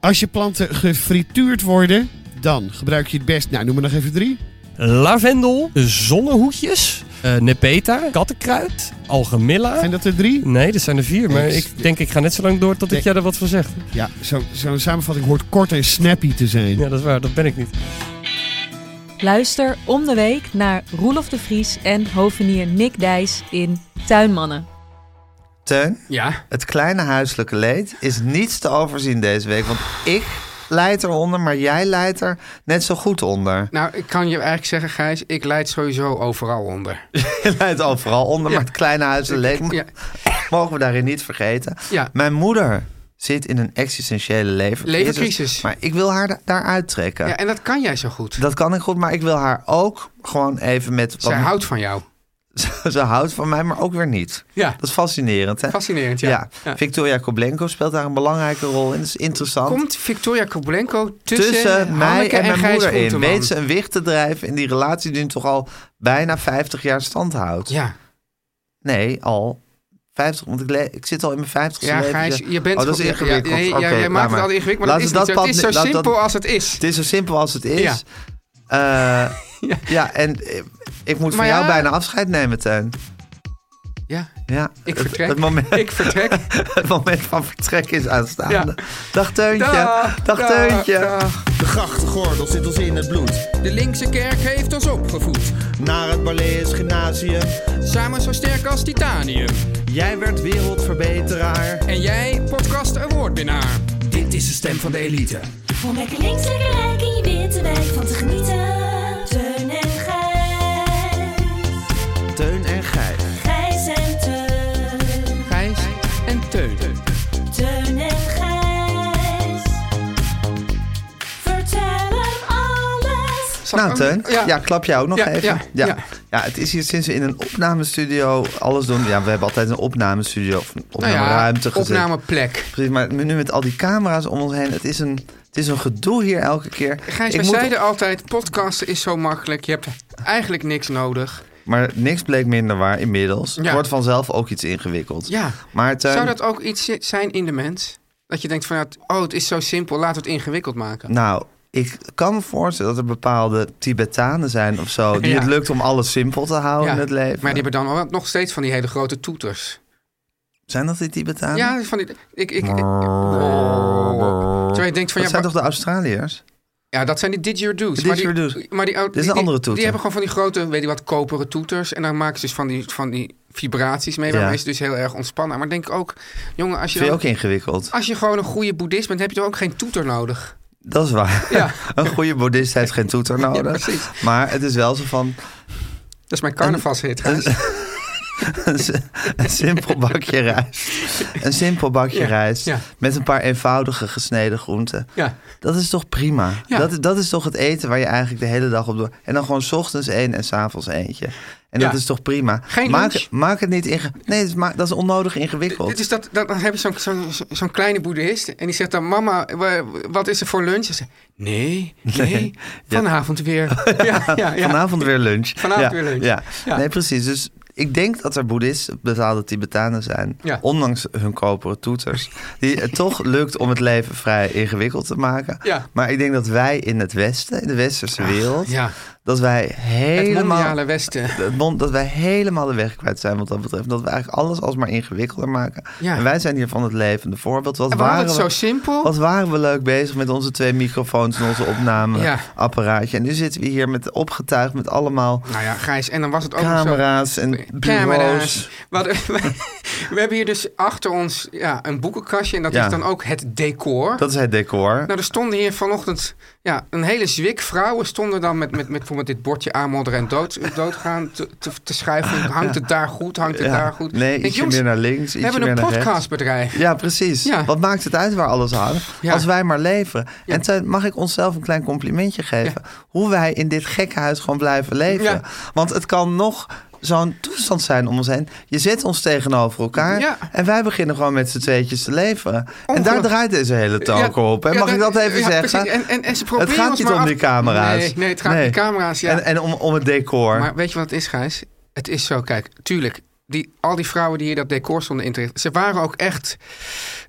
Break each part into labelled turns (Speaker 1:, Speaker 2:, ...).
Speaker 1: Als je planten gefrituurd worden, dan gebruik je het best. Nou, noem maar nog even drie.
Speaker 2: Lavendel, zonnehoedjes, eh nepeta, kattenkruid, algemilla.
Speaker 1: Zijn dat er drie?
Speaker 2: Nee, dat zijn er vier, maar
Speaker 1: Ik-
Speaker 2: ik denk ik ga net zo lang door tot ik
Speaker 1: Ik-
Speaker 2: jij er wat van zeg.
Speaker 1: Ja, zo- zo'n samenvatting hoort kort en snappy te zijn.
Speaker 2: Ja, dat is waar, dat ben ik niet.
Speaker 3: Luister om de week naar Roelof de Vries en hovenier Nick Dijs in Tuinmannen.
Speaker 4: Teun,
Speaker 5: Ja.
Speaker 4: het kleine huiselijke leed is niets te overzien deze week. Want ik leid eronder, maar jij leidt er net zo goed onder.
Speaker 5: Nou, ik kan je eigenlijk zeggen, Gijs, ik leid sowieso overal onder.
Speaker 4: Je leidt overal onder,
Speaker 5: Ja.
Speaker 4: maar het kleine huiselijke leed
Speaker 5: Ja.
Speaker 4: mogen we daarin niet vergeten.
Speaker 5: Ja.
Speaker 4: Mijn moeder zit in een existentiële leven.
Speaker 5: Levencrisis.
Speaker 4: Maar ik wil haar da- daaruit trekken.
Speaker 5: ja, en dat kan jij zo goed.
Speaker 4: Dat kan ik goed, maar ik wil haar ook gewoon even met...
Speaker 5: Zij
Speaker 4: wat-
Speaker 5: houdt van jou.
Speaker 4: ze houdt van mij, maar ook weer niet.
Speaker 5: Ja.
Speaker 4: Dat is fascinerend, hè?
Speaker 5: Fascinerend, ja.
Speaker 4: Ja.
Speaker 5: Ja.
Speaker 4: Victoria Koblenko speelt daar een belangrijke rol in. Dat is interessant.
Speaker 5: Komt Victoria Koblenko tussen,
Speaker 4: Tussen mij
Speaker 5: Hanneke
Speaker 4: en, mijn
Speaker 5: Gijs
Speaker 4: moeder in.
Speaker 5: Groenteman?
Speaker 4: Weet ze een wicht te drijven in die relatie die nu toch al bijna 50 jaar stand houdt?
Speaker 5: Ja.
Speaker 4: Nee, al 50, want ik, le- ik zit al in mijn 50
Speaker 5: Ja, Gijs, je bent...
Speaker 4: Oh, dat is
Speaker 5: ja,
Speaker 4: ingewikkeld.
Speaker 5: Ja, ja,
Speaker 4: Oké,
Speaker 5: jij
Speaker 4: laat
Speaker 5: maakt het
Speaker 4: maar.
Speaker 5: altijd ingewikkeld, maar
Speaker 4: Laten
Speaker 5: dat is
Speaker 4: we
Speaker 5: niet zo.
Speaker 4: pad
Speaker 5: Het is
Speaker 4: niet-
Speaker 5: zo
Speaker 4: laat dat-
Speaker 5: simpel als het is.
Speaker 4: Het is zo simpel als het is.
Speaker 5: Ja.
Speaker 4: Eh, ja. en eh, ik moet van
Speaker 5: Maar
Speaker 4: jou
Speaker 5: ja.
Speaker 4: bijna afscheid nemen, Teun.
Speaker 5: Ja,
Speaker 4: Ja,
Speaker 5: ik
Speaker 4: het-
Speaker 5: vertrek.
Speaker 4: Het moment,
Speaker 5: Ik vertrek.
Speaker 4: het moment van vertrek is aanstaande.
Speaker 5: Ja.
Speaker 4: Dag Teuntje.
Speaker 5: Dag, dag,
Speaker 4: Teuntje.
Speaker 5: dag.
Speaker 6: De grachtengordel zit ons in het bloed.
Speaker 5: De linkse kerk heeft ons opgevoed.
Speaker 6: Naar het Barlees Gymnasium.
Speaker 5: Samen zo sterk als titanium.
Speaker 6: Jij werd wereldverbeteraar.
Speaker 5: En jij, podcast awardwinnaar. Dit is de stem van de elite.
Speaker 7: Om lekker links, lekker rijk in je witte wijk van te genieten. Teun en Gijs.
Speaker 6: Teun en Gijs.
Speaker 7: Gijs en Teun.
Speaker 5: Gijs en Teun.
Speaker 7: Teun en Gijs. Vertel hem alles.
Speaker 5: Zal ik
Speaker 4: Nou,
Speaker 5: ook-
Speaker 4: Teun, ja. klap jou ook nog
Speaker 5: Ja,
Speaker 4: even.
Speaker 5: ja, ja.
Speaker 4: Ja, het is hier sinds we in een opnamestudio alles doen. Ja, we hebben altijd een opnamestudio of een
Speaker 5: Nou ja,
Speaker 4: opnameruimte gezet.
Speaker 5: Opnameplek.
Speaker 4: Precies, maar nu met al die camera's om ons heen, het is een, het is een gedoe hier elke keer.
Speaker 5: Gijs,
Speaker 4: Ik
Speaker 5: we
Speaker 4: moet-
Speaker 5: zeiden altijd, podcasten is zo makkelijk. Je hebt eigenlijk niks nodig.
Speaker 4: Maar niks bleek minder waar inmiddels. Het
Speaker 5: Ja.
Speaker 4: wordt vanzelf ook iets ingewikkeld.
Speaker 5: Ja.
Speaker 4: Maar Teun,
Speaker 5: Zou dat ook iets zi- zijn in de mens? Dat je denkt van, ja, oh, het is zo simpel, laten we het ingewikkeld maken.
Speaker 4: nou, ik kan me voorstellen dat er bepaalde Tibetanen zijn of zo... die
Speaker 5: Ja.
Speaker 4: het lukt om alles simpel te houden
Speaker 5: Ja,
Speaker 4: in het leven.
Speaker 5: Maar die hebben dan wel nog steeds van die hele grote toeters.
Speaker 4: Zijn dat die Tibetanen?
Speaker 5: Ja, van die... Ik, ik, ik- Terwijl je denkt van...
Speaker 4: Dat
Speaker 5: ja,
Speaker 4: zijn
Speaker 5: wa-
Speaker 4: toch de Australiërs?
Speaker 5: Ja, dat zijn die didgeridoos.
Speaker 4: De
Speaker 5: Maar die-
Speaker 4: didgeridoos.
Speaker 5: Maar die,
Speaker 4: is een andere toeter.
Speaker 5: Die hebben gewoon van die grote, weet je wat, koperen toeters. En dan maken ze dus van die, van die vibraties mee.
Speaker 4: Ja.
Speaker 5: Waarmee ze dus heel erg ontspannen. Maar denk ik ook, jongen, als je,
Speaker 4: Vind je
Speaker 5: dan-
Speaker 4: ook ingewikkeld?
Speaker 5: als je gewoon een goede boeddhist bent, heb je toch ook geen toeter nodig?
Speaker 4: Dat is waar.
Speaker 5: Ja.
Speaker 4: een goede boeddhist heeft geen toeter nodig.
Speaker 5: precies.
Speaker 4: Maar het is wel zo van...
Speaker 5: Dat is mijn carnavalshit.
Speaker 4: Een,
Speaker 5: Gijs.
Speaker 4: een si- een simpel bakje rijst. Een simpel bakje
Speaker 5: Ja,
Speaker 4: rijst.
Speaker 5: ja.
Speaker 4: Met een paar eenvoudige gesneden groenten.
Speaker 5: Ja.
Speaker 4: Dat is toch prima?
Speaker 5: Ja.
Speaker 4: Dat, dat is toch het eten waar je eigenlijk de hele dag op door... En dan gewoon 's ochtends één en 's avonds eentje. En
Speaker 5: Ja.
Speaker 4: dat is toch prima?
Speaker 5: Geen lunch?
Speaker 4: maak, maak het niet ingewikkeld. Nee, dat is, ma- dat is onnodig ingewikkeld.
Speaker 5: Dit is dat, dat, dan heb je zo'n zo'n zo'n kleine boeddhist. En die zegt dan, mama, wa- wat is er voor lunch? En ze nee, nee,
Speaker 4: Nee.
Speaker 5: vanavond weer. Ja, ja, ja.
Speaker 4: Vanavond weer lunch.
Speaker 5: Vanavond
Speaker 4: Ja,
Speaker 5: weer lunch.
Speaker 4: Ja.
Speaker 5: Ja.
Speaker 4: nee, precies. Dus Ik denk dat er boeddhisten, betaalde Tibetanen zijn,
Speaker 5: Ja.
Speaker 4: ondanks hun koperen toeters, die het toch lukt om het leven vrij ingewikkeld te maken.
Speaker 5: Ja.
Speaker 4: Maar ik denk dat wij in het Westen, in de westerse wereld,
Speaker 5: Ja,
Speaker 4: dat wij
Speaker 5: het
Speaker 4: helemaal
Speaker 5: mondiale Westen.
Speaker 4: het mond- dat wij helemaal de weg kwijt zijn wat dat betreft. Dat we eigenlijk alles alsmaar ingewikkelder maken.
Speaker 5: Ja.
Speaker 4: En wij zijn hiervan het levende voorbeeld. Wat
Speaker 5: En we hadden
Speaker 4: waren
Speaker 5: het
Speaker 4: we,
Speaker 5: zo simpel.
Speaker 4: wat waren we leuk bezig met onze twee microfoons en onze
Speaker 5: Ja.
Speaker 4: opnameapparaatje. En nu zitten we hier met opgetuigd met allemaal
Speaker 5: Nou ja, Gijs, en dan was het ook nog zo...
Speaker 4: camera's en bureaus.
Speaker 5: Camera's. Wat, we hebben hier dus achter ons ja, een boekenkastje en dat
Speaker 4: Ja.
Speaker 5: is dan ook het decor.
Speaker 4: Dat is het decor.
Speaker 5: Nou, er stonden hier vanochtend ja, een hele zwik vrouwen stonden dan met, met, met bijvoorbeeld dit bordje aanmodderen en dood, doodgaan te, te, te schuiven. Hangt het daar goed, hangt het
Speaker 4: Ja.
Speaker 5: daar goed.
Speaker 4: Nee,
Speaker 5: Ik denk,
Speaker 4: ietsje
Speaker 5: jongens,
Speaker 4: meer naar links,
Speaker 5: We
Speaker 4: ietsje
Speaker 5: hebben een
Speaker 4: meer naar rechts.
Speaker 5: podcastbedrijf.
Speaker 4: Ja, precies.
Speaker 5: Ja.
Speaker 4: Wat maakt het uit waar alles hangt?
Speaker 5: Ja.
Speaker 4: Als wij maar leveren.
Speaker 5: Ja.
Speaker 4: En toen mag ik onszelf een klein complimentje geven. Hoe wij in dit gekke huis gewoon blijven leven.
Speaker 5: Ja.
Speaker 4: Want het kan nog zo'n toestand zijn om ons heen. Je zet ons tegenover elkaar.
Speaker 5: Ja.
Speaker 4: En wij beginnen gewoon met z'n tweetjes te leveren. En daar draait deze hele talk
Speaker 5: Ja,
Speaker 4: op. Hè?
Speaker 5: ja,
Speaker 4: Mag ik dat even
Speaker 5: ja,
Speaker 4: zeggen?
Speaker 5: precies. En, en, en ze proberen
Speaker 4: Het gaat
Speaker 5: ons
Speaker 4: niet
Speaker 5: maar
Speaker 4: om
Speaker 5: af-
Speaker 4: die camera's.
Speaker 5: Nee, nee het gaat om die camera's. Ja.
Speaker 4: En, en om, om het decor.
Speaker 5: Maar weet je wat het is, Gijs? Het is zo, kijk, tuurlijk. Die, al die vrouwen die hier dat decor stonden in te richten, ze waren ook echt.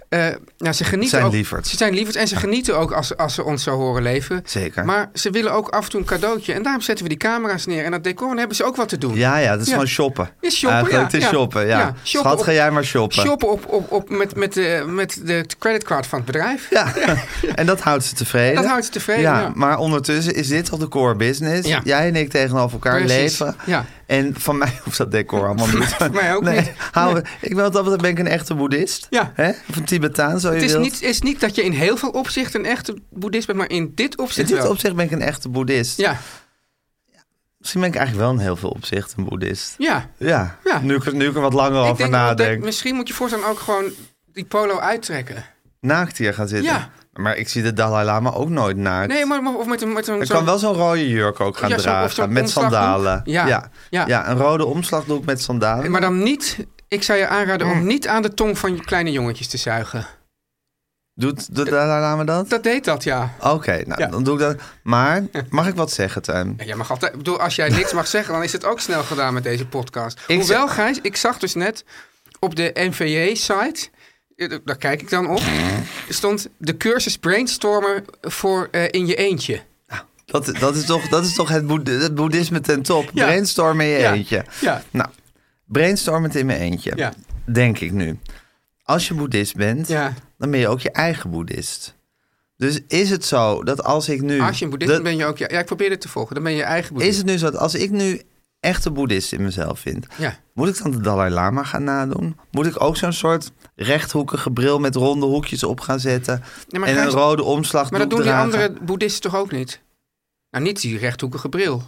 Speaker 5: eh, nou, ze genieten
Speaker 4: Zijn
Speaker 5: ook,
Speaker 4: lieverds.
Speaker 5: Ze zijn lieverds en ze genieten ook als, als ze ons zo horen leven.
Speaker 4: Zeker.
Speaker 5: Maar ze willen ook af en toe een cadeautje. En daarom zetten we die camera's neer. En dat decor, dan hebben ze ook wat te doen.
Speaker 4: Ja, ja, dat is
Speaker 5: Ja.
Speaker 4: gewoon shoppen.
Speaker 5: Is shoppen,
Speaker 4: Eigenlijk,
Speaker 5: ja,
Speaker 4: het is
Speaker 5: ja.
Speaker 4: shoppen, ja.
Speaker 5: Ja, shoppen
Speaker 4: Schat,
Speaker 5: op-
Speaker 4: ga jij maar shoppen.
Speaker 5: Shoppen op, op, op, met, met, de, met de creditcard van het bedrijf.
Speaker 4: Ja. en dat houdt ze tevreden.
Speaker 5: Dat houdt ze tevreden, ja.
Speaker 4: maar ondertussen is dit al de core business.
Speaker 5: Ja.
Speaker 4: Jij en ik tegenover elkaar
Speaker 5: Precies,
Speaker 4: leven.
Speaker 5: ja.
Speaker 4: En van mij hoeft dat decor allemaal niet. Van
Speaker 5: mij ook niet.
Speaker 4: Hou, Ik ben, dat betreft ben ik een echte boeddhist.
Speaker 5: Ja.
Speaker 4: Hè? Of een Tibetaan, zo je
Speaker 5: Het is
Speaker 4: wilt.
Speaker 5: niet, is niet dat je in heel veel opzichten een echte boeddhist bent, maar in dit
Speaker 4: in
Speaker 5: opzicht
Speaker 4: dit
Speaker 5: wel.
Speaker 4: opzicht ben ik een echte boeddhist.
Speaker 5: Ja,
Speaker 4: Misschien ben ik eigenlijk wel in heel veel opzichten een boeddhist.
Speaker 5: ja.
Speaker 4: Ja,
Speaker 5: Ja.
Speaker 4: Nu, ik, er- nu ik er wat langer
Speaker 5: Ik
Speaker 4: over
Speaker 5: denk wel dat,
Speaker 4: nadenk.
Speaker 5: misschien moet je voortaan ook gewoon die polo uittrekken.
Speaker 4: Naakt hier gaan zitten.
Speaker 5: Ja.
Speaker 4: Maar ik zie de Dalai Lama ook nooit naakt.
Speaker 5: Nee, maar maar- of met een... Met een
Speaker 4: Ik
Speaker 5: zo'n-
Speaker 4: kan wel zo'n rode jurk ook gaan
Speaker 5: Ja, zo'n- of
Speaker 4: dragen.
Speaker 5: zo'n
Speaker 4: met
Speaker 5: omslagdoek.
Speaker 4: sandalen.
Speaker 5: Ja,
Speaker 4: Ja.
Speaker 5: ja.
Speaker 4: Ja, een rode omslagdoek met sandalen.
Speaker 5: Maar dan niet... Ik zou je aanraden om niet aan de tong van je kleine jongetjes te zuigen.
Speaker 4: Doet de Dalai Lama dat?
Speaker 5: Dat deed dat, ja.
Speaker 4: Oké, nou
Speaker 5: Ja.
Speaker 4: dan doe ik dat. Maar mag ik wat zeggen, Tuin?
Speaker 5: Ja, Jij mag altijd... Ik bedoel, als jij niks mag zeggen, dan is het ook snel gedaan met deze podcast.
Speaker 4: Ik
Speaker 5: Hoewel, Gijs, ik zag dus net op de NVJ-site... eh, Daar kijk ik dan op. Stond de cursus brainstormen voor eh, in je eentje.
Speaker 4: Dat, dat is toch, dat is toch het, boed- het boeddhisme ten top?
Speaker 5: Ja.
Speaker 4: Brainstormen in je
Speaker 5: Ja.
Speaker 4: eentje.
Speaker 5: Ja.
Speaker 4: Nou, brainstormen in mijn eentje.
Speaker 5: Ja.
Speaker 4: Denk ik nu. Als je boeddhist bent,
Speaker 5: Ja.
Speaker 4: dan ben je ook je eigen boeddhist. Dus is het zo dat als ik nu...
Speaker 5: Als je een boeddhist
Speaker 4: dat-
Speaker 5: bent, ben je ook... Ja, ja, ik probeer dit te volgen. Dan ben je je eigen
Speaker 4: Is
Speaker 5: boeddhist.
Speaker 4: het nu zo dat als ik nu echt een boeddhist in mezelf vind...
Speaker 5: Ja.
Speaker 4: Moet ik dan de Dalai Lama gaan nadoen? Moet ik ook zo'n soort rechthoekige bril met ronde hoekjes op gaan zetten?
Speaker 5: Nee, maar
Speaker 4: en een
Speaker 5: Gijs,
Speaker 4: rode omslag
Speaker 5: Maar dat doen die
Speaker 4: dragen?
Speaker 5: andere boeddhisten toch ook niet? Nou, niet die rechthoekige bril.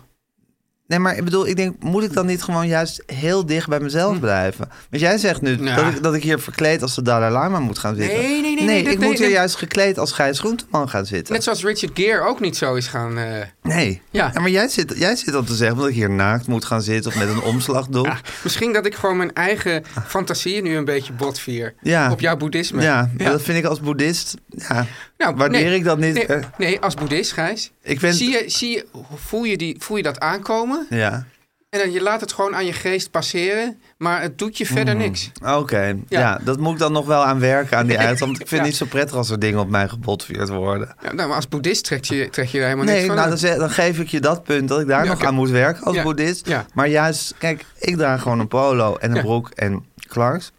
Speaker 4: Nee, maar ik bedoel, ik denk, moet ik dan niet gewoon juist heel dicht bij mezelf blijven? Want jij zegt nu
Speaker 5: Hm. Ja.
Speaker 4: dat, ik, dat ik hier verkleed als de Dalai Lama moet gaan zitten.
Speaker 5: Nee, nee, nee, nee, dat-
Speaker 4: ik
Speaker 5: nee,
Speaker 4: moet hier
Speaker 5: nee.
Speaker 4: juist gekleed als Gijs Groenteman gaan zitten.
Speaker 5: Net zoals Richard Gere ook niet zo is gaan... eh,
Speaker 4: Nee.
Speaker 5: Ja.
Speaker 4: maar jij zit, jij zit al te zeggen dat ik hier naakt moet gaan zitten of met een omslagdoek.
Speaker 5: ah, misschien dat ik gewoon mijn eigen fantasie nu een beetje botvier.
Speaker 4: Ah. Ja.
Speaker 5: Op jouw boeddhisme.
Speaker 4: Ja, maar dat vind ik als boeddhist. Ja,
Speaker 5: Nou,
Speaker 4: waardeer
Speaker 5: nee,
Speaker 4: ik dat niet.
Speaker 5: Nee,
Speaker 4: eh,
Speaker 5: nee, als boeddhist, Gijs.
Speaker 4: Ik ben-
Speaker 5: Zie je, zie je, voel, je die, voel je dat aankomen?
Speaker 4: ja.
Speaker 5: En dan je laat het gewoon aan je geest passeren. Maar het doet je verder
Speaker 4: Mm.
Speaker 5: niks.
Speaker 4: Ah, Oké, ja. dat moet ik dan nog wel aan werken, aan die uit. Want ik vind het
Speaker 5: Ja.
Speaker 4: niet zo prettig als er dingen op mij gebotvierd worden.
Speaker 5: Ja, nou, maar als boeddhist trek je, trek je daar helemaal
Speaker 4: Nee,
Speaker 5: niks van
Speaker 4: nou,
Speaker 5: aan.
Speaker 4: dan, zeg- dan geef ik je dat punt dat ik daar
Speaker 5: Ja,
Speaker 4: nog
Speaker 5: oké.
Speaker 4: aan moet werken als
Speaker 5: Ja,
Speaker 4: boeddhist.
Speaker 5: ja.
Speaker 4: Maar juist, kijk, ik draag gewoon een polo en een
Speaker 5: Ja.
Speaker 4: broek en Clarks.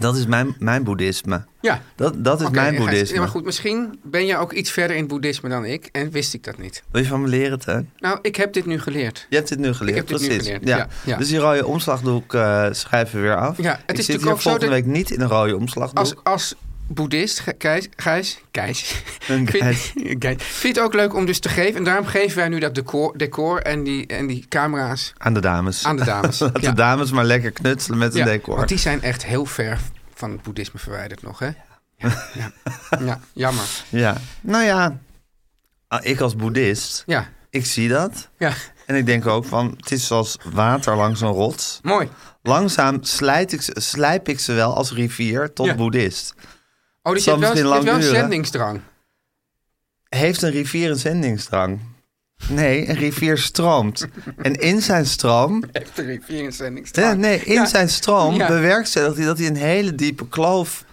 Speaker 4: Dat is mijn, mijn boeddhisme.
Speaker 5: Ja.
Speaker 4: Dat, dat is
Speaker 5: Oké,
Speaker 4: mijn
Speaker 5: Gijs,
Speaker 4: boeddhisme.
Speaker 5: ja, maar goed, misschien ben jij ook iets verder in het boeddhisme dan ik. En wist ik dat niet.
Speaker 4: Wil je van me leren, Teun?
Speaker 5: Nou, ik heb dit nu geleerd.
Speaker 4: Je hebt dit nu geleerd,
Speaker 5: heb dit nu
Speaker 4: precies.
Speaker 5: geleerd,
Speaker 4: Ja.
Speaker 5: ja, ja.
Speaker 4: Dus die rode omslagdoek eh, schrijven we weer af.
Speaker 5: Ja, het
Speaker 4: ik zit
Speaker 5: is natuurlijk
Speaker 4: hier
Speaker 5: ook zo
Speaker 4: volgende
Speaker 5: dat-
Speaker 4: week niet in een rode omslagdoek.
Speaker 5: Als, als boeddhist, Ge- Gijs, Gijs, Gijs,
Speaker 4: Een Gijs.
Speaker 5: Vind, Gijs, vind je het ook leuk om dus te geven. En daarom geven wij nu dat decor, decor en, die, en die camera's
Speaker 4: Aan de dames.
Speaker 5: aan de dames.
Speaker 4: Laat de dames maar lekker knutselen met een
Speaker 5: Ja,
Speaker 4: decor.
Speaker 5: Want die zijn echt heel ver van het boeddhisme verwijderd nog, hè? Ja, ja. ja jammer.
Speaker 4: Ja. Nou ja, ah, ik als boeddhist,
Speaker 5: Ja,
Speaker 4: ik zie dat.
Speaker 5: ja,
Speaker 4: En ik denk ook van, het is zoals water langs een rots.
Speaker 5: mooi. Oh,
Speaker 4: Langzaam slijt ik, ze- slijp ik ze wel als rivier tot
Speaker 5: Ja.
Speaker 4: boeddhist.
Speaker 5: Oh, dus je
Speaker 4: Zal
Speaker 5: hebt wel,
Speaker 4: misschien
Speaker 5: je hebt
Speaker 4: lang
Speaker 5: wel een
Speaker 4: duren.
Speaker 5: zendingsdrang.
Speaker 4: Heeft een rivier een zendingsdrang? Nee, een rivier stroomt. En in zijn stroom,
Speaker 5: Echt een rivierinzending.
Speaker 4: ja, nee, in
Speaker 5: Ja.
Speaker 4: zijn stroom
Speaker 5: Ja.
Speaker 4: bewerkstelligt hij dat hij een hele diepe kloof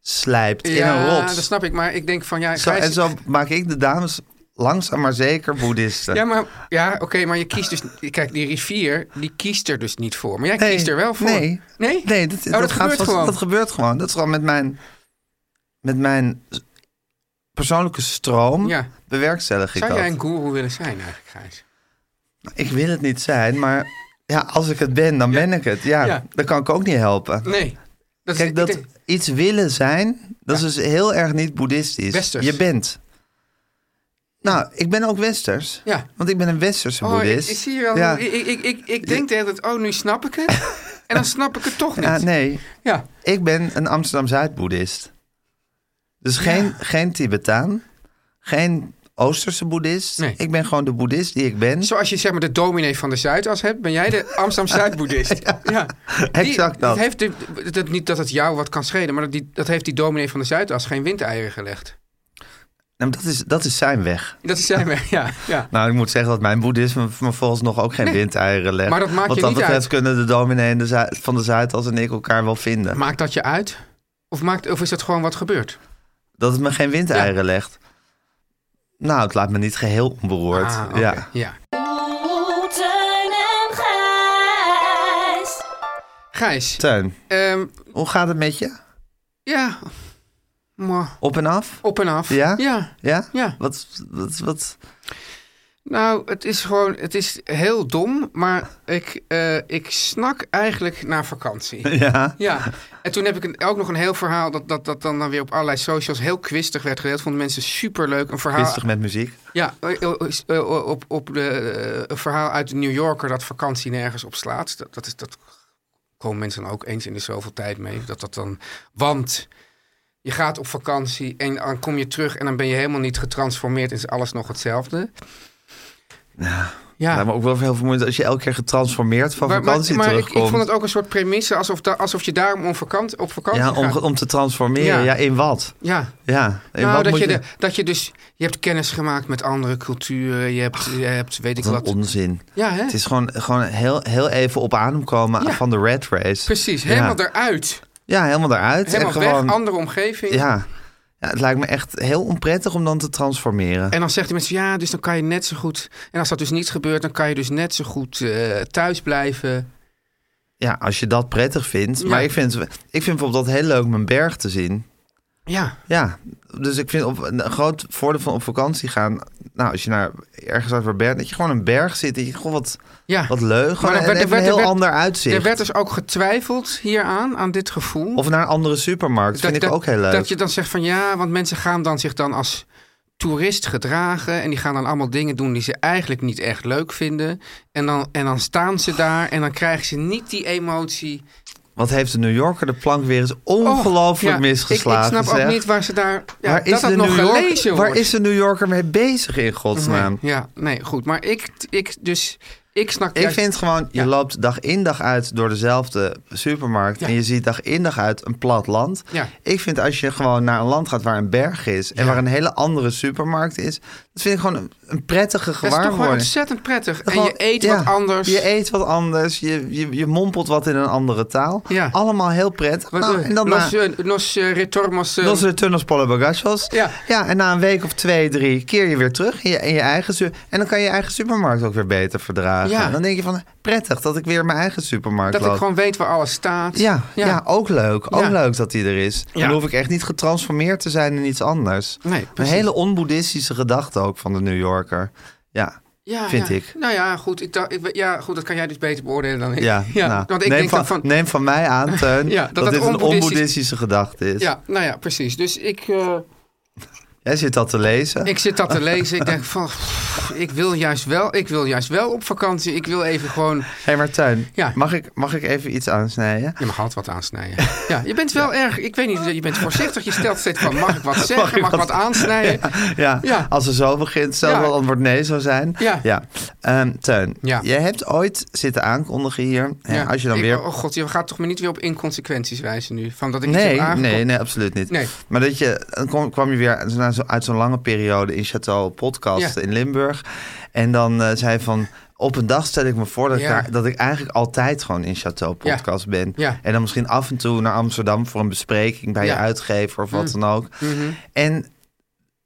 Speaker 4: slijpt in
Speaker 5: Ja,
Speaker 4: een rots.
Speaker 5: dat snap ik. Maar ik denk van ja...
Speaker 4: Zo,
Speaker 5: Gijs-
Speaker 4: en zo maak ik de dames langzaam maar zeker boeddhisten.
Speaker 5: Ja, maar, ja oké, maar je kiest dus... Kijk, die rivier, die kiest er dus niet voor. Maar jij
Speaker 4: Nee,
Speaker 5: kiest er wel voor.
Speaker 4: nee.
Speaker 5: Nee?
Speaker 4: Nee, dat,
Speaker 5: Oh,
Speaker 4: dat,
Speaker 5: dat
Speaker 4: gaat
Speaker 5: gebeurt
Speaker 4: vast-
Speaker 5: gewoon.
Speaker 4: dat gebeurt gewoon. Dat is gewoon met mijn, met mijn s- persoonlijke stroom
Speaker 5: Ja.
Speaker 4: bewerkstellig ik
Speaker 5: Zou
Speaker 4: dat.
Speaker 5: jij een guru willen zijn eigenlijk, Gijs?
Speaker 4: Ik wil het niet zijn, maar ja, als ik het ben, dan ben ik het. Ja,
Speaker 5: Ja.
Speaker 4: dat kan ik ook niet helpen.
Speaker 5: Nee. Dat
Speaker 4: Kijk,
Speaker 5: ik
Speaker 4: dat
Speaker 5: denk-
Speaker 4: iets willen zijn, dat is dus heel erg niet boeddhistisch.
Speaker 5: Westers.
Speaker 4: Je bent. Nou, ik ben ook westers.
Speaker 5: Ja.
Speaker 4: Want ik ben een westerse
Speaker 5: Oh, ik,
Speaker 4: boeddhist.
Speaker 5: ik zie je wel.
Speaker 4: Ja.
Speaker 5: Ik, ik, ik, ik, ik denk de hele tijd, oh, nu snap ik het. en dan snap ik het toch niet.
Speaker 4: Ja, nee,
Speaker 5: Ja.
Speaker 4: ik ben een Amsterdam-Zuid-boeddhist. Dus geen, geen Tibetaan, geen Oosterse boeddhist.
Speaker 5: Nee.
Speaker 4: Ik ben gewoon de boeddhist die ik ben.
Speaker 5: Zoals je zeg maar de dominee van de Zuidas hebt, ben jij de Amsterdam-Zuid-boeddhist. ja,
Speaker 4: Exact dat.
Speaker 5: heeft de- dat. Niet dat het jou wat kan schelen, maar dat, die, dat heeft die dominee van de Zuidas geen windeieren gelegd.
Speaker 4: Nou, dat, is, dat is zijn weg.
Speaker 5: Dat zijn we, ja. ja.
Speaker 4: Nou, ik moet zeggen dat mijn boeddhisme me volgens nog ook geen windeieren legt.
Speaker 5: Maar dat maakt
Speaker 4: Wat
Speaker 5: je
Speaker 4: dat
Speaker 5: niet
Speaker 4: betreft
Speaker 5: uit.
Speaker 4: kunnen de dominee en de Zuid- van de Zuidas en ik elkaar wel vinden.
Speaker 5: Maakt dat je uit? Of, maakt, of is dat gewoon wat gebeurt?
Speaker 4: Dat het me geen windeieren legt. Nou, het laat me niet geheel onberoerd.
Speaker 5: Ah, oké,
Speaker 4: ja.
Speaker 5: ja.
Speaker 7: Oeh, Teun en Gijs.
Speaker 5: Gijs,
Speaker 4: Teun,
Speaker 5: ehm,
Speaker 4: hoe gaat het met je?
Speaker 5: ja, Mwah.
Speaker 4: Op en af?
Speaker 5: op en af.
Speaker 4: Ja?
Speaker 5: Ja,
Speaker 4: Ja?
Speaker 5: ja.
Speaker 4: Wat, wat, wat?
Speaker 5: Nou, het is gewoon, het is heel dom, maar ik, eh, ik snak eigenlijk naar vakantie.
Speaker 4: Ja.
Speaker 5: Ja, en toen heb ik een- ook nog een heel verhaal dat, dat, dat dan weer op allerlei socials heel kwistig werd gedeeld. Vonden mensen superleuk. Een verhaal,
Speaker 4: Kwistig met muziek.
Speaker 5: Ja, eh, eh, eh, op, op de, eh, een verhaal uit de New Yorker dat vakantie nergens op slaat. Dat, dat, is, dat komen mensen dan ook eens in de zoveel tijd mee. Dat dat dan, want je gaat op vakantie en dan kom je terug en dan ben je helemaal niet getransformeerd en is alles nog hetzelfde. Ja,
Speaker 4: Ja, maar ook wel heel vermoeiend als je elke keer getransformeerd van
Speaker 5: maar, maar-
Speaker 4: vakantie
Speaker 5: maar ik, ik
Speaker 4: terugkomt.
Speaker 5: vond het ook een soort premisse alsof, da- alsof je daarom om vakant, op vakantie
Speaker 4: ja, om,
Speaker 5: gaat.
Speaker 4: ge- om te transformeren. Ja.
Speaker 5: Ja.
Speaker 4: in wat?
Speaker 5: Ja,
Speaker 4: Ja, in
Speaker 5: nou,
Speaker 4: wat
Speaker 5: dat
Speaker 4: moet
Speaker 5: je, de- dat je dus, je hebt kennis gemaakt met andere culturen, je hebt, je hebt weet ik
Speaker 4: Wat een
Speaker 5: wat.
Speaker 4: onzin.
Speaker 5: Ja, hè?
Speaker 4: Het is gewoon, gewoon heel, heel even op adem komen
Speaker 5: Ja.
Speaker 4: van de red race.
Speaker 5: Precies, helemaal
Speaker 4: ja.
Speaker 5: eruit.
Speaker 4: Ja, helemaal eruit.
Speaker 5: Helemaal
Speaker 4: en gewoon,
Speaker 5: weg, andere omgeving.
Speaker 4: ja. ja, het lijkt me echt heel onprettig om dan te transformeren.
Speaker 5: En dan zegt die mensen, ja, dus dan kan je net zo goed... En als dat dus niet gebeurt, dan kan je dus net zo goed eh, thuis blijven.
Speaker 4: Ja, als je dat prettig vindt.
Speaker 5: Ja.
Speaker 4: Maar ik vind, ik vind bijvoorbeeld dat heel leuk om een berg te zien.
Speaker 5: Ja,
Speaker 4: Ja, dus ik vind op, een groot voordeel van op vakantie gaan. Nou, als je naar ergens uit waar berg, dat je gewoon een berg zit. Dat je gewoon wat,
Speaker 5: ja.
Speaker 4: wat leuk. Gewoon
Speaker 5: er
Speaker 4: en
Speaker 5: werd- er
Speaker 4: even een
Speaker 5: werd-
Speaker 4: heel
Speaker 5: er werd-
Speaker 4: ander
Speaker 5: Er
Speaker 4: uitzicht.
Speaker 5: werd dus ook getwijfeld hieraan, aan dit gevoel.
Speaker 4: Of naar een andere supermarkt. vind ik ook heel leuk.
Speaker 5: Dat je dan zegt van, ja, want mensen gaan dan zich dan als toerist gedragen... en die gaan dan allemaal dingen doen die ze eigenlijk niet echt leuk vinden. En dan, en dan staan ze daar en dan krijgen ze niet die emotie...
Speaker 4: Wat heeft de New Yorker de plank weer eens ongelooflijk
Speaker 5: Oh, Ja,
Speaker 4: misgeslagen.
Speaker 5: Ik, ik snap ook
Speaker 4: zeg.
Speaker 5: niet waar ze daar... Ja,
Speaker 4: waar
Speaker 5: dat
Speaker 4: is
Speaker 5: dat
Speaker 4: de
Speaker 5: nog
Speaker 4: New York-
Speaker 5: gelezen wordt.
Speaker 4: Waar is de New Yorker mee bezig in godsnaam?
Speaker 5: Nee, ja, nee, goed. Maar ik, ik dus, ik snak
Speaker 4: Ik
Speaker 5: juist-
Speaker 4: vind gewoon, je
Speaker 5: Ja.
Speaker 4: loopt dag in dag uit door dezelfde supermarkt.
Speaker 5: Ja.
Speaker 4: En je ziet dag in dag uit een plat land.
Speaker 5: Ja.
Speaker 4: Ik vind als je gewoon naar een land gaat waar een berg is. En
Speaker 5: Ja.
Speaker 4: waar een hele andere supermarkt is. Dat vind ik gewoon een, een prettige
Speaker 5: Dat is toch gewoon
Speaker 4: gewaarwording.
Speaker 5: ontzettend prettig. En
Speaker 4: Gewoon-
Speaker 5: je eet
Speaker 4: ja,
Speaker 5: wat anders.
Speaker 4: Je eet wat anders. Je, je, je mompelt wat in een andere taal.
Speaker 5: Ja.
Speaker 4: Allemaal heel prettig.
Speaker 5: Wat,
Speaker 4: nou,
Speaker 5: eh,
Speaker 4: en dan na-
Speaker 5: nos, eh, nos eh, retormos... eh,
Speaker 4: dat is de tunnels Polo Bagachos.
Speaker 5: Ja.
Speaker 4: en na een week of twee, drie keer je weer terug in je, in je eigen... su- En dan kan je je eigen supermarkt ook weer beter verdragen.
Speaker 5: Ja.
Speaker 4: En Dan denk je van, prettig dat ik weer in mijn eigen supermarkt
Speaker 5: dat ik
Speaker 4: loop.
Speaker 5: gewoon weet waar alles staat.
Speaker 4: Ja, ja. ook leuk. Ook
Speaker 5: Ja.
Speaker 4: leuk dat die er is.
Speaker 5: Ja.
Speaker 4: Dan hoef ik echt niet getransformeerd te zijn in iets anders.
Speaker 5: Nee,
Speaker 4: een
Speaker 5: precies.
Speaker 4: hele onboeddhistische gedachte ook van de New Yorker. Ja,
Speaker 5: Ja,
Speaker 4: vind
Speaker 5: ja.
Speaker 4: ik.
Speaker 5: Nou ja goed, ik dacht, ik, weet- ja, goed, dat kan jij dus beter beoordelen dan ik.
Speaker 4: ja, nou,
Speaker 5: want ik
Speaker 4: neem,
Speaker 5: denk
Speaker 4: van,
Speaker 5: dat van...
Speaker 4: neem van mij aan, Teun,
Speaker 5: Ja,
Speaker 4: dat,
Speaker 5: dat dat
Speaker 4: dit een
Speaker 5: onboeddhistisch-
Speaker 4: onboeddhistische gedachte is.
Speaker 5: Ja, nou ja, precies. Dus ik, eh,
Speaker 4: Jij zit dat te lezen.
Speaker 5: ik zit dat te lezen. Ik denk van, pff, ik wil, juist wel, ik wil juist wel op vakantie. Ik wil even gewoon...
Speaker 4: Hé, maar Teun,
Speaker 5: Ja.
Speaker 4: mag, ik, mag ik even iets aansnijden?
Speaker 5: Je mag altijd wat aansnijden. Ja, je bent wel erg, ik weet niet, je bent voorzichtig. Je stelt steeds van, mag ik wat zeggen? Mag ik wat, aansnijden?
Speaker 4: Ja,
Speaker 5: Ja.
Speaker 4: als ze zo begint, stel
Speaker 5: Ja.
Speaker 4: dat het antwoord nee zou zijn.
Speaker 5: Ja.
Speaker 4: Ehm, Teun,
Speaker 5: Ja.
Speaker 4: jij hebt ooit zitten aankondigen hier. En
Speaker 5: Ja,
Speaker 4: als je dan
Speaker 5: ik-
Speaker 4: weer...
Speaker 5: Oh god, je gaat toch me niet weer op inconsequenties wijzen nu? Van dat ik iets
Speaker 4: Nee,
Speaker 5: heb aangekomen?
Speaker 4: nee, nee, absoluut niet.
Speaker 5: Nee.
Speaker 4: Maar dat je, dan kwam, kwam je weer na zo, uit zo'n lange periode in Château Podcast
Speaker 5: Ja.
Speaker 4: in Limburg. En dan eh, zei hij van... Op een dag stel ik me voor dat,
Speaker 5: Ja.
Speaker 4: ik, daar- dat ik eigenlijk altijd gewoon in Château Podcast ben.
Speaker 5: Ja.
Speaker 4: En dan misschien af en toe naar Amsterdam voor een bespreking bij je
Speaker 5: Ja.
Speaker 4: uitgever of wat dan ook.
Speaker 5: Mhm.
Speaker 4: En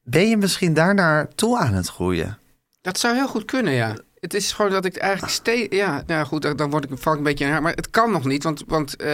Speaker 4: ben je misschien daarnaar toe aan het groeien?
Speaker 5: Dat zou heel goed kunnen, ja. Het is gewoon dat ik eigenlijk steeds... Ja, nou ja, goed, dan- dan word ik, val ik een beetje in haar. Maar het kan nog niet, want, want eh,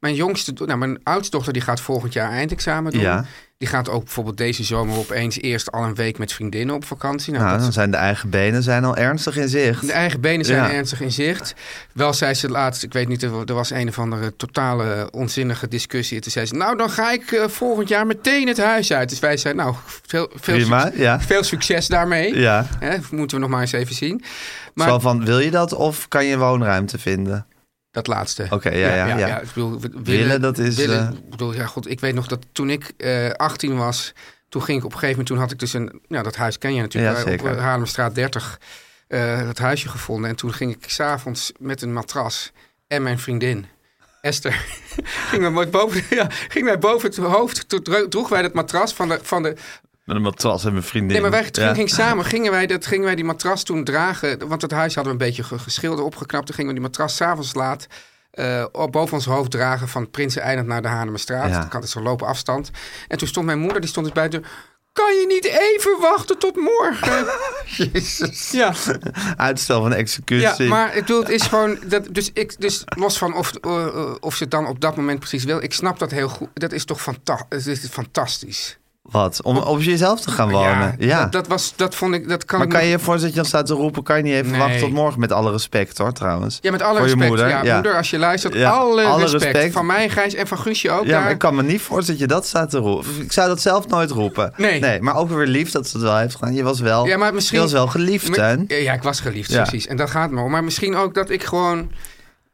Speaker 5: mijn jongste... do- Nou, mijn oudste dochter die gaat volgend jaar eindexamen doen.
Speaker 4: Ja.
Speaker 5: Die gaat ook bijvoorbeeld deze zomer opeens eerst al een week met vriendinnen op vakantie. Nou,
Speaker 4: Nou,
Speaker 5: dat
Speaker 4: dan
Speaker 5: is-
Speaker 4: zijn de eigen benen zijn al ernstig in zicht.
Speaker 5: de eigen benen zijn
Speaker 4: Ja.
Speaker 5: ernstig in zicht. Wel zei ze laatst, ik weet niet, er wa- er was een of andere totale onzinnige discussie. En toen zei ze, nou dan ga ik eh, volgend jaar meteen het huis uit. Dus wij zeiden, nou, veel, veel,
Speaker 4: Prima,
Speaker 5: succes,
Speaker 4: ja.
Speaker 5: veel succes daarmee.
Speaker 4: Ja.
Speaker 5: Hè, moeten we nog maar eens even zien. Maar-
Speaker 4: Zo van, wil je dat of kan je woonruimte vinden?
Speaker 5: Dat laatste.
Speaker 4: Oké, ja, ja, ja.
Speaker 5: Ik bedoel, willen,
Speaker 4: Willen, dat is,
Speaker 5: willen,
Speaker 4: eh,
Speaker 5: ik bedoel, ja, goed, ik weet nog dat toen ik eh 18 was, toen ging ik op een gegeven moment, toen had ik dus een, nou dat huis ken je natuurlijk,
Speaker 4: Ja,
Speaker 5: eh, op
Speaker 4: zeker.
Speaker 5: eh, Haarlemstraat 30, eh, dat huisje gevonden. En toen ging ik s'avonds met een matras en mijn vriendin. Esther ging, mij mooi boven, ja, ging mij boven het hoofd. Toen dro- droegen wij dat matras van de, van de
Speaker 4: Met een matras en mijn vriendin.
Speaker 5: Nee, maar wij
Speaker 4: Ja.
Speaker 5: gingen gingen samen, gingen wij, dat, gingen wij die matras toen dragen. Want het huis hadden we een beetje ge- geschilderd, opgeknapt. Toen gingen we die matras s'avonds laat eh, op boven ons hoofd dragen van Prinseneiland naar de Hanemestraat.
Speaker 4: Ja.
Speaker 5: Dat kan het zo'n lopen afstand. En toen stond mijn moeder, die stond dus buiten. Kan je niet even wachten tot morgen?
Speaker 4: Jezus.
Speaker 5: ja.
Speaker 4: Uitstel van
Speaker 5: ja,
Speaker 4: executie.
Speaker 5: maar ik bedoel, het is gewoon... Dat, dus, ik, dus los van of, eh, eh, of ze het dan op dat moment precies wil. Ik snap dat heel goed. Dat is toch fanta- het is fantastisch.
Speaker 4: Wat? Om op jezelf te gaan wonen? Ja.
Speaker 5: Dat, dat, was, dat vond ik... Dat kan
Speaker 4: maar
Speaker 5: ik
Speaker 4: kan
Speaker 5: me-
Speaker 4: je je voorstellen dat je dan staat te roepen, kan je niet even
Speaker 5: Nee.
Speaker 4: wachten tot morgen? Met alle respect hoor, trouwens.
Speaker 5: Ja, met alle
Speaker 4: Voor je
Speaker 5: respect.
Speaker 4: moeder,
Speaker 5: ja,
Speaker 4: ja.
Speaker 5: moeder, als je luistert,
Speaker 4: Ja,
Speaker 5: alle,
Speaker 4: alle
Speaker 5: respect.
Speaker 4: respect.
Speaker 5: Van mij, Gijs, en van Guusje ook.
Speaker 4: Ja,
Speaker 5: daar.
Speaker 4: maar ik kan me niet voorstellen dat je dat staat te roepen. Ik zou dat zelf nooit roepen.
Speaker 5: Nee.
Speaker 4: maar ook weer lief dat ze het wel heeft gedaan. Je was wel,
Speaker 5: Ja, maar misschien-
Speaker 4: je was wel geliefd,
Speaker 5: Maar-
Speaker 4: hè?
Speaker 5: Ja, ik was geliefd,
Speaker 4: Ja.
Speaker 5: precies. En dat gaat me om. Maar misschien ook dat ik gewoon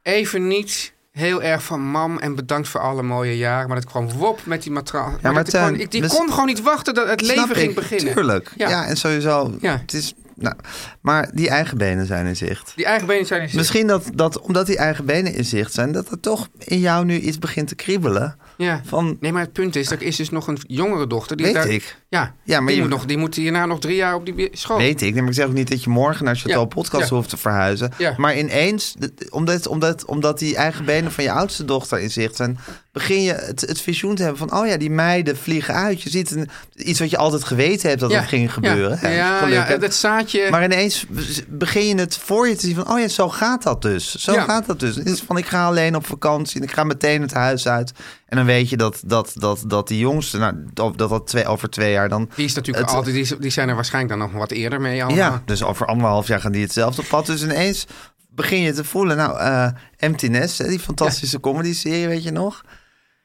Speaker 5: even niet heel erg van mam en bedankt voor alle mooie jaren. Maar dat kwam wop met die matras. Ja,
Speaker 4: maar Teun,
Speaker 5: ik, die
Speaker 4: dus-
Speaker 5: kon gewoon niet wachten dat het leven
Speaker 4: Snap
Speaker 5: ging
Speaker 4: ik,
Speaker 5: beginnen.
Speaker 4: Tuurlijk. Ja,
Speaker 5: Ja.
Speaker 4: en sowieso.
Speaker 5: Ja.
Speaker 4: Het is, nou, maar die eigen benen zijn in zicht.
Speaker 5: Die eigen benen zijn in zicht.
Speaker 4: Misschien dat, dat omdat die eigen benen in zicht zijn, dat er toch in jou nu iets begint te kriebelen.
Speaker 5: Ja.
Speaker 4: Van,
Speaker 5: Nee, maar het punt is, er is dus nog een jongere dochter. Die
Speaker 4: weet
Speaker 5: daar-
Speaker 4: ik.
Speaker 5: Ja,
Speaker 4: Ja, maar
Speaker 5: die,
Speaker 4: je-
Speaker 5: moet nog, die moet hierna nog drie jaar op die school.
Speaker 4: Weet ik. Nee, maar ik zeg ook niet dat je morgen naar Chantal
Speaker 5: Oh. Ja,
Speaker 4: Podcast
Speaker 5: ja.
Speaker 4: hoeft te verhuizen.
Speaker 5: Ja.
Speaker 4: Maar ineens, de- de- omdat, omdat, omdat die eigen benen van je oudste dochter in zicht zijn, begin je het, het visioen te hebben van: oh ja, die meiden vliegen uit. Je ziet een, iets wat je altijd geweten hebt dat
Speaker 5: Ja,
Speaker 4: het ging gebeuren.
Speaker 5: Ja,
Speaker 4: hè,
Speaker 5: ja, ja,
Speaker 4: gelukkig.
Speaker 5: dat zaadje.
Speaker 4: Maar ineens begin je het voor je te zien van... oh ja, zo gaat dat dus. Zo
Speaker 5: Ja.
Speaker 4: gaat dat dus. Het is van, ik ga alleen op vakantie en ik ga meteen het huis uit. En dan weet je dat, dat, dat, dat die jongste, nou, dat dat twee, over twee jaar dan...
Speaker 5: Die, is natuurlijk
Speaker 4: Het-
Speaker 5: altijd, die, is- die zijn er waarschijnlijk dan nog wat eerder mee allemaal.
Speaker 4: Ja, dus over anderhalf jaar gaan die hetzelfde pad. Dus ineens begin je te voelen. Nou, eh Empty Nest, hè, die fantastische comedy-serie, weet je nog?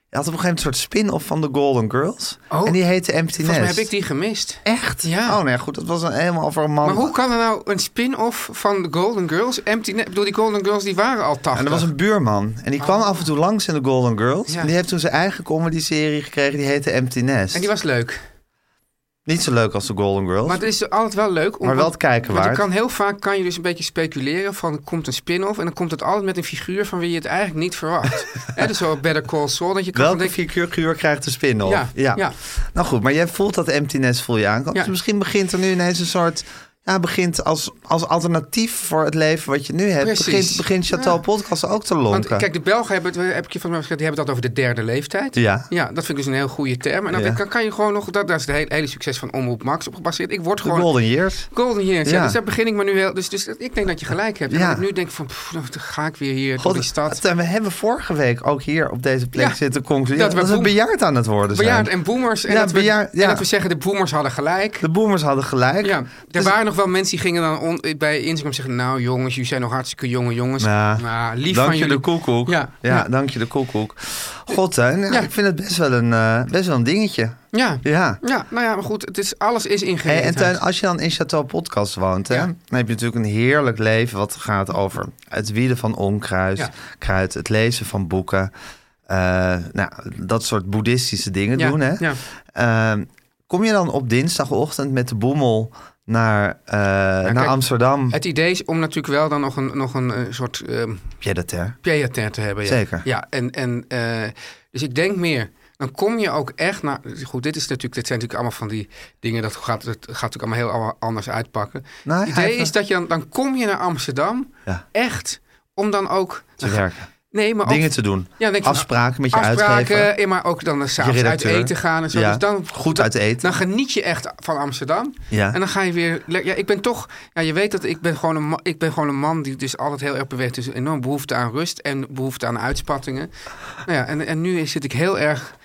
Speaker 4: Je had op een gegeven moment een soort spin-off van The Golden Girls.
Speaker 5: Oh.
Speaker 4: en die heette Empty
Speaker 5: Volgens
Speaker 4: Nest.
Speaker 5: mij heb ik die gemist.
Speaker 4: Echt?
Speaker 5: Ja.
Speaker 4: Oh, nee, goed. Dat was een, helemaal over een man.
Speaker 5: Maar hoe kan er nou een spin-off van de Golden Girls? Empty Net, E-, ik bedoel, die Golden Girls die waren al 80.
Speaker 4: En er was een buurman. En die kwam af en toe langs in de Golden Girls.
Speaker 5: Oh. Ja.
Speaker 4: En die heeft toen zijn eigen comedy-serie gekregen. Die heette Empty Nest.
Speaker 5: En die was leuk.
Speaker 4: Niet zo leuk als de Golden Girls.
Speaker 5: Maar het is altijd wel leuk. Om,
Speaker 4: Maar wel het kijken
Speaker 5: want er
Speaker 4: waard.
Speaker 5: Kan heel vaak kan je dus een beetje speculeren van er komt een spin-off. En dan komt het altijd met een figuur van wie je het eigenlijk niet verwacht. Hè, dus zo Better Call Saul. Dat je kan
Speaker 4: Welke
Speaker 5: denken,
Speaker 4: figuur krijgt de spin-off?
Speaker 5: Ja, ja.
Speaker 4: Nou goed, maar jij voelt dat empty nest voel je aankomen.
Speaker 5: Ja.
Speaker 4: Dus misschien begint er nu ineens een soort... Ja, begint als, als alternatief voor het leven wat je nu hebt...
Speaker 5: Precies.
Speaker 4: begint, begint Chateau
Speaker 5: Ja.
Speaker 4: Podcast ook te
Speaker 5: Want
Speaker 4: lonken.
Speaker 5: kijk, de Belgen hebben het, heb ik je van mij gezegd, die hebben dat over de derde leeftijd.
Speaker 4: Ja.
Speaker 5: dat vind ik dus een heel goede term. En dan
Speaker 4: Ja.
Speaker 5: kan, kan je gewoon nog, dat, daar is het hele, hele succes van Omroep Max op gebaseerd. Ik word
Speaker 4: de
Speaker 5: gewoon
Speaker 4: golden years.
Speaker 5: Golden Years, ja.
Speaker 4: Ja.
Speaker 5: Dus daar begin ik me nu heel... Dus, dus ik denk dat je gelijk hebt. En
Speaker 4: Ja.
Speaker 5: dat ik nu denk van, pff, dan ga ik weer hier door die stad.
Speaker 4: God, en we hebben vorige week ook hier op deze plek
Speaker 5: Ja.
Speaker 4: zitten concluderen...
Speaker 5: Dat
Speaker 4: Dat,
Speaker 5: we
Speaker 4: we
Speaker 5: boem-
Speaker 4: bejaard aan het worden zijn.
Speaker 5: Bejaard en boomers. En,
Speaker 4: Ja,
Speaker 5: dat we,
Speaker 4: bejaard- ja.
Speaker 5: en dat we zeggen, de boomers hadden gelijk.
Speaker 4: De boomers hadden gelijk.
Speaker 5: Ja, er
Speaker 4: Dus-
Speaker 5: waren nog wel mensen die gingen dan on- bij Instagram zeggen... Nou jongens, jullie zijn nog hartstikke jonge jongens.
Speaker 4: Ja.
Speaker 5: Maar lief
Speaker 4: dank
Speaker 5: van
Speaker 4: je
Speaker 5: jullie.
Speaker 4: de koekoek.
Speaker 5: Ja,
Speaker 4: ja,
Speaker 5: ja.
Speaker 4: dank je de koekoek. God, hè, nou,
Speaker 5: Ja.
Speaker 4: ik vind het best wel een, eh, best wel een dingetje.
Speaker 5: Ja. ja.
Speaker 4: Ja.
Speaker 5: nou ja, maar goed. Het is, alles is
Speaker 4: Hey, en
Speaker 5: ingewikkeld.
Speaker 4: Tuin, als je dan in Chateau Podcast woont, hè,
Speaker 5: Ja.
Speaker 4: dan heb je natuurlijk een heerlijk leven wat gaat over het wieden van onkruid,
Speaker 5: Ja.
Speaker 4: kruid, het lezen van boeken, eh, nou, dat soort boeddhistische dingen
Speaker 5: ja,
Speaker 4: doen. Hè.
Speaker 5: Ja.
Speaker 4: Eh, kom je dan op dinsdagochtend met de boemel naar, eh, naar
Speaker 5: kijk,
Speaker 4: Amsterdam?
Speaker 5: Het idee is om natuurlijk wel dan nog een, nog een eh, soort... ehm,
Speaker 4: Heb jij dat, hè?
Speaker 5: pied-à-terre te hebben. Ja.
Speaker 4: Zeker.
Speaker 5: Ja, en, en eh, dus ik denk meer dan kom je ook echt naar. Goed, dit, is natuurlijk, dit zijn natuurlijk allemaal van die dingen. Dat gaat, het gaat natuurlijk allemaal heel allemaal anders uitpakken.
Speaker 4: Nou,
Speaker 5: het idee
Speaker 4: hij-
Speaker 5: is dat je dan, dan kom je naar Amsterdam.
Speaker 4: Ja.
Speaker 5: Echt. Om dan ook.
Speaker 4: Te werken.
Speaker 5: Nee, maar ook-
Speaker 4: Dingen te doen.
Speaker 5: Ja, dan denk je,
Speaker 4: Afspraken met je uitgever.
Speaker 5: afspraken. eh, Maar ook dan s'avonds uit
Speaker 4: redacteur.
Speaker 5: eten gaan en zo.
Speaker 4: Ja,
Speaker 5: Dus dan,
Speaker 4: goed uit eten.
Speaker 5: Dan geniet je echt van Amsterdam.
Speaker 4: Ja.
Speaker 5: En dan ga je weer. le- Ja, ik ben toch. Ja, je weet dat ik ben gewoon een, ma- ik ben gewoon een man die dus altijd heel erg beweegt. Dus enorm behoefte aan rust en behoefte aan uitspattingen. Nou ja, en, en nu zit ik heel erg.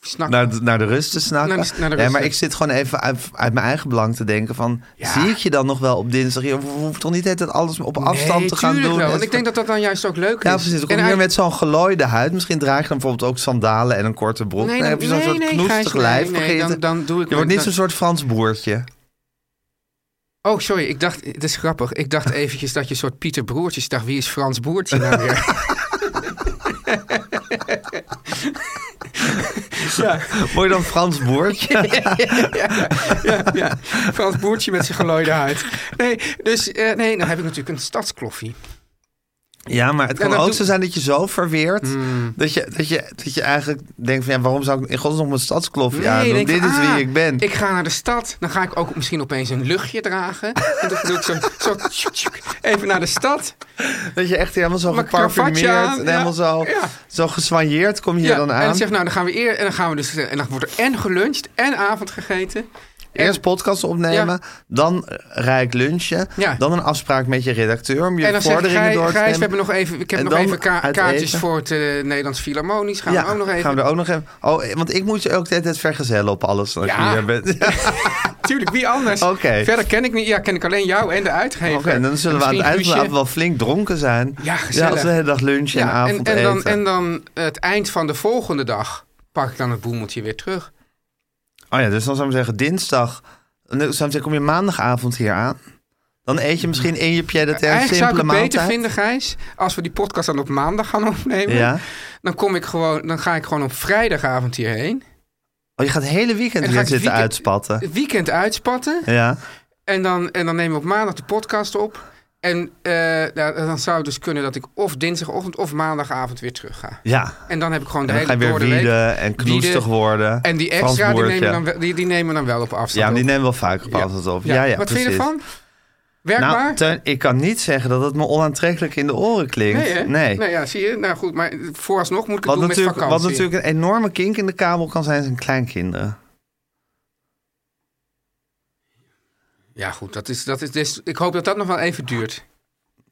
Speaker 5: Snak,
Speaker 4: Naar de, naar de rust te snakken.
Speaker 5: Naar de- naar de
Speaker 4: nee,
Speaker 5: rust,
Speaker 4: maar
Speaker 5: ja.
Speaker 4: ik zit gewoon even uit, uit mijn eigen belang te denken van...
Speaker 5: Ja.
Speaker 4: zie ik je dan nog wel op dinsdag? Je hoeft toch niet de hele tijd alles op afstand
Speaker 5: Nee,
Speaker 4: te gaan
Speaker 5: tuurlijk
Speaker 4: doen?
Speaker 5: Wel,
Speaker 4: En
Speaker 5: want ik denk dat dat dan juist ook leuk
Speaker 4: Ja,
Speaker 5: is.
Speaker 4: precies. Dan kom je
Speaker 5: En
Speaker 4: weer
Speaker 5: uit-
Speaker 4: met zo'n gelooide huid. Misschien draag je dan bijvoorbeeld ook sandalen en een korte broek.
Speaker 5: Nee,
Speaker 4: dan,
Speaker 5: dan-
Speaker 4: heb je zo'n
Speaker 5: nee,
Speaker 4: soort
Speaker 5: nee,
Speaker 4: knoestig
Speaker 5: Gijs, nee,
Speaker 4: lijf.
Speaker 5: nee,
Speaker 4: begin je
Speaker 5: dan-
Speaker 4: te-
Speaker 5: dan doe ik
Speaker 4: je wordt niet
Speaker 5: dat-
Speaker 4: zo'n soort Frans boertje.
Speaker 5: Oh, sorry. Ik dacht. Het is grappig. Ik dacht eventjes dat je een soort Pieter Broertjes. Ik dacht, wie is Frans Broertje nou weer?
Speaker 4: Word je dan Frans boertje?
Speaker 5: ja, Frans Broertje met zijn gelooide huid. Nee, dus. eh, nee, dan heb ik natuurlijk een stadskloffie.
Speaker 4: ja, maar het
Speaker 5: Ja,
Speaker 4: kan
Speaker 5: dat
Speaker 4: ook
Speaker 5: doe- Hmm.
Speaker 4: zo zijn dat je zo verweert... Dat, je, dat, je, dat je eigenlijk denkt van... Ja, waarom zou ik in godsnaam mijn stadskloffie aan
Speaker 5: ik
Speaker 4: aandoen?
Speaker 5: denk
Speaker 4: Dit
Speaker 5: van,
Speaker 4: is
Speaker 5: ah,
Speaker 4: wie ik ben.
Speaker 5: Ik ga naar de stad, dan ga ik ook misschien opeens een luchtje dragen. En dan doe ik zo'n soort tjoek, tjoek, even naar de stad.
Speaker 4: Dat je echt helemaal zo
Speaker 5: Mijn kravatje
Speaker 4: geparfumeerd
Speaker 5: aan,
Speaker 4: en
Speaker 5: ja,
Speaker 4: helemaal zo,
Speaker 5: ja.
Speaker 4: zo geswanjeerd kom je
Speaker 5: Ja,
Speaker 4: hier dan
Speaker 5: En
Speaker 4: aan.
Speaker 5: dan zeg ik, nou, dan gaan we eer, en dan gaan we dus en dan wordt er en geluncht en avond gegeten.
Speaker 4: Eerst podcast opnemen,
Speaker 5: Ja.
Speaker 4: dan rijk lunchen,
Speaker 5: Ja.
Speaker 4: dan een afspraak met je redacteur om je
Speaker 5: en dan zeg ik,
Speaker 4: vorderingen
Speaker 5: Gij-
Speaker 4: door te
Speaker 5: Gijs, we
Speaker 4: nemen.
Speaker 5: hebben nog even, ik heb
Speaker 4: En
Speaker 5: nog
Speaker 4: dan
Speaker 5: even ka-
Speaker 4: uit
Speaker 5: kaartjes
Speaker 4: eten.
Speaker 5: voor het eh, Nederlands Philharmonisch. Gaan we ook nog even.
Speaker 4: gaan we er ook nog even. Oh, eh, want ik moet je ook de hele tijd vergezellen op alles als je
Speaker 5: Ja.
Speaker 4: hier bent. Ja,
Speaker 5: Tuurlijk, wie anders?
Speaker 4: Oké.
Speaker 5: Verder ken ik niet, ja, ken ik alleen jou en de uitgever.
Speaker 4: Oké, en dan zullen we aan het
Speaker 5: Misschien
Speaker 4: eind van de
Speaker 5: Guusje.
Speaker 4: avond wel flink dronken zijn.
Speaker 5: Ja, gezellig.
Speaker 4: als we de hele dag lunchen en
Speaker 5: Ja, en,
Speaker 4: avond
Speaker 5: en, dan,
Speaker 4: eten.
Speaker 5: en dan het eind van de volgende dag pak ik dan het boemeltje weer terug.
Speaker 4: Oh ja, dus dan zou ik zeggen dinsdag. Dan zou ik zeggen, kom je maandagavond hier aan. Dan eet je misschien in je pied dat
Speaker 5: Eigenlijk
Speaker 4: simpele
Speaker 5: zou ik het
Speaker 4: maaltijd.
Speaker 5: beter vinden, Gijs, als we die podcast dan op maandag gaan opnemen.
Speaker 4: Ja.
Speaker 5: Dan, kom ik gewoon, dan ga ik gewoon op vrijdagavond hierheen.
Speaker 4: Oh, je gaat het hele weekend
Speaker 5: En
Speaker 4: hier
Speaker 5: ga ik
Speaker 4: zitten
Speaker 5: het weekend-
Speaker 4: uitspatten.
Speaker 5: Het weekend uitspatten.
Speaker 4: Ja.
Speaker 5: En dan, en dan nemen we op maandag de podcast op. En eh, nou, dan zou het dus kunnen dat ik of dinsdagochtend of maandagavond weer terug ga.
Speaker 4: Ja.
Speaker 5: En dan heb ik gewoon
Speaker 4: En
Speaker 5: de
Speaker 4: dan ga je
Speaker 5: hele
Speaker 4: weer
Speaker 5: door de week.
Speaker 4: wieden en knoestig
Speaker 5: Wieden.
Speaker 4: worden.
Speaker 5: En die
Speaker 4: Frans
Speaker 5: extra, die
Speaker 4: boertje.
Speaker 5: nemen, dan, wel- die, die nemen dan wel op afstand.
Speaker 4: Ja, maar die
Speaker 5: op.
Speaker 4: nemen wel vaker op
Speaker 5: Ja.
Speaker 4: afstand op. Ja, ja,
Speaker 5: Wat
Speaker 4: precies.
Speaker 5: vind je ervan? Werkbaar?
Speaker 4: Nou, Teun, ik kan niet zeggen dat het me onaantrekkelijk in de oren klinkt.
Speaker 5: Nee, hè?
Speaker 4: nee.
Speaker 5: Nou ja, zie je? Nou goed, maar vooralsnog moet ik het
Speaker 4: Wat,
Speaker 5: doen met
Speaker 4: natuurlijk,
Speaker 5: vakantie.
Speaker 4: wat natuurlijk een enorme kink in de kabel kan zijn, zijn kleinkinderen.
Speaker 5: Ja goed, dat is, dat is, dus, ik hoop dat dat nog wel even duurt.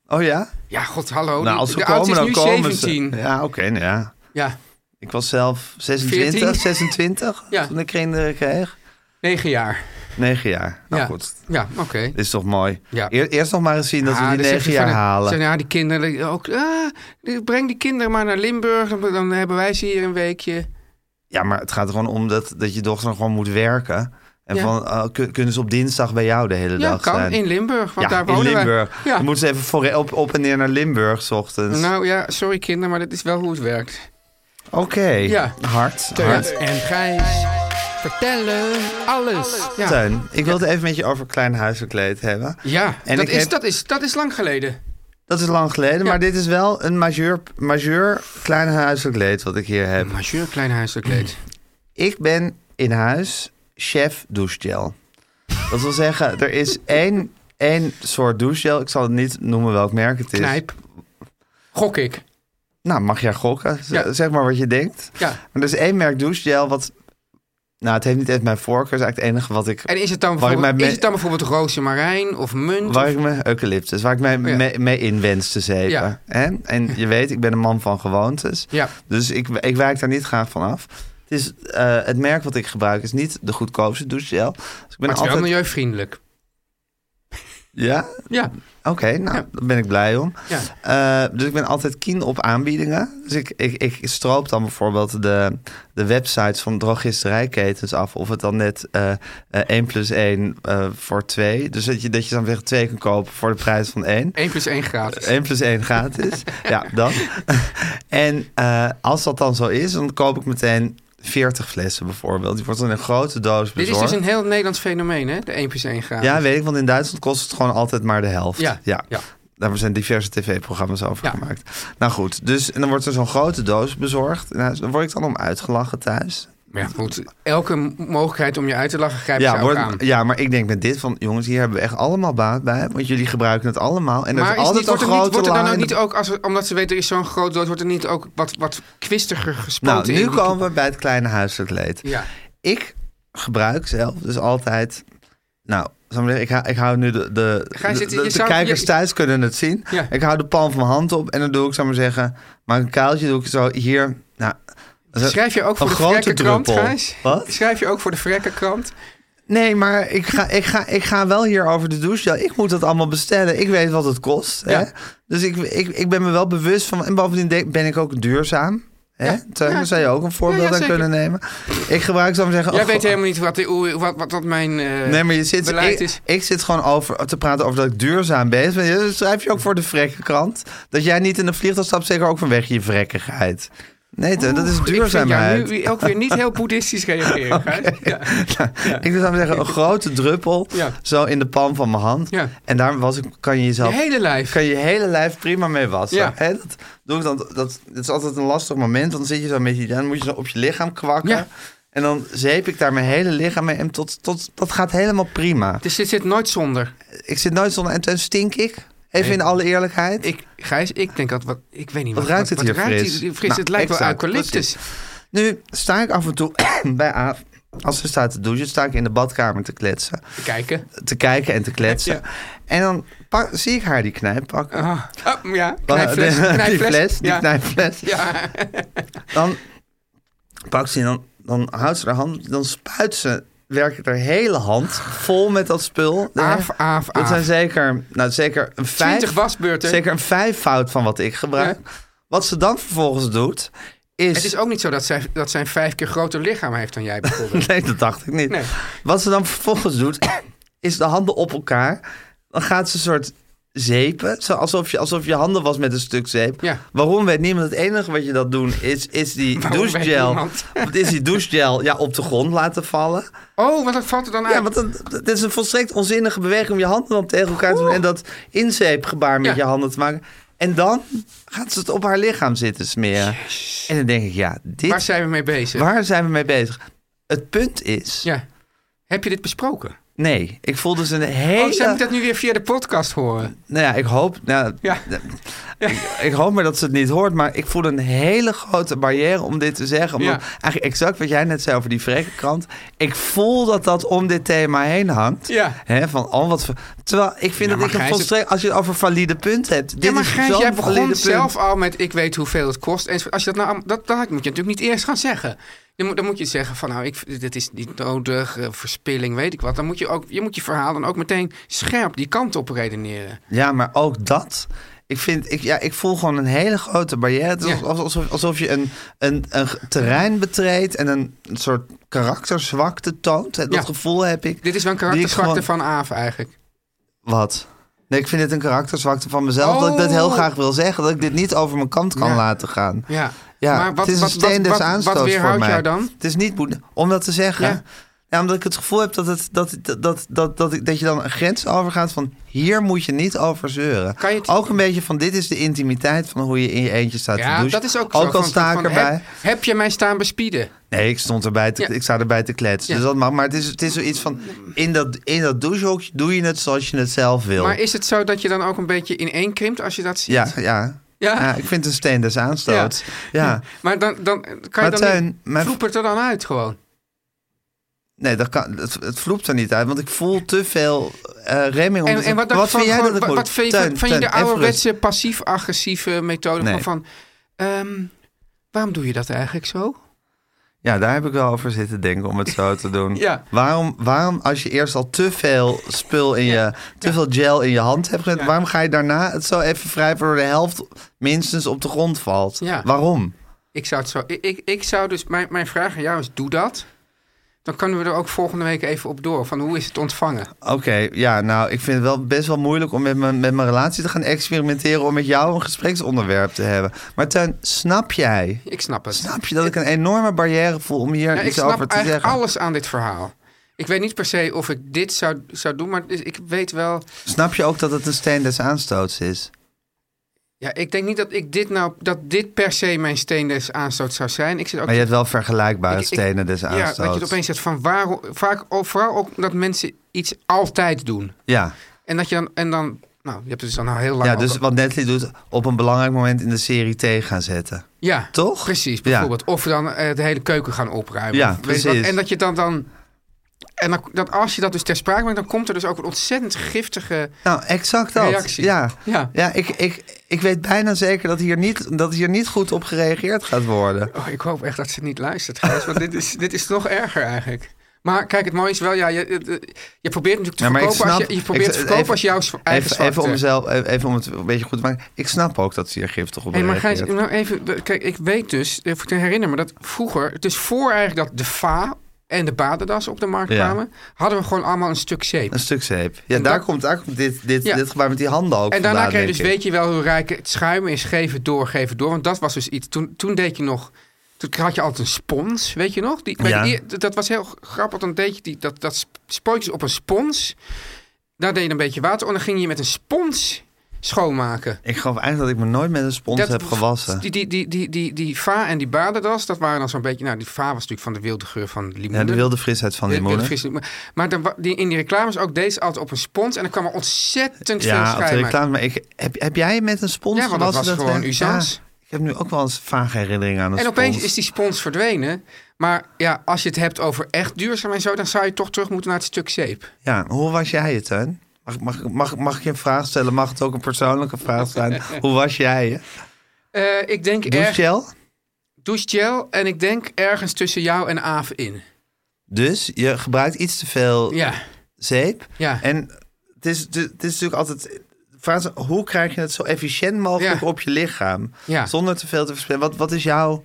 Speaker 4: Oh ja?
Speaker 5: Ja, god, hallo.
Speaker 4: nou,
Speaker 5: die-
Speaker 4: als ze
Speaker 5: de
Speaker 4: komen,
Speaker 5: oudste
Speaker 4: dan
Speaker 5: is nu
Speaker 4: komen
Speaker 5: 17.
Speaker 4: ze. Ja, oké, nou ja.
Speaker 5: Ja,
Speaker 4: Ik was zelf 26,
Speaker 5: 14.
Speaker 4: 26
Speaker 5: Ja.
Speaker 4: toen ik kinderen kreeg.
Speaker 5: 9 jaar.
Speaker 4: 9 jaar. Nou
Speaker 5: Ja.
Speaker 4: goed,
Speaker 5: Ja, oké.
Speaker 4: dit is toch mooi.
Speaker 5: Ja.
Speaker 4: Eer- eerst nog maar eens zien dat
Speaker 5: Ah,
Speaker 4: we die
Speaker 5: dan zeg je
Speaker 4: 9 jaar
Speaker 5: van, eh,
Speaker 4: halen.
Speaker 5: zeg je, ja, die kinderen die ook. ah, die- breng die kinderen maar naar Limburg, dan- dan hebben wij ze hier een weekje.
Speaker 4: Ja, maar het gaat er gewoon om dat, dat je dochter gewoon moet werken. En
Speaker 5: Ja.
Speaker 4: van, eh, kun- kunnen ze op dinsdag bij jou de hele
Speaker 5: Ja,
Speaker 4: dag
Speaker 5: kan
Speaker 4: zijn?
Speaker 5: in Limburg, want
Speaker 4: ja,
Speaker 5: daar
Speaker 4: in
Speaker 5: wonen
Speaker 4: Limburg.
Speaker 5: wij. Ja.
Speaker 4: Dan moeten ze even voor, op, op en neer naar Limburg 's ochtends.
Speaker 5: Nou ja, sorry kinderen, maar dat is wel hoe het werkt.
Speaker 4: Oké,
Speaker 5: Ja.
Speaker 4: hard, hard.
Speaker 5: Teun en Gijs vertellen alles. Ja,
Speaker 4: Teun, ik wilde even met je over klein huisverkleed hebben.
Speaker 5: ja
Speaker 4: En
Speaker 5: dat,
Speaker 4: ik
Speaker 5: is,
Speaker 4: heb-
Speaker 5: dat, is, dat is lang geleden.
Speaker 4: Dat is lang geleden, maar dit is wel een majeur, majeur klein huisverkleed wat ik hier heb.
Speaker 5: Majeur klein huiswerkkleed.
Speaker 4: Ik ben in huis chef douchegel. Dat wil zeggen, er is één, één soort douchegel. Ik zal het niet noemen welk merk het is.
Speaker 5: Knijp. Gok ik.
Speaker 4: Nou, mag jij gokken? Z-
Speaker 5: Ja.
Speaker 4: Zeg maar wat je denkt.
Speaker 5: Ja.
Speaker 4: Maar er is één merk douchegel wat... Nou, het heeft niet echt mijn voorkeur. Het is eigenlijk het enige wat ik...
Speaker 5: En is het
Speaker 4: Waar
Speaker 5: dan
Speaker 4: ik
Speaker 5: bijvoorbeeld,
Speaker 4: mij me-
Speaker 5: is het dan bijvoorbeeld rozemarijn of munt?
Speaker 4: Waar
Speaker 5: of-
Speaker 4: ik me eucalyptus, waar ik mij
Speaker 5: Oh Ja.
Speaker 4: mee, mee in wens te zeven.
Speaker 5: Ja.
Speaker 4: Hè? En je weet, ik ben een man van gewoontes.
Speaker 5: Ja.
Speaker 4: Dus ik, ik wijk daar niet graag van af. Het, is, eh, het merk wat ik gebruik is niet de goedkoopste douchegel. Dus ik ben
Speaker 5: Maar het is wel
Speaker 4: altijd...
Speaker 5: milieuvriendelijk.
Speaker 4: Ja?
Speaker 5: Ja,
Speaker 4: Oké, nou, daar ben ik blij om.
Speaker 5: ja.
Speaker 4: Eh, dus ik ben altijd keen op aanbiedingen. Dus ik, ik, ik stroop dan bijvoorbeeld de, de websites van drogisterijketens af. Of het dan net eh eh, 1 plus 1 eh, voor 2. Dus dat je, dat je dan weer 2 kan kopen voor de prijs van 1.
Speaker 5: 1 plus 1 gratis.
Speaker 4: 1 plus 1 gratis. ja, dan. en eh, als dat dan zo is, dan koop ik meteen 40 flessen bijvoorbeeld. Die wordt dan in een grote doos
Speaker 5: Dit
Speaker 4: bezorgd.
Speaker 5: is dus een heel Nederlands fenomeen, hè? De 1 plus 1 gratis.
Speaker 4: Ja, weet ik, want in Duitsland kost het gewoon altijd maar de helft.
Speaker 5: Ja, ja.
Speaker 4: Daar Nou, zijn diverse tv-programma's over
Speaker 5: Ja.
Speaker 4: gemaakt. Nou goed, dus en dan wordt er zo'n grote doos bezorgd. En daar word ik dan om uitgelachen thuis.
Speaker 5: Maar ja, goed, elke m- mogelijkheid om je uit te lachen grijp je
Speaker 4: Ja,
Speaker 5: ook
Speaker 4: wordt-
Speaker 5: aan.
Speaker 4: ja, maar ik denk met dit van jongens, hier hebben we echt allemaal baat bij. Want jullie gebruiken het allemaal. En er
Speaker 5: maar
Speaker 4: is altijd een
Speaker 5: wordt, er
Speaker 4: grote
Speaker 5: niet, wordt er dan
Speaker 4: la
Speaker 5: ook
Speaker 4: in de-
Speaker 5: niet ook, als we- omdat ze weten er is zo'n groot dood, wordt er niet ook wat, wat kwistiger gespoten?
Speaker 4: Nou, nu
Speaker 5: in die-
Speaker 4: komen we bij het kleine huiselijk leed.
Speaker 5: Ja,
Speaker 4: Ik gebruik zelf dus altijd. Nou, zal ik, maar zeggen, ik, hou- ik hou nu de. De,
Speaker 5: Gijs,
Speaker 4: de,
Speaker 5: het- je
Speaker 4: de
Speaker 5: zou-
Speaker 4: kijkers
Speaker 5: je-
Speaker 4: thuis kunnen het zien.
Speaker 5: Ja.
Speaker 4: Ik hou de palm van mijn hand op en dan doe ik, zal ik maar zeggen. Maar een kuiltje doe ik zo hier. Nou, zo-
Speaker 5: schrijf je ook voor
Speaker 4: een
Speaker 5: de
Speaker 4: grote
Speaker 5: vrekkenkrant,
Speaker 4: druppel.
Speaker 5: Gijs?
Speaker 4: Wat? Oh.
Speaker 5: Schrijf je ook voor de vrekkenkrant?
Speaker 4: Nee, maar ik ga, ik, ga, ik ga wel hier over de douche. Ja, ik moet dat allemaal bestellen. Ik weet wat het kost. Hè?
Speaker 5: Ja.
Speaker 4: Dus ik, ik, ik ben me wel bewust van. En bovendien denk- ben ik ook duurzaam. Hè?
Speaker 5: Ja,
Speaker 4: Teun,
Speaker 5: ja.
Speaker 4: daar zou je ook een voorbeeld aan
Speaker 5: zeker.
Speaker 4: kunnen nemen. Ik gebruik, zal ik maar zeggen.
Speaker 5: Jij
Speaker 4: oh,
Speaker 5: weet
Speaker 4: goh.
Speaker 5: helemaal niet wat, hoe- wat, wat, wat mijn... eh,
Speaker 4: Nee, maar je zit,
Speaker 5: beleid
Speaker 4: ik,
Speaker 5: is.
Speaker 4: ik zit gewoon over te praten over dat ik duurzaam bezig ben. Dat schrijf je ook voor de vrekkenkrant. Dat jij niet in de vliegtuig stapt, zeker ook vanweg je vrekkigheid. Nee, Teun, dat is duurzaamheid.
Speaker 5: Ik vind jou nu ook weer niet heel boeddhistisch
Speaker 4: Oh,
Speaker 5: reageren, Gijs. Ja.
Speaker 4: Ik zou maar zeggen, een grote druppel
Speaker 5: Ja.
Speaker 4: zo in de palm van mijn hand.
Speaker 5: Ja.
Speaker 4: En daar was, ik- kan je
Speaker 5: Je
Speaker 4: jezelf
Speaker 5: hele lijf.
Speaker 4: kan je je hele lijf prima mee wassen.
Speaker 5: Ja.
Speaker 4: Hè, dat, doe ik dan, dat, dat is altijd een lastig moment. Want dan zit je zo een beetje, dan moet je zo op je lichaam kwakken.
Speaker 5: Ja.
Speaker 4: En dan zeep ik daar mijn hele lichaam mee. En tot, tot, dat gaat helemaal prima.
Speaker 5: Dus dit zit nooit zonder.
Speaker 4: Ik zit nooit zonder en toen stink ik. Even in alle eerlijkheid.
Speaker 5: Ik, Gijs, ik denk dat... Wat, ik weet niet
Speaker 4: Wat ruikt het hier fris?
Speaker 5: die- die fris?
Speaker 4: Nou,
Speaker 5: het lijkt wel
Speaker 4: exact,
Speaker 5: eucalyptus.
Speaker 4: Nu sta ik af en toe bij Aaf. Als ze staat te douchen, sta ik in de badkamer te kletsen.
Speaker 5: Kijken.
Speaker 4: Te kijken en te kletsen.
Speaker 5: Ja.
Speaker 4: En dan pak- zie ik haar die knijp pakken.
Speaker 5: Ah, ah, ja, knijpfles.
Speaker 4: Die
Speaker 5: knijpfles.
Speaker 4: fles, die
Speaker 5: ja.
Speaker 4: knijpfles.
Speaker 5: Ja.
Speaker 4: Dan pakt ze en dan, dan houdt ze haar hand. Dan spuit ze, werkt haar hele hand vol met dat spul.
Speaker 5: Aaf, aaf,
Speaker 4: Dat zijn
Speaker 5: aaf.
Speaker 4: zeker, nou, zeker een vijf...
Speaker 5: 20 wasbeurten.
Speaker 4: Zeker een vijfvoud van wat ik gebruik. Wat ze dan vervolgens doet, is...
Speaker 5: Het is ook niet zo dat zij, dat zij een vijf keer groter lichaam heeft dan jij bijvoorbeeld.
Speaker 4: Nee, dat dacht ik niet.
Speaker 5: Nee.
Speaker 4: Wat ze dan vervolgens doet, is de handen op elkaar. Dan gaat ze een soort zeepen, zo alsof, je, alsof je handen was met een stuk zeep.
Speaker 5: Ja.
Speaker 4: Waarom weet niemand het enige wat je dat doet, is, is die
Speaker 5: Waarom weet
Speaker 4: douchegel...
Speaker 5: niemand?
Speaker 4: Wat is die douchegel ja, op de grond laten vallen?
Speaker 5: Oh, want dat valt er dan uit.
Speaker 4: Ja, want dat, dat is een volstrekt onzinnige beweging om je handen dan tegen elkaar te doen en dat inzeepgebaar met
Speaker 5: Ja.
Speaker 4: je handen te maken. En dan gaat ze het op haar lichaam zitten smeren. En dan denk ik, ja, dit,
Speaker 5: Waar zijn we mee bezig?
Speaker 4: waar zijn we mee bezig? Het punt is,
Speaker 5: Ja. Heb je dit besproken?
Speaker 4: nee, ik voel dus een hele...
Speaker 5: Oh, zou ik dat nu weer via de podcast horen?
Speaker 4: Nou ja, ik hoop. Nou,
Speaker 5: Ja.
Speaker 4: ik, ik hoop maar dat ze het niet hoort. Maar ik voel een hele grote barrière om dit te zeggen. Omdat
Speaker 5: Ja.
Speaker 4: eigenlijk exact wat jij net zei over die vrekkenkrant. Ik voel dat dat om dit thema heen hangt.
Speaker 5: Ja.
Speaker 4: Hè, van, oh, wat voor- Terwijl ik vind
Speaker 5: Ja,
Speaker 4: dat
Speaker 5: maar
Speaker 4: ik een
Speaker 5: Gijs, het-
Speaker 4: volstrekt... Als je het over valide punten hebt. Dit
Speaker 5: ja, maar
Speaker 4: is
Speaker 5: Gijs,
Speaker 4: zo'n
Speaker 5: jij
Speaker 4: valide
Speaker 5: begon
Speaker 4: punt.
Speaker 5: zelf al met ik weet hoeveel het kost. En als je dat nou, allemaal- dat, dat moet je natuurlijk niet eerst gaan zeggen. Dan moet, dan moet je zeggen van nou, ik, dit is niet nodig, eh, verspilling, weet ik wat. Dan moet je ook, je moet je verhaal dan ook meteen scherp die kant op redeneren.
Speaker 4: Ja, maar ook dat. Ik, vind, ik, ja, ik voel gewoon een hele grote barrière. Het is
Speaker 5: Ja.
Speaker 4: alsof, alsof, alsof je een, een, een g- terrein betreedt en een soort karakterzwakte toont. Dat
Speaker 5: Ja.
Speaker 4: gevoel heb ik.
Speaker 5: Dit is wel een
Speaker 4: Die ik
Speaker 5: karakterzwakte
Speaker 4: gewoon-
Speaker 5: van Aaf eigenlijk.
Speaker 4: Wat? Nee, ik vind het een karakterzwakte van mezelf. Dat ik dat heel
Speaker 5: Oh.
Speaker 4: graag wil zeggen. Dat ik dit niet over mijn kant kan
Speaker 5: Ja.
Speaker 4: laten gaan.
Speaker 5: Ja,
Speaker 4: Ja,
Speaker 5: maar wat,
Speaker 4: het is
Speaker 5: wat,
Speaker 4: een steen
Speaker 5: wat,
Speaker 4: des
Speaker 5: wat,
Speaker 4: aanstoots
Speaker 5: wat weerhoudt
Speaker 4: voor mij.
Speaker 5: jou dan?
Speaker 4: Het is niet moeilijk om dat te zeggen.
Speaker 5: Ja.
Speaker 4: Ja. omdat ik het gevoel heb dat, het, dat, dat, dat, dat, dat, ik- dat je dan een grens overgaat van... hier moet je niet over zeuren.
Speaker 5: Kan je het-
Speaker 4: Ook een beetje van dit is de intimiteit van hoe je in je eentje staat te
Speaker 5: Ja,
Speaker 4: douchen.
Speaker 5: dat is ook, zo.
Speaker 4: al
Speaker 5: van-
Speaker 4: sta ik
Speaker 5: van,
Speaker 4: erbij.
Speaker 5: Heb, heb je mij staan bespieden?
Speaker 4: Nee, ik stond erbij te,
Speaker 5: Ja.
Speaker 4: ik sta erbij te kletsen.
Speaker 5: Ja.
Speaker 4: Dus dat mag. Maar het is, het is zoiets van... in dat, in dat douchehokje doe je het zoals je het zelf wil.
Speaker 5: Maar is het zo dat je dan ook een beetje ineenkrimpt als je dat ziet?
Speaker 4: Ja, ja.
Speaker 5: Ja?
Speaker 4: ik vind het een steen des aanstoots. Ja.
Speaker 5: Maar dan, dan kan je
Speaker 4: Maar
Speaker 5: dan
Speaker 4: Teun,
Speaker 5: niet...
Speaker 4: mijn-
Speaker 5: Vloep het er dan uit gewoon.
Speaker 4: Nee, dat kan, het, het vloept er niet uit, want ik voel te veel eh, remming. om
Speaker 5: En,
Speaker 4: te-
Speaker 5: en wat, dacht van,
Speaker 4: vind jij
Speaker 5: gewoon-
Speaker 4: dat ik
Speaker 5: wat-
Speaker 4: moet?
Speaker 5: wat vind je van-
Speaker 4: Teun,
Speaker 5: van je
Speaker 4: Teun,
Speaker 5: de
Speaker 4: even
Speaker 5: ouderwetse passief-agressieve methode
Speaker 4: Nee.
Speaker 5: van... ehm, waarom doe je dat eigenlijk zo?
Speaker 4: rust. Ja, daar heb ik wel over zitten denken om het zo te doen.
Speaker 5: Ja.
Speaker 4: waarom, waarom, als je eerst al te veel spul in je, te veel gel in je hand hebt gezet,
Speaker 5: Ja.
Speaker 4: waarom ga je daarna het zo even vrij voor de helft minstens op de grond valt?
Speaker 5: Ja.
Speaker 4: Waarom?
Speaker 5: Ik zou het zo... Ik, ik, ik zou dus... Mijn, mijn vraag aan jou is, doe dat. Dan kunnen we er ook volgende week even op door. Van hoe is het ontvangen?
Speaker 4: Oké, ja, nou, ik vind het wel best wel moeilijk om met mijn, met mijn relatie te gaan experimenteren om met jou een gespreksonderwerp te hebben. Maar Teun, snap jij?
Speaker 5: Ik snap het.
Speaker 4: Snap je dat ik een enorme barrière voel om hier
Speaker 5: Ja, ik
Speaker 4: iets
Speaker 5: snap
Speaker 4: over te
Speaker 5: eigenlijk
Speaker 4: zeggen?
Speaker 5: alles aan dit verhaal. Ik weet niet per se of ik dit zou, zou doen, maar ik weet wel...
Speaker 4: Snap je ook dat het een steen des aanstoots is?
Speaker 5: Ja, ik denk niet dat ik dit nou... Dat dit per se mijn steen des aanstoot zou zijn. Ik zit ook
Speaker 4: Maar je hebt wel vergelijkbare
Speaker 5: Ik- ik-
Speaker 4: stenen des
Speaker 5: Ja, dat je
Speaker 4: aanstoots.
Speaker 5: het opeens zegt van waarom... Vaak, ook- vooral ook omdat mensen iets altijd doen.
Speaker 4: Ja,
Speaker 5: En dat je dan... En dan nou, je hebt het dus dan al heel lang...
Speaker 4: ja
Speaker 5: ook-
Speaker 4: dus wat Natalie doet, op een belangrijk moment in de serie thee gaan zetten.
Speaker 5: ja
Speaker 4: Toch?
Speaker 5: precies.
Speaker 4: Ja.
Speaker 5: Bijvoorbeeld. Of dan eh, de hele keuken gaan opruimen.
Speaker 4: Ja,
Speaker 5: Of weet je wat.
Speaker 4: precies.
Speaker 5: En dat je dan... dan en dan, dat als je dat dus ter sprake brengt, dan komt er dus ook een ontzettend giftige...
Speaker 4: Nou, exact dat.
Speaker 5: Reactie.
Speaker 4: Ja,
Speaker 5: Ja.
Speaker 4: ja ik, ik, ik weet bijna zeker dat hier, niet, dat hier niet goed op gereageerd gaat worden.
Speaker 5: Oh, ik hoop echt dat ze niet luistert, Gijs, want dit is, dit is nog erger eigenlijk. Maar kijk, het mooie is wel, ja, je, je- je probeert natuurlijk te
Speaker 4: Ja, maar ik
Speaker 5: verkopen, als,
Speaker 4: snap-
Speaker 5: je, je probeert
Speaker 4: ik-
Speaker 5: te verkopen
Speaker 4: even-
Speaker 5: als jouw s- eigen
Speaker 4: Even, even, om
Speaker 5: zwakte.
Speaker 4: mezelf, even om het een beetje goed te maken. Ik snap ook dat ze hier giftig op
Speaker 5: Hé, maar
Speaker 4: reageert.
Speaker 5: Gijs, nou even, kijk, ik weet dus, even te herinneren me dat vroeger, het is voor eigenlijk dat de fa en de badendas op de markt
Speaker 4: Ja.
Speaker 5: kwamen, hadden we gewoon allemaal een stuk zeep.
Speaker 4: Een stuk zeep. Ja,
Speaker 5: En
Speaker 4: daar,
Speaker 5: dat-
Speaker 4: komt, daar komt dit, dit,
Speaker 5: Ja.
Speaker 4: dit gebaar met die handen ook
Speaker 5: En daarna
Speaker 4: vandaan,
Speaker 5: kreeg je dus,
Speaker 4: denk ik.
Speaker 5: weet je wel hoe rijk het schuimen is, geven door, geven door. Want dat was dus iets, toen, toen deed je nog, toen had je altijd een spons, weet je nog? Die, weet je,
Speaker 4: Ja.
Speaker 5: die- dat was heel grappig, dan deed je die, dat, dat sp- spootjes op een spons. Daar deed je een beetje water en dan ging je met een spons schoonmaken.
Speaker 4: Ik geloof eigenlijk dat ik me nooit met een spons heb gewassen.
Speaker 5: Die, die, die, die, die, die va en die badendas, dat waren dan zo'n beetje... Nou, die va was natuurlijk van de wilde geur van limoen.
Speaker 4: Ja, de wilde frisheid van
Speaker 5: De- de wilde
Speaker 4: limoenen.
Speaker 5: frisse limoen. Maar dan, wa- die, in die reclames ook deze altijd op een spons. En dan kwam er ontzettend veel
Speaker 4: Ja, op de
Speaker 5: schuim uit.
Speaker 4: reclame. Maar ik, heb, heb jij met een spons
Speaker 5: Ja, want dat was
Speaker 4: gewassen?
Speaker 5: gewoon
Speaker 4: we-
Speaker 5: usance.
Speaker 4: Ja, ik heb nu ook wel eens vage herinneringen aan een
Speaker 5: En
Speaker 4: spons.
Speaker 5: opeens is die spons verdwenen. Maar ja, als je het hebt over echt duurzaam en zo... dan zou je toch terug moeten naar het stuk zeep.
Speaker 4: Ja, hoe was jij het, Teun? Mag, mag, mag, mag ik je een vraag stellen? Mag het ook een persoonlijke vraag zijn? hoe was jij je?
Speaker 5: Eh, ik denk erg...
Speaker 4: Douchegel?
Speaker 5: douchegel. En ik denk ergens tussen jou en Aaf in.
Speaker 4: Dus je gebruikt iets te veel
Speaker 5: Ja,
Speaker 4: zeep.
Speaker 5: ja.
Speaker 4: En het is, het is natuurlijk altijd... de vraag is, hoe krijg je het zo efficiënt mogelijk
Speaker 5: Ja.
Speaker 4: op je lichaam?
Speaker 5: ja.
Speaker 4: Zonder te veel te verspillen. Wat, wat is jouw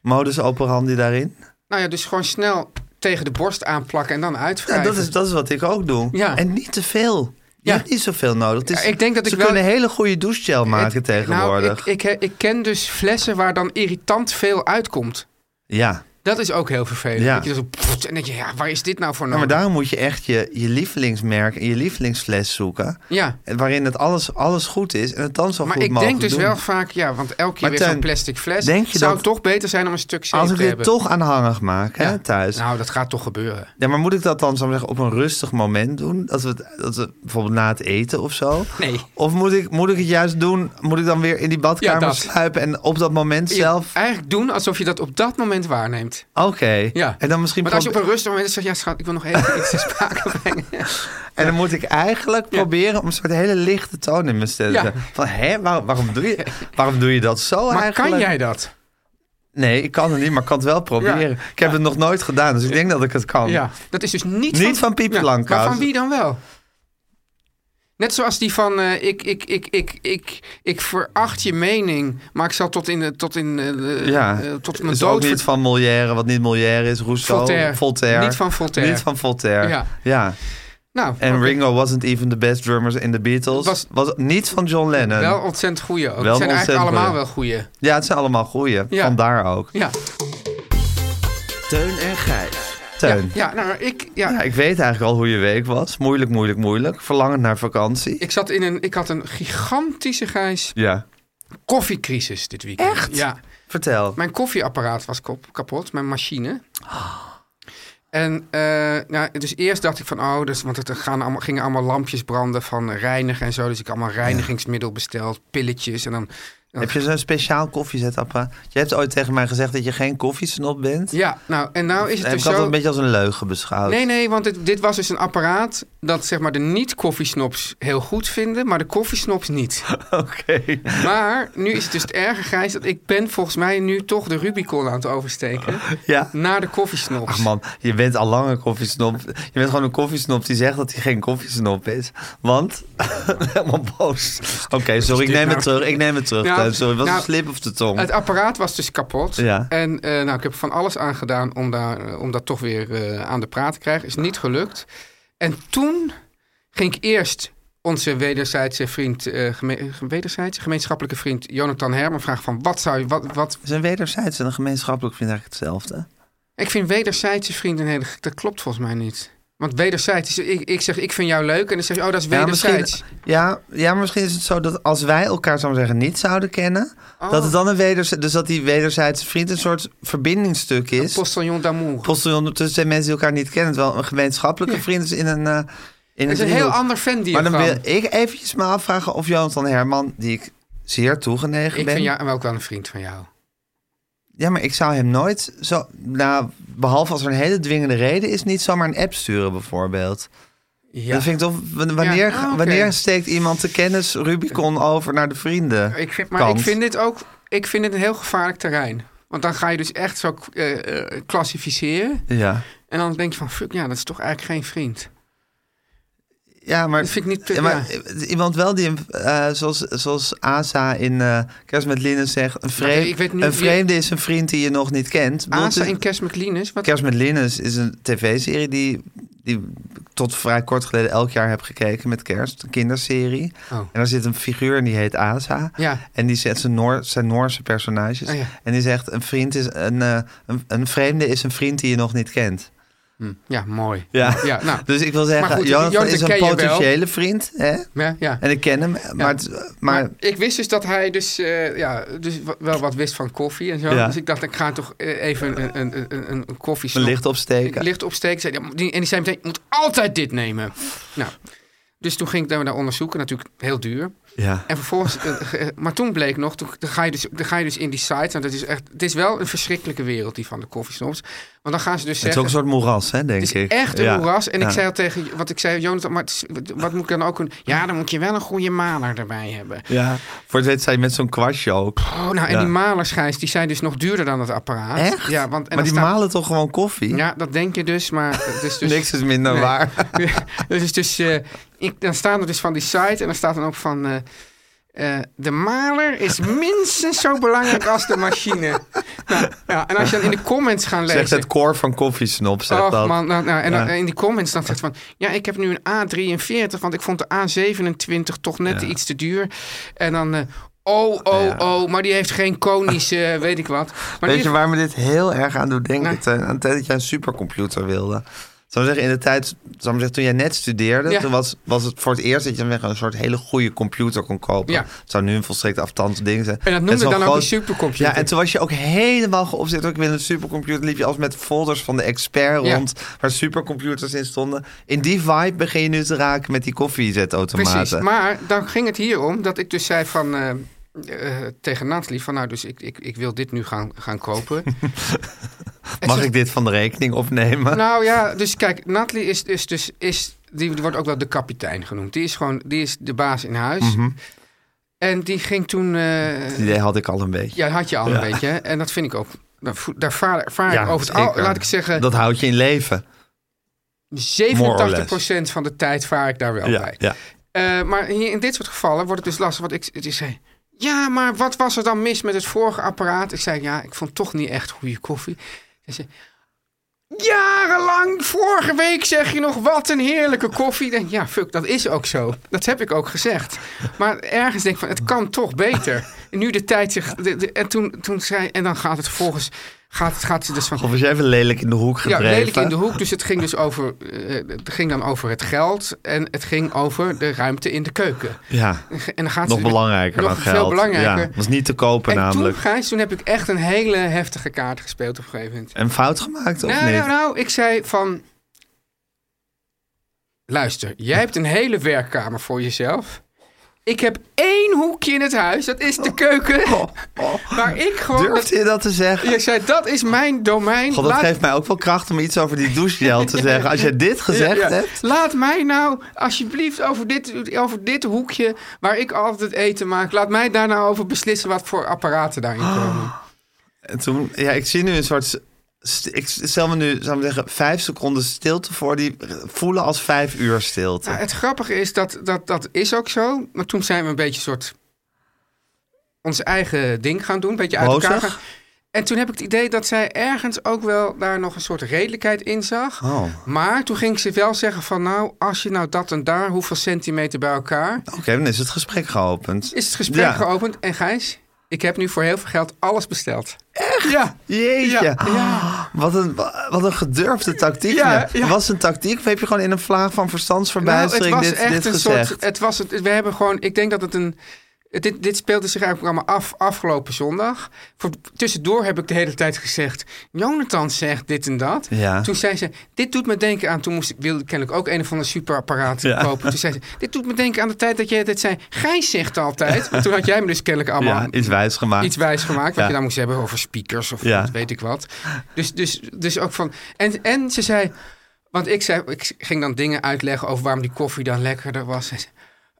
Speaker 4: modus operandi daarin?
Speaker 5: Nou ja, dus gewoon snel tegen de borst aanplakken en dan
Speaker 4: Ja,
Speaker 5: uitwrijven.
Speaker 4: dat, is, dat is wat ik ook doe.
Speaker 5: Ja.
Speaker 4: En niet te veel. Je
Speaker 5: Ja.
Speaker 4: hebt niet zoveel nodig. Het is-
Speaker 5: Ja, ik denk dat
Speaker 4: ze
Speaker 5: ik wel-
Speaker 4: kunnen hele goede douchegel maken
Speaker 5: Het-
Speaker 4: tegenwoordig.
Speaker 5: Nou, ik, ik, ik ken dus flessen waar dan irritant veel uitkomt.
Speaker 4: Ja.
Speaker 5: Dat is ook heel vervelend.
Speaker 4: Ja.
Speaker 5: Dat je zo pfft, en denk je, ja, waar is dit nou voor
Speaker 4: Ja,
Speaker 5: nodig?
Speaker 4: maar daarom moet je echt je, je lievelingsmerk en je lievelingsfles zoeken.
Speaker 5: Ja,
Speaker 4: En Waarin het alles, alles goed is en het dan zo
Speaker 5: maar
Speaker 4: goed
Speaker 5: ik
Speaker 4: mogelijk
Speaker 5: denk dus
Speaker 4: doen.
Speaker 5: wel vaak, ja, want elke keer
Speaker 4: Maar
Speaker 5: weer
Speaker 4: Teun,
Speaker 5: zo'n plastic fles.
Speaker 4: denk je
Speaker 5: zou
Speaker 4: dat-
Speaker 5: toch beter zijn om een stuk zeep
Speaker 4: Als ik
Speaker 5: te
Speaker 4: dit
Speaker 5: hebben.
Speaker 4: toch aanhangig maak hè, thuis.
Speaker 5: Nou, dat gaat toch gebeuren.
Speaker 4: Ja, maar moet ik dat dan zo zeggen, op een rustig moment doen? Dat we, het- dat we bijvoorbeeld na het eten of zo?
Speaker 5: Nee.
Speaker 4: Of moet ik, moet ik het juist doen? Moet ik dan weer in die badkamer
Speaker 5: Ja, dat.
Speaker 4: sluipen en op dat moment zelf?
Speaker 5: Je, eigenlijk doen alsof je dat op dat moment waarneemt.
Speaker 4: Oké.
Speaker 5: Ja.
Speaker 4: En dan misschien
Speaker 5: Maar als je op
Speaker 4: probe-
Speaker 5: een rustig moment zegt, ja schat, ik wil nog even iets te sprake brengen.
Speaker 4: En dan moet ik eigenlijk proberen om een soort hele lichte toon in mijn stem te
Speaker 5: Ja.
Speaker 4: zetten. Van hé, waar- waarom, doe je, waarom doe je dat zo
Speaker 5: Maar
Speaker 4: eigenlijk?
Speaker 5: kan jij dat?
Speaker 4: Nee, ik kan het niet, maar ik kan het wel proberen.
Speaker 5: Ja.
Speaker 4: Ik heb het nog nooit gedaan, dus ik denk dat ik het kan.
Speaker 5: Ja, dat is dus niet,
Speaker 4: Niet van Piet Lankaus.
Speaker 5: Maar van wie dan wel? Net zoals die van eh, ik, ik, ik, ik, ik, ik veracht je mening, maar ik zal tot in, de- tot in eh,
Speaker 4: Ja.
Speaker 5: eh, tot mijn
Speaker 4: Dus ook
Speaker 5: dood
Speaker 4: niet
Speaker 5: ver-
Speaker 4: van Molière, wat niet Molière is, Rousseau, Voltaire.
Speaker 5: Voltaire. Niet van Voltaire.
Speaker 4: Niet van Voltaire.
Speaker 5: Ja.
Speaker 4: ja.
Speaker 5: Nou,
Speaker 4: En
Speaker 5: oké.
Speaker 4: Ringo wasn't even the best drummers in the Beatles. Was,
Speaker 5: Was-
Speaker 4: niet van John Lennon.
Speaker 5: wel ontzettend goeie ook.
Speaker 4: Wel
Speaker 5: het zijn eigenlijk
Speaker 4: ontzettend
Speaker 5: allemaal
Speaker 4: goeie.
Speaker 5: wel goeie.
Speaker 4: Ja, het zijn allemaal goeie.
Speaker 5: Ja.
Speaker 4: Vandaar ook.
Speaker 5: Ja,
Speaker 6: Teun en Gijs.
Speaker 4: Teun. Ja,
Speaker 5: ja nou, ik, ja,
Speaker 4: ik weet eigenlijk al hoe je week was. Moeilijk, moeilijk, moeilijk. Verlangend naar vakantie.
Speaker 5: ik zat in een, ik had een gigantische gijs
Speaker 4: Ja.
Speaker 5: koffiecrisis dit weekend.
Speaker 4: Echt?
Speaker 5: Ja.
Speaker 4: Vertel.
Speaker 5: Mijn koffieapparaat was kop- kapot, mijn machine. En eh, nou, dus eerst dacht ik van, oh, dus, want het gaan allemaal, gingen allemaal lampjes branden van reinigen en zo. Dus ik heb allemaal reinigingsmiddel besteld, pilletjes en dan... dan-
Speaker 4: Heb je zo'n speciaal koffiezetapparaat? Je hebt ooit tegen mij gezegd dat je geen koffiesnop bent.
Speaker 5: Ja, nou, en nou is het
Speaker 4: heb
Speaker 5: dus
Speaker 4: ik altijd
Speaker 5: zo...
Speaker 4: een beetje als een leugen beschouwd.
Speaker 5: Nee, nee, want dit, dit was dus een apparaat dat zeg maar de niet-koffiesnops heel goed vinden, maar de koffiesnops niet.
Speaker 4: Oké.
Speaker 5: Maar nu is het dus het erge, Gijs, dat ik ben volgens mij nu toch de Rubicon aan het oversteken
Speaker 4: Ja.
Speaker 5: naar de koffiesnops.
Speaker 4: Ach man, je bent al lang een koffiesnop. Je bent gewoon een koffiesnop die zegt dat hij geen koffiesnop is. Want, helemaal boos. Oké, sorry, ik
Speaker 5: dit
Speaker 4: neem het
Speaker 5: nou?
Speaker 4: terug. Ik neem het terug.
Speaker 5: Nou,
Speaker 4: Teun. sorry, was
Speaker 5: nou,
Speaker 4: een slip of de tong.
Speaker 5: Het apparaat was dus kapot.
Speaker 4: Ja.
Speaker 5: En eh, nou, ik heb van alles aan gedaan om, daar, eh, om dat toch weer eh, aan de praat te krijgen. Is niet gelukt. En toen ging ik eerst onze wederzijdse vriend, eh, geme- ge- wederzijdse, gemeenschappelijke vriend Jonathan Herman vragen van wat zou je, wat, wat...
Speaker 4: Zijn wederzijds en een gemeenschappelijk vind ik eigenlijk hetzelfde.
Speaker 5: Ik vind wederzijdse vrienden, een hele, dat klopt volgens mij niet. Want wederzijds, is- ik, ik zeg ik vind jou leuk en dan zeg je, oh dat is
Speaker 4: Ja, misschien-
Speaker 5: wederzijds.
Speaker 4: Ja, ja, maar misschien is het zo dat als wij elkaar, zou ik maar zeggen, niet zouden kennen, dat
Speaker 5: Oh.
Speaker 4: het dan een wederzijds, dus dat die wederzijdse vriend een soort verbindingstuk is.
Speaker 5: Postillon d'amour.
Speaker 4: Postel tussen mensen die elkaar niet kennen, terwijl een gemeenschappelijke
Speaker 5: Ja.
Speaker 4: vriend is in een. eh, in
Speaker 5: Het is een heel
Speaker 4: driehoek.
Speaker 5: ander
Speaker 4: Maar dan
Speaker 5: fan-diagram.
Speaker 4: wil ik eventjes me afvragen of Jonathan Herman, die ik zeer toegenegen
Speaker 5: Ik
Speaker 4: ben.
Speaker 5: vind jou ook wel een vriend van jou.
Speaker 4: Ja, maar ik zou hem nooit zo. Nou, behalve als er een hele dwingende reden is, niet zomaar een app sturen, bijvoorbeeld.
Speaker 5: Ja.
Speaker 4: Dat vind ik toch. w- Wanneer,
Speaker 5: Ja, ah, oké.
Speaker 4: wanneer steekt iemand de kennis Rubicon over naar de vrienden?
Speaker 5: Ik vind, maar
Speaker 4: kant?
Speaker 5: ik vind dit ook ik vind dit een heel gevaarlijk terrein. Want dan ga je dus echt zo eh, eh, klassificeren.
Speaker 4: Ja.
Speaker 5: En dan denk je van, fuck, ja, dat is toch eigenlijk geen vriend.
Speaker 4: Ja, maar.
Speaker 5: Dat vind ik niet...
Speaker 4: Ja,
Speaker 5: ja.
Speaker 4: maar eh, iemand wel die, een- eh, zoals, zoals Asa in eh Kerst met Linnen zegt, een, vreem-
Speaker 5: Maar Nou, ik weet niet
Speaker 4: een
Speaker 5: wie-
Speaker 4: vreemde is een vriend die je nog niet kent. Ik bedoel,
Speaker 5: Asa
Speaker 4: het is-
Speaker 5: en Kerst McLeanus. Wat,
Speaker 4: Kerst met Linnens is een tv-serie die, die tot vrij kort geleden elk jaar heb gekeken met kerst. Een kinderserie.
Speaker 5: Oh.
Speaker 4: En daar zit een figuur en die heet Asa.
Speaker 5: Ja.
Speaker 4: En die zet zijn, Noor, zijn Noorse personages.
Speaker 5: Oh ja.
Speaker 4: En die zegt, een, vriend is een, eh, een, een vreemde is een vriend die je nog niet kent.
Speaker 5: Hm, ja, mooi.
Speaker 4: Ja.
Speaker 5: Ja, nou.
Speaker 4: Dus ik wil zeggen,
Speaker 5: Maar goed,
Speaker 4: Jonathan,
Speaker 5: Jonathan
Speaker 4: is een
Speaker 5: ken je wel.
Speaker 4: potentiële vriend. Hè?
Speaker 5: Ja, ja.
Speaker 4: En ik ken hem. Maar, het- maar,
Speaker 5: Maar ik wist dus dat hij dus, eh, ja, dus wa- wel wat wist van koffie en zo.
Speaker 4: Ja.
Speaker 5: Dus ik dacht, ik ga toch eh, even een, een, een, een, een koffie
Speaker 4: een licht opsteken.
Speaker 5: licht opsteken. Zei, die- die- en die zei meteen, je moet altijd dit nemen. Nou, dus toen ging ik daar naar onderzoeken. Natuurlijk heel duur.
Speaker 4: Ja.
Speaker 5: En vervolgens, eh, ge- eh, maar toen bleek nog, toen, dan, ga je dus, dan ga je dus in die site. En dat is echt, het is wel een verschrikkelijke wereld, die van de koffiesnops. Want dan gaan ze dus
Speaker 4: Het is ook
Speaker 5: zeggen...
Speaker 4: een soort moeras, hè, denk
Speaker 5: Het is
Speaker 4: ik.
Speaker 5: echt een
Speaker 4: Ja.
Speaker 5: moeras. En
Speaker 4: Ja.
Speaker 5: ik zei al tegen, wat ik zei, Jonathan, maar het is- wat- wat moet ik dan ook een... Ja, dan moet je wel een goede maler erbij hebben.
Speaker 4: Ja. Voor het weet sta je met zo'n kwastje ook.
Speaker 5: Oh, nou, en
Speaker 4: Ja.
Speaker 5: die malersgijs, die zijn dus nog duurder dan het apparaat.
Speaker 4: Echt?
Speaker 5: Ja, want, en
Speaker 4: maar die
Speaker 5: dan staat-
Speaker 4: malen toch gewoon koffie?
Speaker 5: Ja, dat denk je dus, maar... Het is dus,
Speaker 4: Niks is minder
Speaker 5: Nee.
Speaker 4: Nou, waar.
Speaker 5: dus, is dus eh, ik, dan staan er dus van die site en dan staat dan ook van... eh, eh, de maler is minstens zo belangrijk als de machine. Nou, ja, en als je dan in de comments gaat lezen...
Speaker 4: Zegt het koor van koffiesnop, zegt
Speaker 5: Och,
Speaker 4: dat.
Speaker 5: man, nou, nou, en dan-
Speaker 4: Ja.
Speaker 5: en in die comments dan zegt van... Ja, ik heb nu een A43, want ik vond de A27 toch net iets te duur. En dan... eh, oh, oh,
Speaker 4: Ja.
Speaker 5: oh, maar die heeft geen konische, eh, weet ik wat. Maar
Speaker 4: Weet
Speaker 5: die
Speaker 4: je waar me dit heel erg aan doet denken?
Speaker 5: Nee.
Speaker 4: Teun? Aan de tijd dat jij een supercomputer wilde. Zou ik zeggen, in de tijd, zou ik maar zeggen, toen jij net studeerde,
Speaker 5: Ja.
Speaker 4: toen was, was het voor het eerst dat je dan weer een soort hele goede computer kon kopen.
Speaker 5: Ja.
Speaker 4: Het zou nu een volstrekt afstand ding zijn.
Speaker 5: En dat noemde
Speaker 4: Met zo'n
Speaker 5: dan ook die supercomputer.
Speaker 4: Ja, en toen was je ook helemaal geobsedeerd. Ook weer een supercomputer liep je als met folders van de expert
Speaker 5: Ja.
Speaker 4: rond, waar supercomputers in stonden. In die vibe begin je nu te raken met die koffiezetautomaten.
Speaker 5: Precies, maar dan ging het hier om dat ik dus zei van, eh, eh, tegen Nathalie van nou, dus ik, ik, ik wil dit nu gaan, gaan kopen.
Speaker 4: Mag ik dit van de rekening opnemen?
Speaker 5: nou ja, dus kijk, Nathalie is, is dus, is, die wordt ook wel de kapitein genoemd. Die is gewoon, die is de baas in huis. En die ging toen, eh,
Speaker 4: Mhm. Die idee had ik al een beetje.
Speaker 5: ja, had je al een beetje, hè? en dat vind ik ook, daar voel- daar vaar,
Speaker 4: Ja,
Speaker 5: vaar ik nou, over het al,
Speaker 4: zeker.
Speaker 5: laat ik zeggen,
Speaker 4: Dat houdt je in leven.
Speaker 5: 87% van de tijd vaar ik daar wel bij.
Speaker 4: ja.
Speaker 5: Eh, maar hier in dit soort gevallen wordt het dus lastig. Want ik, het is, zei, ja, maar wat was er dan mis met het vorige apparaat? Ik zei, ja, ik vond toch niet echt goede koffie. Hij zei, jarenlang, vorige week zeg je nog wat een heerlijke koffie. Ik denk, ja, fuck, dat is ook zo. Dat heb ik ook gezegd. Maar ergens denk ik van, het kan toch beter. En nu de tijd zich... de- de- en toen, toen zei, en dan gaat het vervolgens... Gaat, gaat ze dus van,
Speaker 4: Of was jij even lelijk in de hoek gedreven?
Speaker 5: ja, lelijk in de hoek. Dus het ging dus over, eh, het ging dan over het geld en het ging over de ruimte in de keuken.
Speaker 4: Ja,
Speaker 5: En dan gaat
Speaker 4: nog
Speaker 5: ze-
Speaker 4: belangrijker
Speaker 5: nog
Speaker 4: dan
Speaker 5: veel
Speaker 4: geld.
Speaker 5: belangrijker.
Speaker 4: Ja, was niet te kopen
Speaker 5: En
Speaker 4: namelijk.
Speaker 5: toen, Gijs, toen heb ik echt een hele heftige kaart gespeeld op een gegeven moment.
Speaker 4: En fout gemaakt of
Speaker 5: Nou,
Speaker 4: niet?
Speaker 5: nou, nou, ik zei van... Luister, jij hebt een hele werkkamer voor jezelf. Ik heb één hoekje in het huis, dat is
Speaker 4: Oh.
Speaker 5: de keuken. Waar ik gewoon...
Speaker 4: Durfde je dat te zeggen?
Speaker 5: Je zei, dat is mijn domein.
Speaker 4: God, dat
Speaker 5: Laat-
Speaker 4: geeft mij ook wel kracht om iets over die douchegel te zeggen. Als jij dit gezegd
Speaker 5: Ja, ja.
Speaker 4: hebt.
Speaker 5: Laat mij nou alsjeblieft over dit, over dit hoekje waar ik altijd eten maak. Laat mij daar nou over beslissen wat voor apparaten daarin
Speaker 4: Ah.
Speaker 5: komen.
Speaker 4: En toen, ja, ik zie nu een soort... st- Ik stel me nu, zou ik zeggen, vijf seconden stilte voor. Die eh, voelen als vijf uur stilte.
Speaker 5: Nou, het grappige is dat, dat dat is ook zo. Maar toen zijn we een beetje soort ons eigen ding gaan doen. Een beetje uit elkaar
Speaker 4: Rozig?
Speaker 5: gaan. En toen heb ik het idee dat zij ergens ook wel daar nog een soort redelijkheid in zag.
Speaker 4: Oh,
Speaker 5: Maar toen ging ze wel zeggen van nou, als je nou dat en daar, hoeveel centimeter bij elkaar,
Speaker 4: oké, dan is het gesprek geopend.
Speaker 5: is het gesprek
Speaker 4: Ja.
Speaker 5: geopend. En Gijs, Ik heb nu voor heel veel geld alles besteld. Echt? Ja.
Speaker 4: Jeetje. Ah,
Speaker 5: Ja.
Speaker 4: Wat, een, wat een gedurfde tactiek.
Speaker 5: Ja,
Speaker 4: Ja,
Speaker 5: ja.
Speaker 4: Was een tactiek of heb je gewoon in een vlaag van
Speaker 5: Nou,
Speaker 4: verstandsverbijstering dit, dit
Speaker 5: een
Speaker 4: gezegd?
Speaker 5: soort. Het was, het- we hebben gewoon. Ik denk dat het een. het- Dit, dit speelde zich eigenlijk allemaal af afgelopen zondag. Voor, tussendoor heb ik de hele tijd gezegd. Jonathan zegt dit en dat.
Speaker 4: Ja.
Speaker 5: Toen zei ze. Dit doet me denken aan. Toen moest ik, wilde ik kennelijk ook een of ander superapparaat
Speaker 4: Ja.
Speaker 5: kopen. Toen zei ze. Dit doet me denken aan de tijd dat jij dit zei. Gijs zegt altijd. Maar toen had jij me dus kennelijk allemaal.
Speaker 4: ja, iets wijs gemaakt.
Speaker 5: Iets wijs gemaakt, wat
Speaker 4: Ja.
Speaker 5: je dan moest hebben over speakers of
Speaker 4: Ja.
Speaker 5: wat weet ik wat. Dus, dus, dus ook van. En, en ze zei. Want ik, zei, ik ging dan dingen uitleggen over waarom die koffie dan lekkerder was. Ze zei,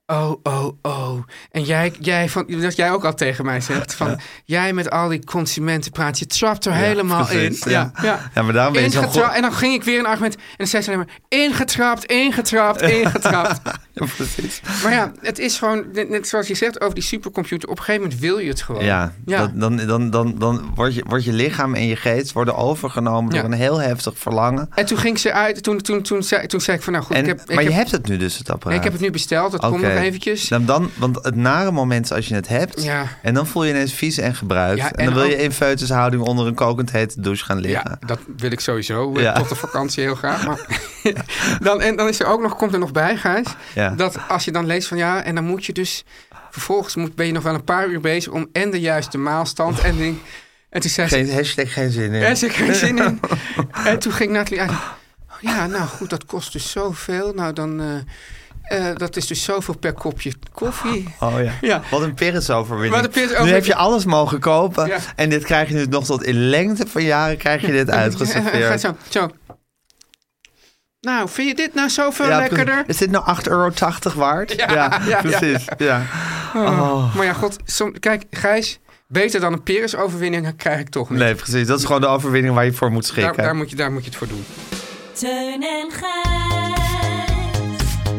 Speaker 5: oh, oh, oh. En jij, jij van, dat jij ook al tegen mij zegt. Van, Jij met al die consumenten praat, je trapt er
Speaker 4: Ja,
Speaker 5: helemaal
Speaker 4: precies,
Speaker 5: in.
Speaker 4: ja. Ja, maar daarom ben je zo'n
Speaker 5: Ingetra-
Speaker 4: go-
Speaker 5: En dan ging ik weer een argument. En dan zei ze alleen maar, ingetrapt, ingetrapt, ingetrapt.
Speaker 4: Ja, precies.
Speaker 5: maar ja, het is gewoon, net, net zoals je zegt over die supercomputer. Op een gegeven moment wil je het gewoon.
Speaker 4: Ja, dat- dan, dan, dan, dan wordt je, wordt je lichaam en je geest worden overgenomen
Speaker 5: Ja.
Speaker 4: door een heel heftig verlangen.
Speaker 5: En toen ging ze uit, toen, toen, toen, zei, toen zei ik van nou goed,
Speaker 4: En,
Speaker 5: ik heb, ik
Speaker 4: maar je
Speaker 5: heb,
Speaker 4: hebt het nu dus, het apparaat.
Speaker 5: nee, ik heb het nu besteld, dat komt
Speaker 4: Oké.
Speaker 5: nog eventjes.
Speaker 4: Nou, dan, want het nare moment is als je het hebt...
Speaker 5: Ja.
Speaker 4: en dan voel je ineens vies en gebruikt.
Speaker 5: Ja,
Speaker 4: en,
Speaker 5: en
Speaker 4: dan wil je
Speaker 5: ook-
Speaker 4: in feutushouding onder een kokend hete douche gaan liggen.
Speaker 5: ja, dat wil ik sowieso eh,
Speaker 4: Ja.
Speaker 5: tot de vakantie heel graag. Maar dan, en dan is er ook nog, komt er nog bij, Gijs,
Speaker 4: Ja.
Speaker 5: dat als je dan leest van ja, en dan moet je dus, vervolgens moet, ben je nog wel een paar uur bezig om en de juiste maalstand en ding. En toen zei ze,
Speaker 4: Geen, hashtag geen zin in.
Speaker 5: Er zit geen zin in. En toen ging Nathalie uit. Ja, nou goed, dat kost dus zoveel. Nou, dan... eh, eh, dat is dus zoveel per kopje koffie.
Speaker 4: Oh ja.
Speaker 5: Ja.
Speaker 4: wat een
Speaker 5: Wat
Speaker 4: pirritsoverwinning.
Speaker 5: een pirritsoverwinning.
Speaker 4: Nu heb je alles mogen kopen.
Speaker 5: Ja.
Speaker 4: En dit krijg je nu nog tot in lengte van jaren krijg je dit
Speaker 5: Ja, gaat
Speaker 4: uitgeserveerd.
Speaker 5: zo, zo. Nou, vind je dit nou zoveel
Speaker 4: Ja,
Speaker 5: lekkerder?
Speaker 4: precies. Is dit nou 8,80 euro waard?
Speaker 5: Ja, ja, ja.
Speaker 4: precies. Ja.
Speaker 5: Maar ja, god, som- kijk, Gijs, beter dan een Peres-overwinning krijg ik toch niet.
Speaker 4: Nee, precies. Dat is gewoon de overwinning waar je voor moet schikken.
Speaker 5: daar, daar, moet je, daar moet je het voor doen.
Speaker 7: Teun en Gijs.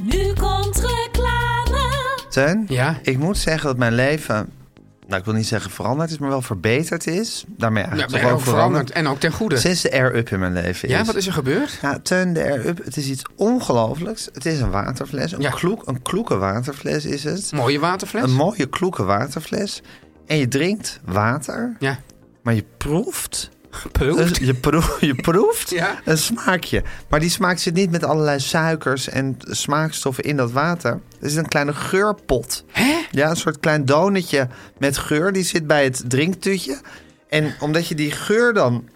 Speaker 7: Nu komt reclame.
Speaker 4: Teun,
Speaker 5: Ja?
Speaker 4: ik moet zeggen dat mijn leven... Nou, ik wil niet zeggen veranderd is, maar wel verbeterd is. Daarmee
Speaker 5: Ja,
Speaker 4: eigenlijk
Speaker 5: ben je
Speaker 4: toch
Speaker 5: ook
Speaker 4: ook veranderd.
Speaker 5: veranderd. En ook ten goede.
Speaker 4: Sinds de air-up in mijn leven is.
Speaker 5: Ja, wat is er gebeurd?
Speaker 4: Nou, Teun, de air-up, het is iets ongelooflijks. Het is een waterfles. Een,
Speaker 5: Ja.
Speaker 4: kloek, een kloeke waterfles is het.
Speaker 5: Mooie waterfles.
Speaker 4: Een mooie kloeke waterfles. En je drinkt water,
Speaker 5: ja.
Speaker 4: maar je proeft.
Speaker 5: Gepeuld.
Speaker 4: Je, proe- je proeft
Speaker 5: Ja.
Speaker 4: een smaakje. Maar die smaak zit niet met allerlei suikers en smaakstoffen in dat water. Er zit een kleine geurpot.
Speaker 5: Hè?
Speaker 4: Ja, een soort klein donutje met geur. Die zit bij het drinktuutje. En omdat je die geur dan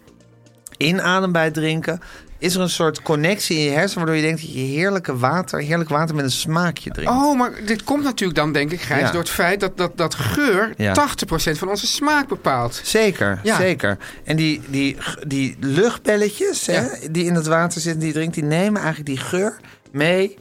Speaker 4: inademt bij het drinken... is er een soort connectie in je hersenen... waardoor je denkt dat je heerlijke water, heerlijk water met een smaakje drinkt.
Speaker 5: Oh, maar dit komt natuurlijk dan, denk ik, Gijs,
Speaker 4: Ja.
Speaker 5: door het feit dat, dat, dat geur
Speaker 4: Ja.
Speaker 5: 80% van onze smaak bepaalt.
Speaker 4: Zeker,
Speaker 5: Ja.
Speaker 4: zeker. En die, die, die luchtbelletjes hè, die in het water zitten, die je drinkt, die nemen eigenlijk die geur mee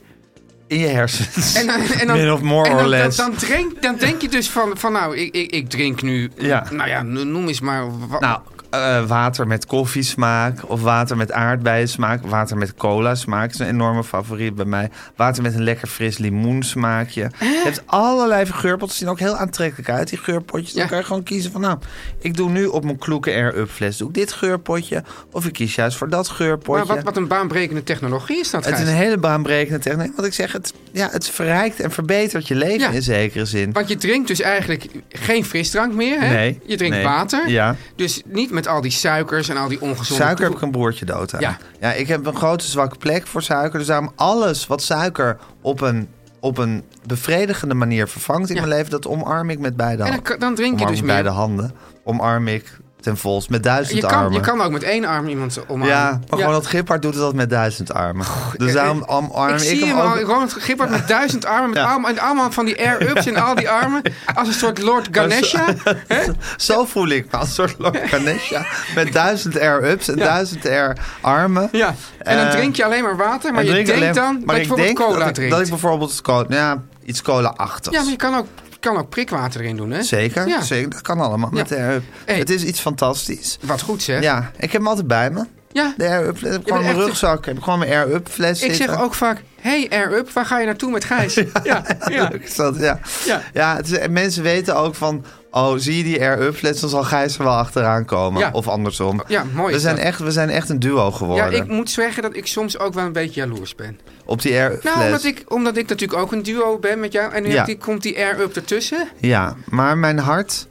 Speaker 4: in je hersens.
Speaker 5: En, dan- en dan,
Speaker 4: Min of more
Speaker 5: en dan,
Speaker 4: or less.
Speaker 5: Dan, dan, drink, dan denk je dus van, van nou, ik, ik, ik drink nu,
Speaker 4: Ja.
Speaker 5: nou ja, no- noem eens maar. wa-
Speaker 4: Nou, eh, water met koffiesmaak of water met aardbeiensmaak. Water met cola smaak is een enorme favoriet bij mij. Water met een lekker fris limoensmaakje. Je hebt allerlei geurpotjes, zien er ook heel aantrekkelijk uit, die geurpotjes. Dan
Speaker 5: Ja.
Speaker 4: kan je gewoon kiezen van nou, ik doe nu op mijn kloeke air-up fles doe ik dit geurpotje. Of ik kies juist voor dat geurpotje.
Speaker 5: maar wat, wat een baanbrekende technologie is dat,
Speaker 4: Het
Speaker 5: Gijs.
Speaker 4: is een hele baanbrekende techniek. Want ik zeg, het, ja, het verrijkt en verbetert je leven
Speaker 5: Ja.
Speaker 4: in zekere zin.
Speaker 5: Want je drinkt dus eigenlijk geen frisdrank meer, hè?
Speaker 4: Nee.
Speaker 5: Je drinkt
Speaker 4: nee.
Speaker 5: water.
Speaker 4: Ja.
Speaker 5: Dus niet met al die suikers en al die ongezonde...
Speaker 4: Suiker heb ik een broertje dood aan.
Speaker 5: Ja.
Speaker 4: ik heb een grote zwakke plek voor suiker. Dus daarom alles wat suiker op een, op een bevredigende manier vervangt in
Speaker 5: Ja.
Speaker 4: mijn leven... dat omarm ik met beide
Speaker 5: En
Speaker 4: handen.
Speaker 5: dan, kan- dan drink je
Speaker 4: Omarm
Speaker 5: dus
Speaker 4: ik met beide
Speaker 5: meer.
Speaker 4: handen. Omarm ik ten volste met duizend
Speaker 5: Je kan,
Speaker 4: armen.
Speaker 5: je kan ook met één arm iemand omarmen.
Speaker 4: Ja, maar gewoon dat giphard doet het dat met duizend armen. Dus daarom omarm
Speaker 5: ik
Speaker 4: ik,
Speaker 5: zie hem
Speaker 4: hem
Speaker 5: al,
Speaker 4: ook.
Speaker 5: Ronald Gippert met duizend armen, met
Speaker 4: Ja.
Speaker 5: allemaal, en allemaal van die air-ups in al die armen. Als een soort Lord Ganesha.
Speaker 4: Zo voel ik me als een soort Lord Ganesha. Met duizend air-ups en duizend air-armen.
Speaker 5: Ja, en dan
Speaker 4: Eh,
Speaker 5: drink je alleen maar water, maar
Speaker 4: En
Speaker 5: je
Speaker 4: drink
Speaker 5: denkt
Speaker 4: alleen-
Speaker 5: dan dat je
Speaker 4: ik
Speaker 5: bijvoorbeeld
Speaker 4: denk
Speaker 5: cola
Speaker 4: dat ik,
Speaker 5: drinkt.
Speaker 4: Dat ik bijvoorbeeld cola, ja, iets cola-achtigs.
Speaker 5: ja, maar je kan ook, kan ook prikwater erin doen, hè?
Speaker 4: Zeker,
Speaker 5: Ja.
Speaker 4: zeker. Dat kan allemaal met de air-up.
Speaker 5: Hey.
Speaker 4: Het is iets fantastisch.
Speaker 5: Wat goed, zeg.
Speaker 4: Ja, ik heb hem altijd bij me.
Speaker 5: Ja,
Speaker 4: De Air-Up. Ik kwam
Speaker 5: echt-
Speaker 4: mijn rugzak, heb ik gewoon mijn Air-Up fles
Speaker 5: ik
Speaker 4: zitten.
Speaker 5: zeg ook vaak, hey Air-Up, waar ga je naartoe met Gijs? Ja, ja, ja.
Speaker 4: Leuk is dat, ja.
Speaker 5: Ja.
Speaker 4: Ja, het is- en mensen weten ook van... Oh, zie je die air-up? Let's dan zal Gijs er wel achteraan komen.
Speaker 5: Ja.
Speaker 4: Of andersom.
Speaker 5: mooi.
Speaker 4: we,
Speaker 5: is
Speaker 4: zijn
Speaker 5: dat.
Speaker 4: echt, we zijn echt een duo
Speaker 5: Ja,
Speaker 4: geworden.
Speaker 5: ik moet zeggen dat ik soms ook wel een beetje jaloers ben.
Speaker 4: Op die air-up
Speaker 5: Nou,
Speaker 4: fles.
Speaker 5: omdat ik, omdat ik natuurlijk ook een duo ben met jou. En nu
Speaker 4: Ja.
Speaker 5: heb die, komt die air-up ertussen.
Speaker 4: Ja, maar mijn hart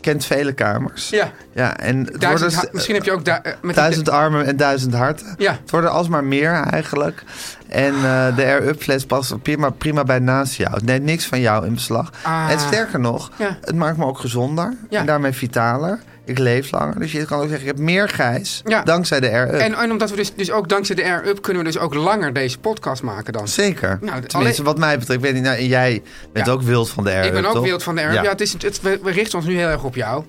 Speaker 4: kent vele kamers.
Speaker 5: Ja,
Speaker 4: Ja, en dus het
Speaker 5: duizend,
Speaker 4: worden
Speaker 5: ha-
Speaker 4: st-
Speaker 5: misschien heb je ook... daar eh, met die-
Speaker 4: duizend armen en duizend harten.
Speaker 5: Ja,
Speaker 4: Het worden alsmaar meer eigenlijk. En eh, de air-up fles past prima, prima bij naast jou. Het neemt niks van jou in beslag.
Speaker 5: Ah.
Speaker 4: En sterker nog,
Speaker 5: Ja.
Speaker 4: het maakt me ook gezonder.
Speaker 5: Ja.
Speaker 4: En daarmee vitaler. Ik leef langer. Dus je kan ook zeggen, ik heb meer gijs
Speaker 5: Ja.
Speaker 4: dankzij de air-up.
Speaker 5: en, en omdat we dus, dus ook dankzij de air-up kunnen we dus ook langer deze podcast maken dan.
Speaker 4: Zeker.
Speaker 5: Nou, de-
Speaker 4: Tenminste, wat mij betreft. Ik weet niet, nou, en jij bent
Speaker 5: Ja.
Speaker 4: ook wild van de air-up,
Speaker 5: Ik ben ook
Speaker 4: toch?
Speaker 5: wild van de air-up. Ja.
Speaker 4: Ja.
Speaker 5: het is, het, we, we richten ons nu heel erg op jou.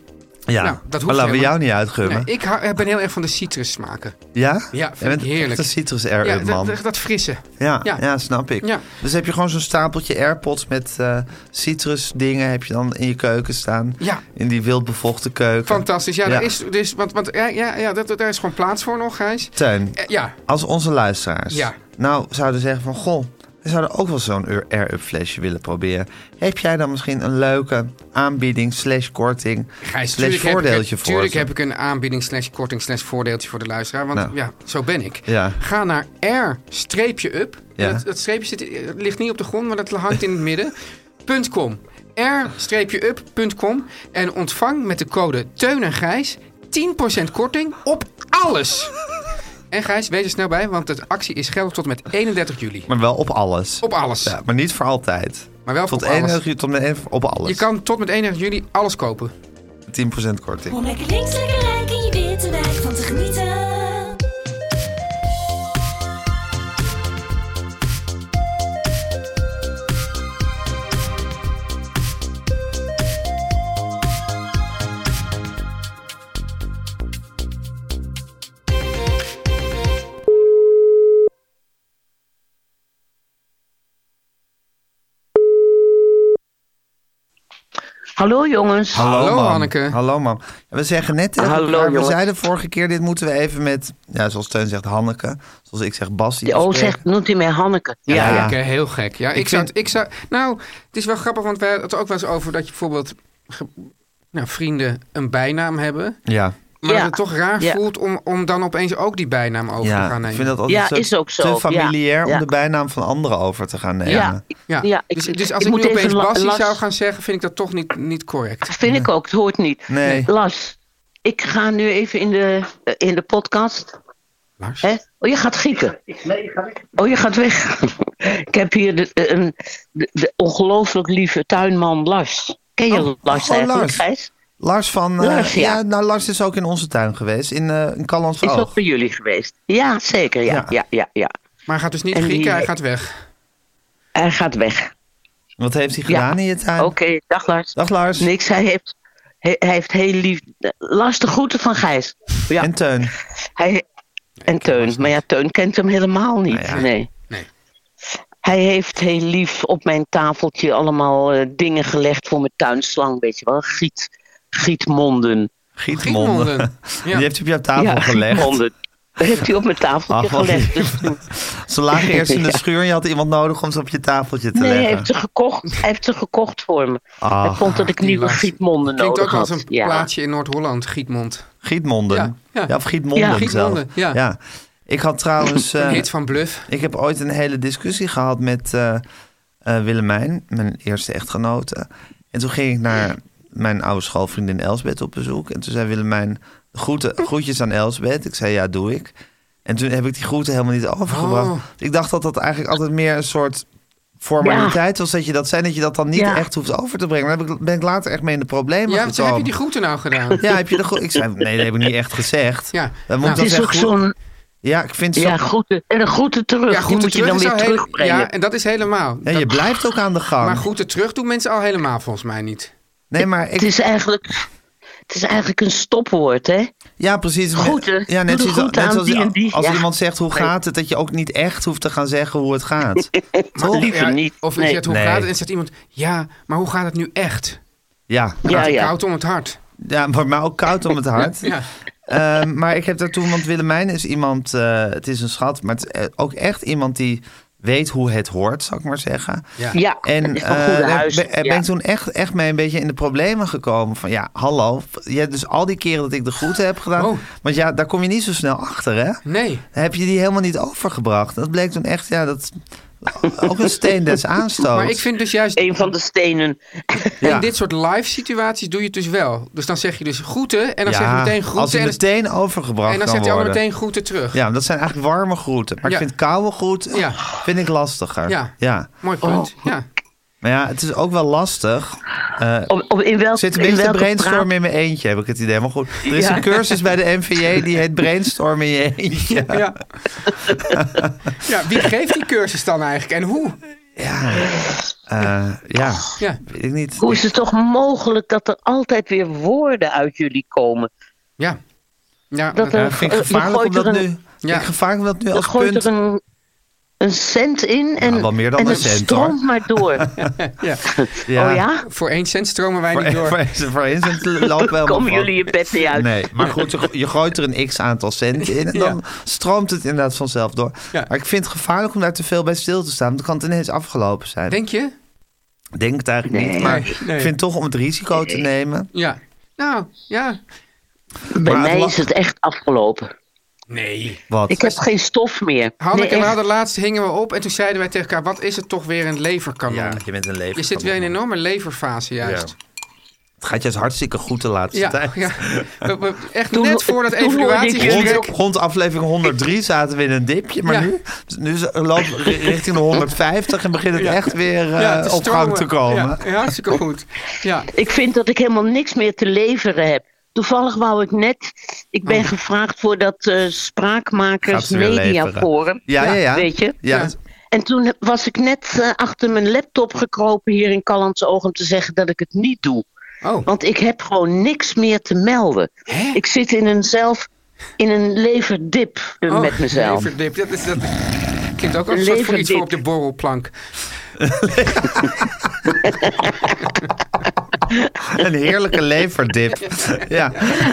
Speaker 4: Ja.
Speaker 5: Nou, dat hoeft
Speaker 4: maar laten we
Speaker 5: helemaal-
Speaker 4: jou niet uitgummen.
Speaker 5: Nee, ik hou- ik ben heel erg van de citrus smaken.
Speaker 4: Ja?
Speaker 5: Ja, vind
Speaker 4: Jij bent
Speaker 5: ik heerlijk.
Speaker 4: echt een citrus
Speaker 5: Ja,
Speaker 4: air-up,
Speaker 5: dat,
Speaker 4: man.
Speaker 5: dat, dat frisse.
Speaker 4: Ja,
Speaker 5: ja.
Speaker 4: ja. snap ik.
Speaker 5: Ja.
Speaker 4: Dus heb je gewoon zo'n stapeltje airpods met eh citrus dingen... heb je dan in je keuken staan.
Speaker 5: Ja.
Speaker 4: In die wildbevochten keuken.
Speaker 5: Fantastisch. Ja,
Speaker 4: Ja.
Speaker 5: Daar is, dus, want, want, ja, ja, ja dat, daar is gewoon plaats voor nog, Gijs.
Speaker 4: Teun,
Speaker 5: Eh, ja,
Speaker 4: als onze luisteraars
Speaker 5: Ja.
Speaker 4: nou zouden zeggen van... goh, we zouden ook wel zo'n air- air-up flesje willen proberen. Heb jij dan misschien een leuke aanbieding slash korting...
Speaker 5: Gijs,
Speaker 4: slash
Speaker 5: tuurlijk heb ik-
Speaker 4: voordeeltje voor
Speaker 5: Tuurlijk
Speaker 4: ze?
Speaker 5: heb ik een aanbieding slash korting slash voordeeltje voor de luisteraar. Want
Speaker 4: Nou.
Speaker 5: ja, zo ben ik.
Speaker 4: Ja.
Speaker 5: Ga naar R-up.
Speaker 4: Ja.
Speaker 5: Dat, dat streepje zit, eh, ligt niet op de grond, maar dat hangt in het midden. Punt .com. R-up.com. En ontvang met de code Teun en Gijs 10% korting op alles. En Gijs, wees er snel bij, want de actie is geldig tot en met 31 juli.
Speaker 4: Maar wel op alles.
Speaker 5: Op alles.
Speaker 4: Ja, maar niet voor altijd.
Speaker 5: Maar wel
Speaker 4: Tot
Speaker 5: op alles.
Speaker 4: 31 tot met één- op alles.
Speaker 5: Je kan tot met 31 juli alles kopen.
Speaker 4: 10% korting.
Speaker 7: Om lekker links, lekker rijk in je witte wijk van te genieten.
Speaker 8: Hallo jongens.
Speaker 4: Hallo,
Speaker 5: Hallo,
Speaker 4: mam.
Speaker 5: Hanneke.
Speaker 4: Hallo mam. We zeggen net tegen
Speaker 8: Hallo,
Speaker 4: elkaar, we
Speaker 8: jongen.
Speaker 4: zeiden vorige keer dit moeten we even met, ja, zoals Teun zegt Hanneke, zoals ik zeg Dus Bas.
Speaker 8: De O zegt, noemt hij mij Hanneke. Ja,
Speaker 4: Ja,
Speaker 5: Gek, hè? heel gek. Ja, ik,
Speaker 4: Ik
Speaker 5: zou,
Speaker 4: vind-
Speaker 5: ik zou, nou, het is wel grappig, want wij hadden het ook wel eens over dat je bijvoorbeeld ge- nou, vrienden een bijnaam hebben.
Speaker 4: Ja,
Speaker 5: Maar
Speaker 8: Ja.
Speaker 5: dat het toch raar
Speaker 8: Ja.
Speaker 5: voelt om, om dan opeens ook die bijnaam over te
Speaker 4: ja.
Speaker 5: gaan
Speaker 4: ik
Speaker 5: nemen.
Speaker 4: vind dat altijd
Speaker 8: Ja,
Speaker 4: zo,
Speaker 8: is ook zo.
Speaker 4: te familiair
Speaker 8: Ja,
Speaker 4: om
Speaker 8: ja.
Speaker 4: de bijnaam van anderen over te gaan nemen.
Speaker 8: Ja, ik-
Speaker 5: ja.
Speaker 8: ja, ik-
Speaker 5: dus, dus als
Speaker 8: ik
Speaker 5: ik,
Speaker 8: moet
Speaker 5: nu
Speaker 8: even
Speaker 5: opeens
Speaker 8: la-
Speaker 5: Bassie
Speaker 8: las-
Speaker 5: zou gaan zeggen, vind ik dat toch niet, niet correct.
Speaker 8: vind ik ook. Het hoort niet.
Speaker 4: Nee.
Speaker 8: Lars, ik ga nu even in de, eh, in de podcast.
Speaker 5: Lars?
Speaker 8: Hè? Oh, je gaat gieken. Oh, je gaat weg. ik heb hier de, eh, een, de, de ongelooflijk lieve tuinman Lars. Ken je
Speaker 4: Oh,
Speaker 8: Lars
Speaker 4: oh,
Speaker 8: eigenlijk,
Speaker 4: Lars.
Speaker 8: Gijs?
Speaker 4: Lars van, eh,
Speaker 8: Lars, ja.
Speaker 4: nou Lars is ook in onze tuin geweest, in, eh in
Speaker 8: Is dat
Speaker 4: Callandsoog.
Speaker 8: bij jullie geweest? Ja, zeker. Ja,
Speaker 4: Ja.
Speaker 8: ja, ja, ja.
Speaker 5: Maar hij gaat dus niet
Speaker 8: En die-
Speaker 5: gieken, hij gaat weg.
Speaker 8: Hij gaat weg.
Speaker 4: Wat heeft hij
Speaker 8: Ja.
Speaker 4: gedaan in je tuin?
Speaker 8: Oké, dag Lars.
Speaker 4: Dag Lars
Speaker 8: Niks, hij heeft, hij, hij heeft heel lief... eh, Lars de groeten van Gijs. Ja.
Speaker 4: en Teun.
Speaker 8: Hij, en Teun. Maar ja, Teun kent hem helemaal niet.
Speaker 4: Nou ja.
Speaker 8: Nee.
Speaker 5: Nee.
Speaker 8: Hij heeft heel lief op mijn tafeltje allemaal eh, dingen gelegd voor mijn tuinslang. Weet je wel, Giet, gietmonden.
Speaker 4: Gietmonden.
Speaker 5: Gietmonden.
Speaker 4: Die
Speaker 5: Ja.
Speaker 4: heeft hij op jouw tafel gelegd.
Speaker 8: gietmonden. Dat heeft hij op mijn tafeltje
Speaker 4: Ah, wat
Speaker 8: gelegd.
Speaker 4: lief.
Speaker 8: Dus toen-
Speaker 4: Ze lagen eerst in de
Speaker 8: Ja.
Speaker 4: schuur en je had iemand nodig om ze op je tafeltje te
Speaker 8: nee, hij
Speaker 4: leggen.
Speaker 8: heeft, ze gekocht, hij heeft ze gekocht voor me. hij
Speaker 4: Ah,
Speaker 8: vond dat ik
Speaker 5: die
Speaker 8: nieuwe
Speaker 5: Lars.
Speaker 8: gietmonden
Speaker 5: Klinkt
Speaker 8: nodig
Speaker 5: ook als
Speaker 8: had.
Speaker 5: een
Speaker 8: ja.
Speaker 5: plaatsje in Noord-Holland, Gietmond.
Speaker 4: Gietmonden.
Speaker 5: Ja,
Speaker 4: Ja,
Speaker 5: ja.
Speaker 4: of Gietmonden
Speaker 8: Ja.
Speaker 4: zelfs.
Speaker 5: Gietmonden, ja.
Speaker 4: Ik had trouwens... eh,
Speaker 5: Een hit van Bluff.
Speaker 4: ik heb ooit een hele discussie gehad met eh, eh, Willemijn, mijn eerste echtgenote. En toen ging ik naar mijn oude schoolvriendin Elsbeth op bezoek. En toen zei Willemijn, groeten, groetjes aan Elsbeth. Ik zei, ja, doe ik. En toen heb ik die groeten helemaal niet overgebracht.
Speaker 5: Oh.
Speaker 4: Ik dacht dat dat eigenlijk altijd meer een soort formaliteit was. Dat je dat zei, dat je dat dan niet
Speaker 8: Ja.
Speaker 4: echt hoeft over te brengen. Daar heb ik- ben ik later echt mee in de problemen
Speaker 5: Ja, want
Speaker 4: gekomen.
Speaker 5: heb je die groeten nou gedaan?
Speaker 4: Ja, heb je de groet? Ik zei, nee, dat heb ik niet echt gezegd.
Speaker 5: Ja.
Speaker 4: Dan moet
Speaker 5: Nou,
Speaker 4: ik
Speaker 8: Het
Speaker 4: dat
Speaker 8: is
Speaker 4: zeggen.
Speaker 8: ook zo'n...
Speaker 4: Ja, ik vind zo...
Speaker 8: Ja, groeten. En een groeten terug. die moet je dan
Speaker 5: is
Speaker 8: weer
Speaker 5: al heel-
Speaker 8: terugbrengen.
Speaker 5: Ja, en dat is helemaal.
Speaker 4: Ja, je
Speaker 5: Dat-
Speaker 4: blijft ook aan de gang.
Speaker 5: Maar groeten terug doen mensen al helemaal volgens mij niet.
Speaker 4: nee, maar ik...
Speaker 8: Het is eigenlijk, het is eigenlijk een stopwoord, hè?
Speaker 4: Ja, precies.
Speaker 8: Groeten.
Speaker 4: Ja, net
Speaker 8: Doe de
Speaker 4: zoals,
Speaker 8: groeten
Speaker 4: net
Speaker 8: aan
Speaker 4: zoals
Speaker 8: die en die.
Speaker 4: als
Speaker 8: Ja.
Speaker 4: iemand zegt hoe
Speaker 8: Nee.
Speaker 4: gaat het, dat je ook niet echt hoeft te gaan zeggen hoe het gaat. Toch?
Speaker 8: Liever niet.
Speaker 5: Of je
Speaker 8: Nee.
Speaker 5: zegt hoe
Speaker 4: Nee.
Speaker 5: gaat het? En zegt iemand, ja, maar hoe gaat het nu echt?
Speaker 4: Ja,
Speaker 8: Ja, ja.
Speaker 5: Koud om het hart.
Speaker 4: ja maar, maar ook koud om het hart.
Speaker 5: Ja.
Speaker 4: Ehm, maar ik heb daar toen, want Willemijn is iemand, eh, het is een schat, maar het is eh, ook echt iemand die weet hoe het hoort, zou ik maar zeggen.
Speaker 8: Ja. Ja,
Speaker 4: en
Speaker 8: het is van
Speaker 4: eh,
Speaker 8: goede
Speaker 4: daar
Speaker 8: huizen,
Speaker 4: ben, daar
Speaker 8: ja.
Speaker 4: ben ik toen echt, echt mee een beetje in de problemen gekomen. Van ja, hallo, ja, dus al die keren dat ik de groeten heb gedaan,
Speaker 5: Oh.
Speaker 4: want ja, daar kom je niet zo snel achter, hè?
Speaker 5: Nee.
Speaker 4: Heb je die helemaal niet overgebracht? Dat bleek toen echt, ja, dat eh, ook een steen des aanstoots.
Speaker 5: Maar ik vind dus juist...
Speaker 8: Een van de stenen.
Speaker 4: Ja.
Speaker 5: In dit soort live situaties doe je het dus wel. Dus dan zeg je dus groeten en dan
Speaker 4: Ja,
Speaker 5: zeg je meteen groeten.
Speaker 4: Als hij
Speaker 5: en dan-
Speaker 4: meteen overgebracht
Speaker 5: En dan
Speaker 4: kan
Speaker 5: zegt hij allemaal
Speaker 4: worden.
Speaker 5: meteen groeten terug.
Speaker 4: Ja, maar dat zijn eigenlijk warme groeten. Maar
Speaker 5: Ja.
Speaker 4: ik vind koude groeten vind ik lastiger.
Speaker 5: Ja.
Speaker 4: ja.
Speaker 5: Mooi punt.
Speaker 4: Oh.
Speaker 5: Ja.
Speaker 4: Maar ja, het is ook wel lastig. Eh
Speaker 8: in welk,
Speaker 4: zit een
Speaker 8: in
Speaker 4: beetje te
Speaker 8: welke
Speaker 4: brainstormen
Speaker 8: praat-
Speaker 4: in mijn eentje, heb ik het idee. Maar goed, er is
Speaker 8: Ja.
Speaker 4: een cursus bij de NVJ die heet brainstormen in je eentje.
Speaker 5: Ja. ja, wie geeft die cursus dan eigenlijk en hoe?
Speaker 4: Eh, ja.
Speaker 5: Ja.
Speaker 4: weet ik niet.
Speaker 8: Hoe is het toch mogelijk dat er altijd weer woorden uit jullie komen?
Speaker 5: Ja. Ja,
Speaker 8: Dat
Speaker 4: Ja,
Speaker 8: er-
Speaker 4: vind ik
Speaker 8: eh, je
Speaker 4: gevaarlijk om
Speaker 8: gooit
Speaker 4: dat
Speaker 8: er
Speaker 4: nu,
Speaker 8: een-
Speaker 4: vind ik gevaarlijk om dat nu
Speaker 8: Je
Speaker 4: als
Speaker 8: gooit
Speaker 4: punt...
Speaker 8: er een, een cent in en,
Speaker 4: wel meer dan
Speaker 8: en
Speaker 4: een
Speaker 8: het
Speaker 4: cent,
Speaker 8: stroomt maar door.
Speaker 5: Ja.
Speaker 8: Oh ja?
Speaker 5: Voor één cent stromen wij
Speaker 4: Voor,
Speaker 5: niet door.
Speaker 4: voor, voor eens het loopt wel
Speaker 8: Komen
Speaker 4: maar van.
Speaker 8: jullie je bed niet uit?
Speaker 4: Nee, maar goed, je- je gooit er een x aantal cent in en dan stroomt het inderdaad vanzelf door.
Speaker 5: Ja.
Speaker 4: Maar ik vind het gevaarlijk om daar te veel bij stil te staan, want dan kan het ineens afgelopen zijn.
Speaker 5: Denk je?
Speaker 4: Denk het eigenlijk
Speaker 8: Nee.
Speaker 4: niet, maar
Speaker 5: Nee, nee.
Speaker 4: ik vind toch om het risico te nemen.
Speaker 5: Ja. Nou, ja.
Speaker 8: Bij
Speaker 4: Maar het
Speaker 8: mij
Speaker 4: la-
Speaker 8: is het echt afgelopen.
Speaker 5: Nee.
Speaker 4: Wat?
Speaker 8: Ik heb geen stof meer.
Speaker 5: Hanneke
Speaker 8: Nee,
Speaker 5: en we
Speaker 8: echt.
Speaker 5: hadden laatst hingen we op en toen zeiden wij tegen elkaar... wat is het toch weer een leverkanon?
Speaker 4: Ja, je bent een leven.
Speaker 5: Je zit weer in een enorme leverfase juist.
Speaker 4: Het gaat juist hartstikke goed de laatste
Speaker 5: Ja, ja.
Speaker 4: tijd.
Speaker 5: We- we- echt
Speaker 8: Toen-
Speaker 5: net voordat
Speaker 8: toen hoorde ik jullie
Speaker 5: evaluatiegesprek...
Speaker 4: Rond, rond aflevering 103 zaten we in een dipje, maar
Speaker 5: Ja.
Speaker 4: nu, nu is- loopt ri- richting de 150 en begint het echt weer eh,
Speaker 5: Ja, het is
Speaker 4: op gang te
Speaker 5: stromen.
Speaker 4: komen.
Speaker 5: Ja, ja, hartstikke goed. Ja,
Speaker 8: Ik vind dat ik helemaal niks meer te leveren heb. Toevallig wou ik net, ik ben gevraagd voor dat eh,
Speaker 4: Oh. Gaat
Speaker 8: Spraakmakers
Speaker 4: ze weer
Speaker 8: Media
Speaker 4: leveren.
Speaker 8: Forum.
Speaker 4: Ja, ja, ja.
Speaker 8: Weet je?
Speaker 4: Ja.
Speaker 8: En toen was ik net eh, achter mijn laptop gekropen hier in Callans Oog om te zeggen dat ik het niet doe.
Speaker 5: Oh.
Speaker 8: Want ik heb gewoon niks meer te melden. Ik zit in een zelf, in een leverdip eh,
Speaker 5: Oh,
Speaker 8: met mezelf.
Speaker 5: Leverdip, dat, is, dat klinkt ook als een soort van iets
Speaker 8: Leverdip.
Speaker 5: voor op de borrelplank.
Speaker 4: Een heerlijke leverdip. Ja,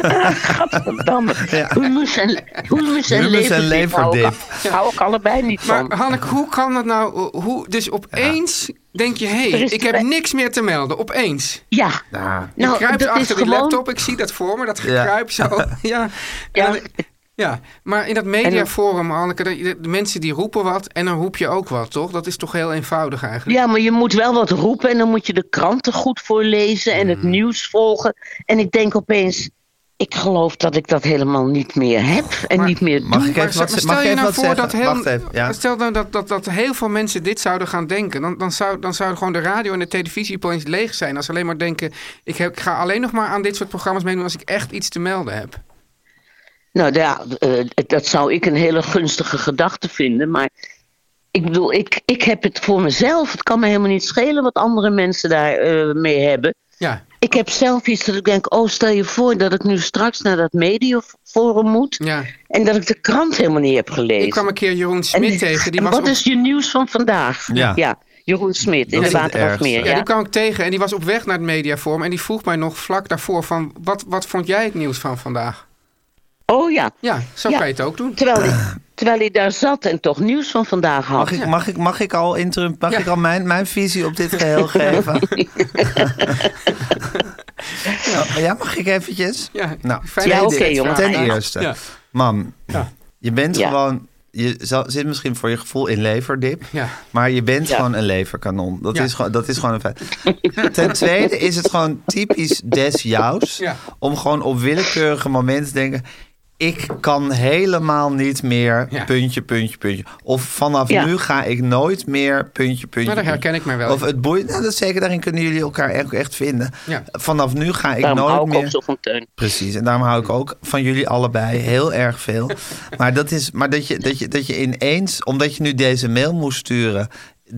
Speaker 8: Gadverdamme. Hummus en, hummus en
Speaker 4: Hummus en
Speaker 8: leverdip hou ik, hou ik allebei niet van.
Speaker 5: Maar Hanneke, hoe kan dat nou? Hoe, dus opeens denk je, hé,
Speaker 8: Er
Speaker 5: hey,
Speaker 8: is
Speaker 5: ik heb
Speaker 8: twee-
Speaker 5: niks meer te melden. Opeens.
Speaker 8: ja.
Speaker 4: ja.
Speaker 5: Je kruipt
Speaker 8: Nou, dat is
Speaker 5: Nou, achter die
Speaker 8: gewoon-
Speaker 5: laptop, ik zie dat voor me, dat gekruip zo. Ja.
Speaker 8: Ja.
Speaker 5: En dan- ja, maar in dat mediaforum, Hanneke, de, de mensen die roepen wat en dan roep je ook wat, toch? Dat is toch heel eenvoudig eigenlijk?
Speaker 8: Ja, maar je moet wel wat roepen en dan moet je de kranten goed voorlezen en
Speaker 5: Mm.
Speaker 8: het nieuws volgen. En ik denk opeens, ik geloof dat ik dat helemaal niet meer heb en
Speaker 5: Maar-
Speaker 8: niet meer
Speaker 4: Mag
Speaker 8: doe.
Speaker 4: ik
Speaker 5: Maar
Speaker 4: even
Speaker 5: stel-
Speaker 4: wat zeggen?
Speaker 5: maar stel
Speaker 4: Mag ik
Speaker 5: je
Speaker 4: even
Speaker 5: nou
Speaker 4: wat
Speaker 5: voor dat
Speaker 4: zeggen?
Speaker 5: heel,
Speaker 4: Wacht even, ja.
Speaker 5: stel nou dat, dat, dat heel veel mensen dit zouden gaan denken. Dan, dan, zou, dan zouden gewoon de radio en de televisie opeens leeg zijn. Als ze alleen maar denken, ik, heb, ik ga alleen nog maar aan dit soort programma's meedoen als ik echt iets te melden heb.
Speaker 8: Nou ja, eh, dat zou ik een hele gunstige gedachte vinden, maar ik bedoel, ik, ik heb het voor mezelf. Het kan me helemaal niet schelen wat andere mensen daar eh, mee hebben.
Speaker 5: Ja,
Speaker 8: Ik heb zelf iets dat ik denk, oh stel je voor dat ik nu straks naar dat mediaforum moet
Speaker 5: ja.
Speaker 8: en dat ik de krant helemaal niet heb gelezen.
Speaker 5: Ik kwam een keer Jeroen
Speaker 8: En-
Speaker 5: Smit tegen. Die
Speaker 8: en
Speaker 5: was
Speaker 8: wat
Speaker 5: op,
Speaker 8: is je nieuws van vandaag?
Speaker 4: Ja.
Speaker 8: Jeroen Smit in
Speaker 4: is
Speaker 8: de
Speaker 4: het
Speaker 8: Watergasmeer.
Speaker 4: ergste.
Speaker 5: ja,
Speaker 8: Ja,
Speaker 5: die kwam ik tegen en die was op weg naar het mediaforum. En die vroeg mij nog vlak daarvoor van, wat, wat vond jij het nieuws van vandaag?
Speaker 8: Oh ja.
Speaker 5: Ja, zo
Speaker 8: Ja.
Speaker 5: kan je het ook doen.
Speaker 8: Terwijl, hij, terwijl hij daar zat en toch nieuws van vandaag
Speaker 4: Ah.
Speaker 8: had.
Speaker 4: Mag ik, mag ik, mag ik al, interim, mag
Speaker 5: Ja.
Speaker 4: ik al mijn, mijn visie op dit geheel geven? ja. ja, mag ik eventjes?
Speaker 5: Ja,
Speaker 4: Nou, eh,
Speaker 5: fijne
Speaker 8: Ja,
Speaker 5: idee.
Speaker 8: oké, jongen.
Speaker 4: Ten
Speaker 8: Ja.
Speaker 4: eerste,
Speaker 5: Ja.
Speaker 4: mam, je bent
Speaker 8: Ja.
Speaker 4: gewoon... Je zal- zit misschien voor je gevoel in leverdip,
Speaker 5: Ja.
Speaker 4: maar je bent
Speaker 8: Ja.
Speaker 4: gewoon een leverkanon. Dat,
Speaker 5: Ja.
Speaker 4: is gewoon, dat is gewoon een feit. Ten tweede is het gewoon typisch des jouws
Speaker 5: Ja.
Speaker 4: om gewoon op willekeurige momenten te denken... Ik kan helemaal niet meer,
Speaker 5: Ja.
Speaker 4: puntje, puntje, puntje. Of vanaf
Speaker 8: Ja.
Speaker 4: nu ga ik nooit meer, puntje, puntje.
Speaker 5: Maar daar herken ik mij wel
Speaker 4: Of
Speaker 5: in.
Speaker 4: het boeit, nou, dat zeker, daarin kunnen jullie elkaar echt, echt vinden.
Speaker 5: Ja.
Speaker 4: Vanaf nu ga ik
Speaker 8: Daarom
Speaker 4: nooit
Speaker 8: hou ik
Speaker 4: meer...
Speaker 8: ook zo van Teun.
Speaker 4: Precies, en daarom hou ik ook van jullie allebei heel erg veel. Maar dat is, maar dat je, dat je, dat je ineens, omdat je nu deze mail moest sturen,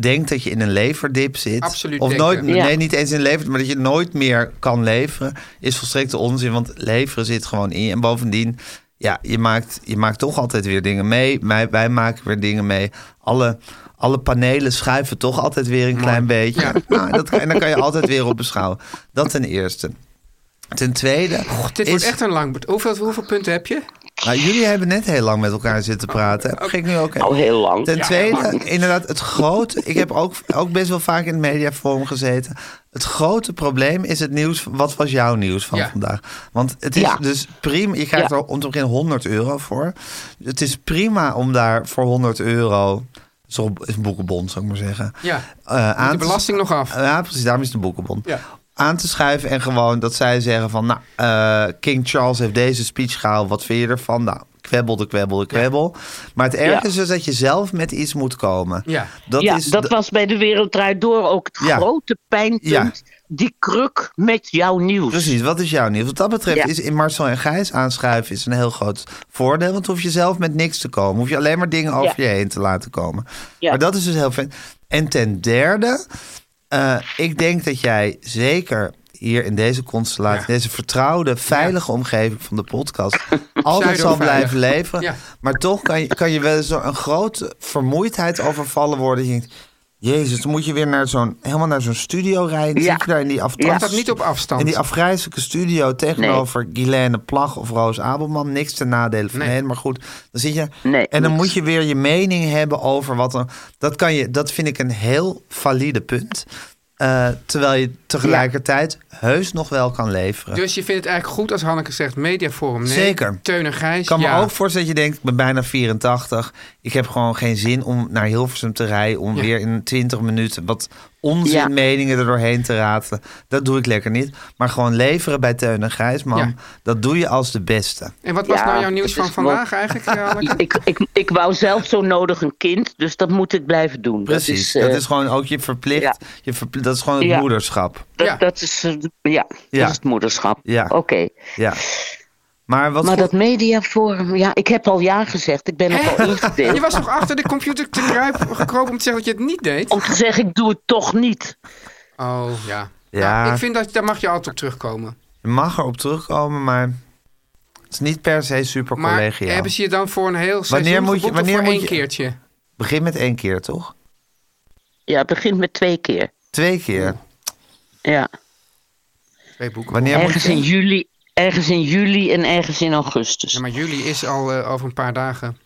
Speaker 4: denkt dat je in een leverdip zit.
Speaker 5: Absoluut
Speaker 4: Of
Speaker 5: denken.
Speaker 4: nooit,
Speaker 8: Ja.
Speaker 4: nee, niet eens in een leverdip, maar dat je nooit meer kan leveren, is volstrekte onzin, want leveren zit gewoon in je. En bovendien, ja, je maakt, je maakt toch altijd weer dingen mee. Wij, wij maken weer dingen mee. Alle, alle panelen schuiven toch altijd weer een klein beetje. Nou, dat, kan- en dan kan je altijd weer op beschouwen. Dat ten eerste. Ten tweede.
Speaker 5: Dit wordt echt een lang... bet- Hoeveel, hoeveel punten heb je?
Speaker 4: Nou, jullie hebben net heel lang met elkaar zitten praten. Dat ging nu ook
Speaker 8: Al heel lang.
Speaker 4: Ten
Speaker 8: Ja,
Speaker 4: tweede,
Speaker 8: lang.
Speaker 4: inderdaad, het grote. Ik heb ook, ook best wel vaak in het mediaforum gezeten. Het grote probleem is het nieuws. Wat was jouw nieuws van
Speaker 5: Ja.
Speaker 4: vandaag? Want het is
Speaker 8: Ja.
Speaker 4: dus prima. Je krijgt
Speaker 8: Ja.
Speaker 4: er om te beginnen 100 euro voor. Het is prima om daar voor 100 euro. Is een boekenbond, zou ik maar zeggen.
Speaker 5: Ja.
Speaker 4: eh, aan
Speaker 5: de
Speaker 4: te-
Speaker 5: belasting nog af.
Speaker 4: Ja, precies. Daarom is de boekenbond.
Speaker 5: Ja.
Speaker 4: Aan te schuiven en gewoon dat zij zeggen van... Nou, eh, King Charles heeft deze speech gehouden. Wat vind je ervan? Nou, kwebbel de kwebbel de kwebbel. Maar het erg
Speaker 8: Ja.
Speaker 4: is dus dat je zelf met iets moet komen.
Speaker 5: Ja.
Speaker 4: Dat
Speaker 8: ja,
Speaker 4: is...
Speaker 8: dat was bij de Wereld Draait Door ook het
Speaker 4: Ja.
Speaker 8: grote pijnpunt.
Speaker 4: Ja.
Speaker 8: Die kruk met jouw nieuws.
Speaker 4: Precies, wat is jouw nieuws? Wat dat betreft
Speaker 8: Ja.
Speaker 4: is in Marcel en Gijs aanschuiven is een heel groot voordeel. Want hoef je zelf met niks te komen. Hoef je alleen maar dingen over
Speaker 8: Ja.
Speaker 4: je heen te laten komen.
Speaker 8: Ja.
Speaker 4: Maar dat is dus heel fijn. En ten derde, eh, ik denk dat jij zeker hier in deze constellatie,
Speaker 5: Ja.
Speaker 4: deze vertrouwde, veilige omgeving van de podcast, altijd zal
Speaker 5: Zuiderveilig.
Speaker 4: blijven leveren.
Speaker 5: Ja.
Speaker 4: Maar toch kan je, kan je wel eens door een grote vermoeidheid overvallen worden. Dat Je denkt, Jezus, dan moet je weer naar zo'n, helemaal naar zo'n studio rijden. Dan
Speaker 8: Ja.
Speaker 4: Zit je daar in die
Speaker 8: Ja.
Speaker 4: aftas-
Speaker 5: Dat niet op afstand.
Speaker 4: in die afgrijzelijke studio tegenover Guylaine Plag of Roos Abelman. Niks ten nadele van
Speaker 5: Nee.
Speaker 4: hen, maar goed. Dan zit je,
Speaker 8: Nee,
Speaker 4: en dan
Speaker 8: niks.
Speaker 4: moet je weer je mening hebben over wat er... Dat, kan je, dat vind ik een heel valide punt. Eh, terwijl je tegelijkertijd heus nog wel kan leveren.
Speaker 5: Dus je vindt het eigenlijk goed als Hanneke zegt mediaforum nee.
Speaker 4: Zeker.
Speaker 5: Teun en Gijs
Speaker 4: ik kan me
Speaker 5: Dus ja.
Speaker 4: ook voorstellen dat je denkt, ik ben bijna 84. Ik heb gewoon geen zin om naar Hilversum te rijden... om
Speaker 5: Ja.
Speaker 4: weer in 20 minuten wat onzinmeningen er doorheen te ratelen. Dat doe ik lekker niet. Maar gewoon leveren bij Teun en Gijsman,
Speaker 5: Ja.
Speaker 4: dat doe je als de beste.
Speaker 5: En wat was
Speaker 8: Ja,
Speaker 5: nou jouw nieuws
Speaker 8: het
Speaker 5: van
Speaker 8: is gewoon-
Speaker 5: vandaag eigenlijk, eh, Hanneke?
Speaker 8: Ik, ik, ik wou zelf zo nodig een kind, dus dat moet ik blijven doen.
Speaker 4: Precies.
Speaker 8: Dat is, eh,
Speaker 4: gewoon ook je verplicht.
Speaker 8: ja.
Speaker 4: Je verpli- dat is gewoon het
Speaker 8: Ja.
Speaker 4: moederschap.
Speaker 8: dat,
Speaker 5: ja.
Speaker 8: dat is, eh, ja,
Speaker 4: Ja.
Speaker 8: dat is het moederschap.
Speaker 4: Ja.
Speaker 8: Oké.
Speaker 4: Ja. Maar wat
Speaker 8: Maar
Speaker 4: goed-
Speaker 8: dat mediaforum, ja, ik heb al ja gezegd. Ik ben ook al ingedeeld.
Speaker 5: Je was toch achter de computer te kruipen, gekropen om te zeggen dat je het niet deed?
Speaker 8: Om te zeggen, ik doe het toch niet.
Speaker 5: Oh, ja.
Speaker 4: Ja.
Speaker 5: Nou, ik vind dat daar mag je altijd op terugkomen.
Speaker 4: je mag erop terugkomen, maar het is niet per se super
Speaker 5: Maar
Speaker 4: collegiaal.
Speaker 5: hebben ze je dan voor een heel seizoen
Speaker 4: Wanneer moet je-
Speaker 5: geboekt of
Speaker 4: wanneer
Speaker 5: voor
Speaker 4: moet je-
Speaker 5: één keertje?
Speaker 4: Begin met één keer, toch?
Speaker 8: Ja, het begint met twee keer.
Speaker 4: Twee keer.
Speaker 8: Ja.
Speaker 5: Twee boeken.
Speaker 4: Wanneer moet
Speaker 8: Ergens
Speaker 4: je...
Speaker 8: in juli, ergens in juli en ergens in augustus.
Speaker 5: Ja,
Speaker 8: Ja, maar,
Speaker 5: maar juli is al eh, over een paar dagen.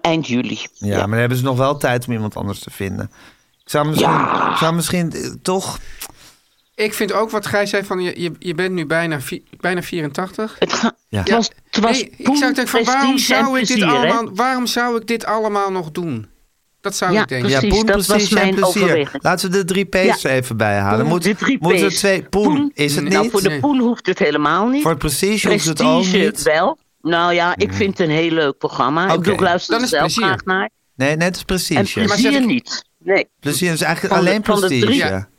Speaker 8: eind juli.
Speaker 4: Ja, maar dan hebben ze nog wel tijd om iemand anders te vinden. Ik zou misschien,
Speaker 8: Ja.
Speaker 4: ik zou misschien eh, toch...
Speaker 5: Ik vind ook wat Gijs zei van je, je, je bent nu bijna, vi- bijna 84.
Speaker 8: Het, ga-
Speaker 4: Ja.
Speaker 8: het was, het was
Speaker 5: Nee, ik
Speaker 8: toen
Speaker 5: zou denken van waarom
Speaker 8: prestige en
Speaker 5: zou, ik dit
Speaker 8: plezier, hè?
Speaker 5: allemaal, waarom zou ik dit allemaal nog doen? Dat zou
Speaker 8: Ja,
Speaker 5: ik denken.
Speaker 8: precies.
Speaker 4: ja, poen,
Speaker 8: dat was
Speaker 4: precies, en
Speaker 8: mijn
Speaker 4: plezier.
Speaker 8: overweging.
Speaker 4: Laten we de drie P's er
Speaker 8: Ja.
Speaker 4: even bij halen.
Speaker 8: Poen,
Speaker 4: Moet,
Speaker 8: de drie
Speaker 4: moeten
Speaker 8: P's.
Speaker 4: twee... Poen,
Speaker 8: Poen?
Speaker 4: is het
Speaker 5: Nou,
Speaker 4: niet?
Speaker 8: Voor de
Speaker 5: Nee.
Speaker 8: poen hoeft het helemaal niet.
Speaker 4: Voor het prestige hoeft het ook
Speaker 8: prestige
Speaker 4: niet. Mm.
Speaker 8: wel. Nou ja, ik vind het een heel leuk programma. Ik,
Speaker 4: Oké.
Speaker 8: bedoel, ik luister
Speaker 5: Dan
Speaker 8: er
Speaker 5: is
Speaker 8: zelf
Speaker 5: plezier.
Speaker 8: graag naar.
Speaker 4: Nee, net als
Speaker 8: En
Speaker 4: prestige.
Speaker 5: maar
Speaker 8: plezier
Speaker 5: zeg ik-
Speaker 8: niet. Nee.
Speaker 4: Plezier is eigenlijk
Speaker 8: Van de-
Speaker 4: alleen
Speaker 8: van de
Speaker 4: prestige.
Speaker 8: drie-
Speaker 5: Ja.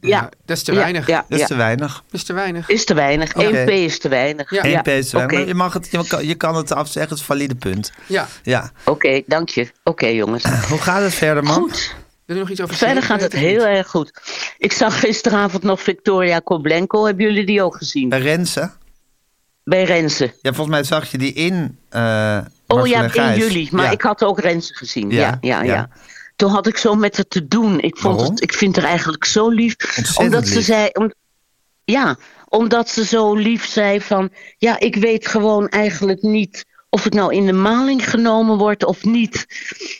Speaker 8: Ja.
Speaker 5: Nou, dat is te
Speaker 8: Ja,
Speaker 5: weinig.
Speaker 8: Ja,
Speaker 4: Dat Eh, is
Speaker 8: ja.
Speaker 4: te weinig.
Speaker 5: Dat is te weinig.
Speaker 8: Is te weinig.
Speaker 4: Oké.
Speaker 8: 1P is te weinig.
Speaker 5: Ja.
Speaker 4: Eén
Speaker 8: Ja,
Speaker 4: P is te weinig, maar
Speaker 8: Oké,
Speaker 4: je, mag het, je, kan, je kan het afzeggen, het is een valide punt.
Speaker 5: Ja,
Speaker 4: Ja.
Speaker 8: Oké, dank je. Oké, jongens.
Speaker 4: Hoe gaat het verder, man?
Speaker 8: Goed.
Speaker 5: wil je nog iets over
Speaker 8: Verder gaat het heel erg goed. Ik zag gisteravond nog Victoria Koblenko. Hebben jullie die ook gezien?
Speaker 4: Bij Rensen?
Speaker 8: Bij Rensen.
Speaker 4: Ja, volgens mij zag je die in. eh
Speaker 8: Oh
Speaker 4: Marcel en
Speaker 8: ja,
Speaker 4: Gijs.
Speaker 8: in juli. Maar
Speaker 4: Ja.
Speaker 8: ik had ook Rensen gezien. Ja,
Speaker 4: Ja,
Speaker 8: ja, ja.
Speaker 4: ja.
Speaker 8: Toen had ik zo met het te doen. Ik, vond
Speaker 4: Waarom?
Speaker 8: het, ik vind haar eigenlijk zo lief.
Speaker 4: Ontzettend
Speaker 8: omdat ze
Speaker 4: lief.
Speaker 8: zei. om- ja, omdat ze zo lief zei van. Ja, ik weet gewoon eigenlijk niet. Of het nou in de maling genomen wordt of niet.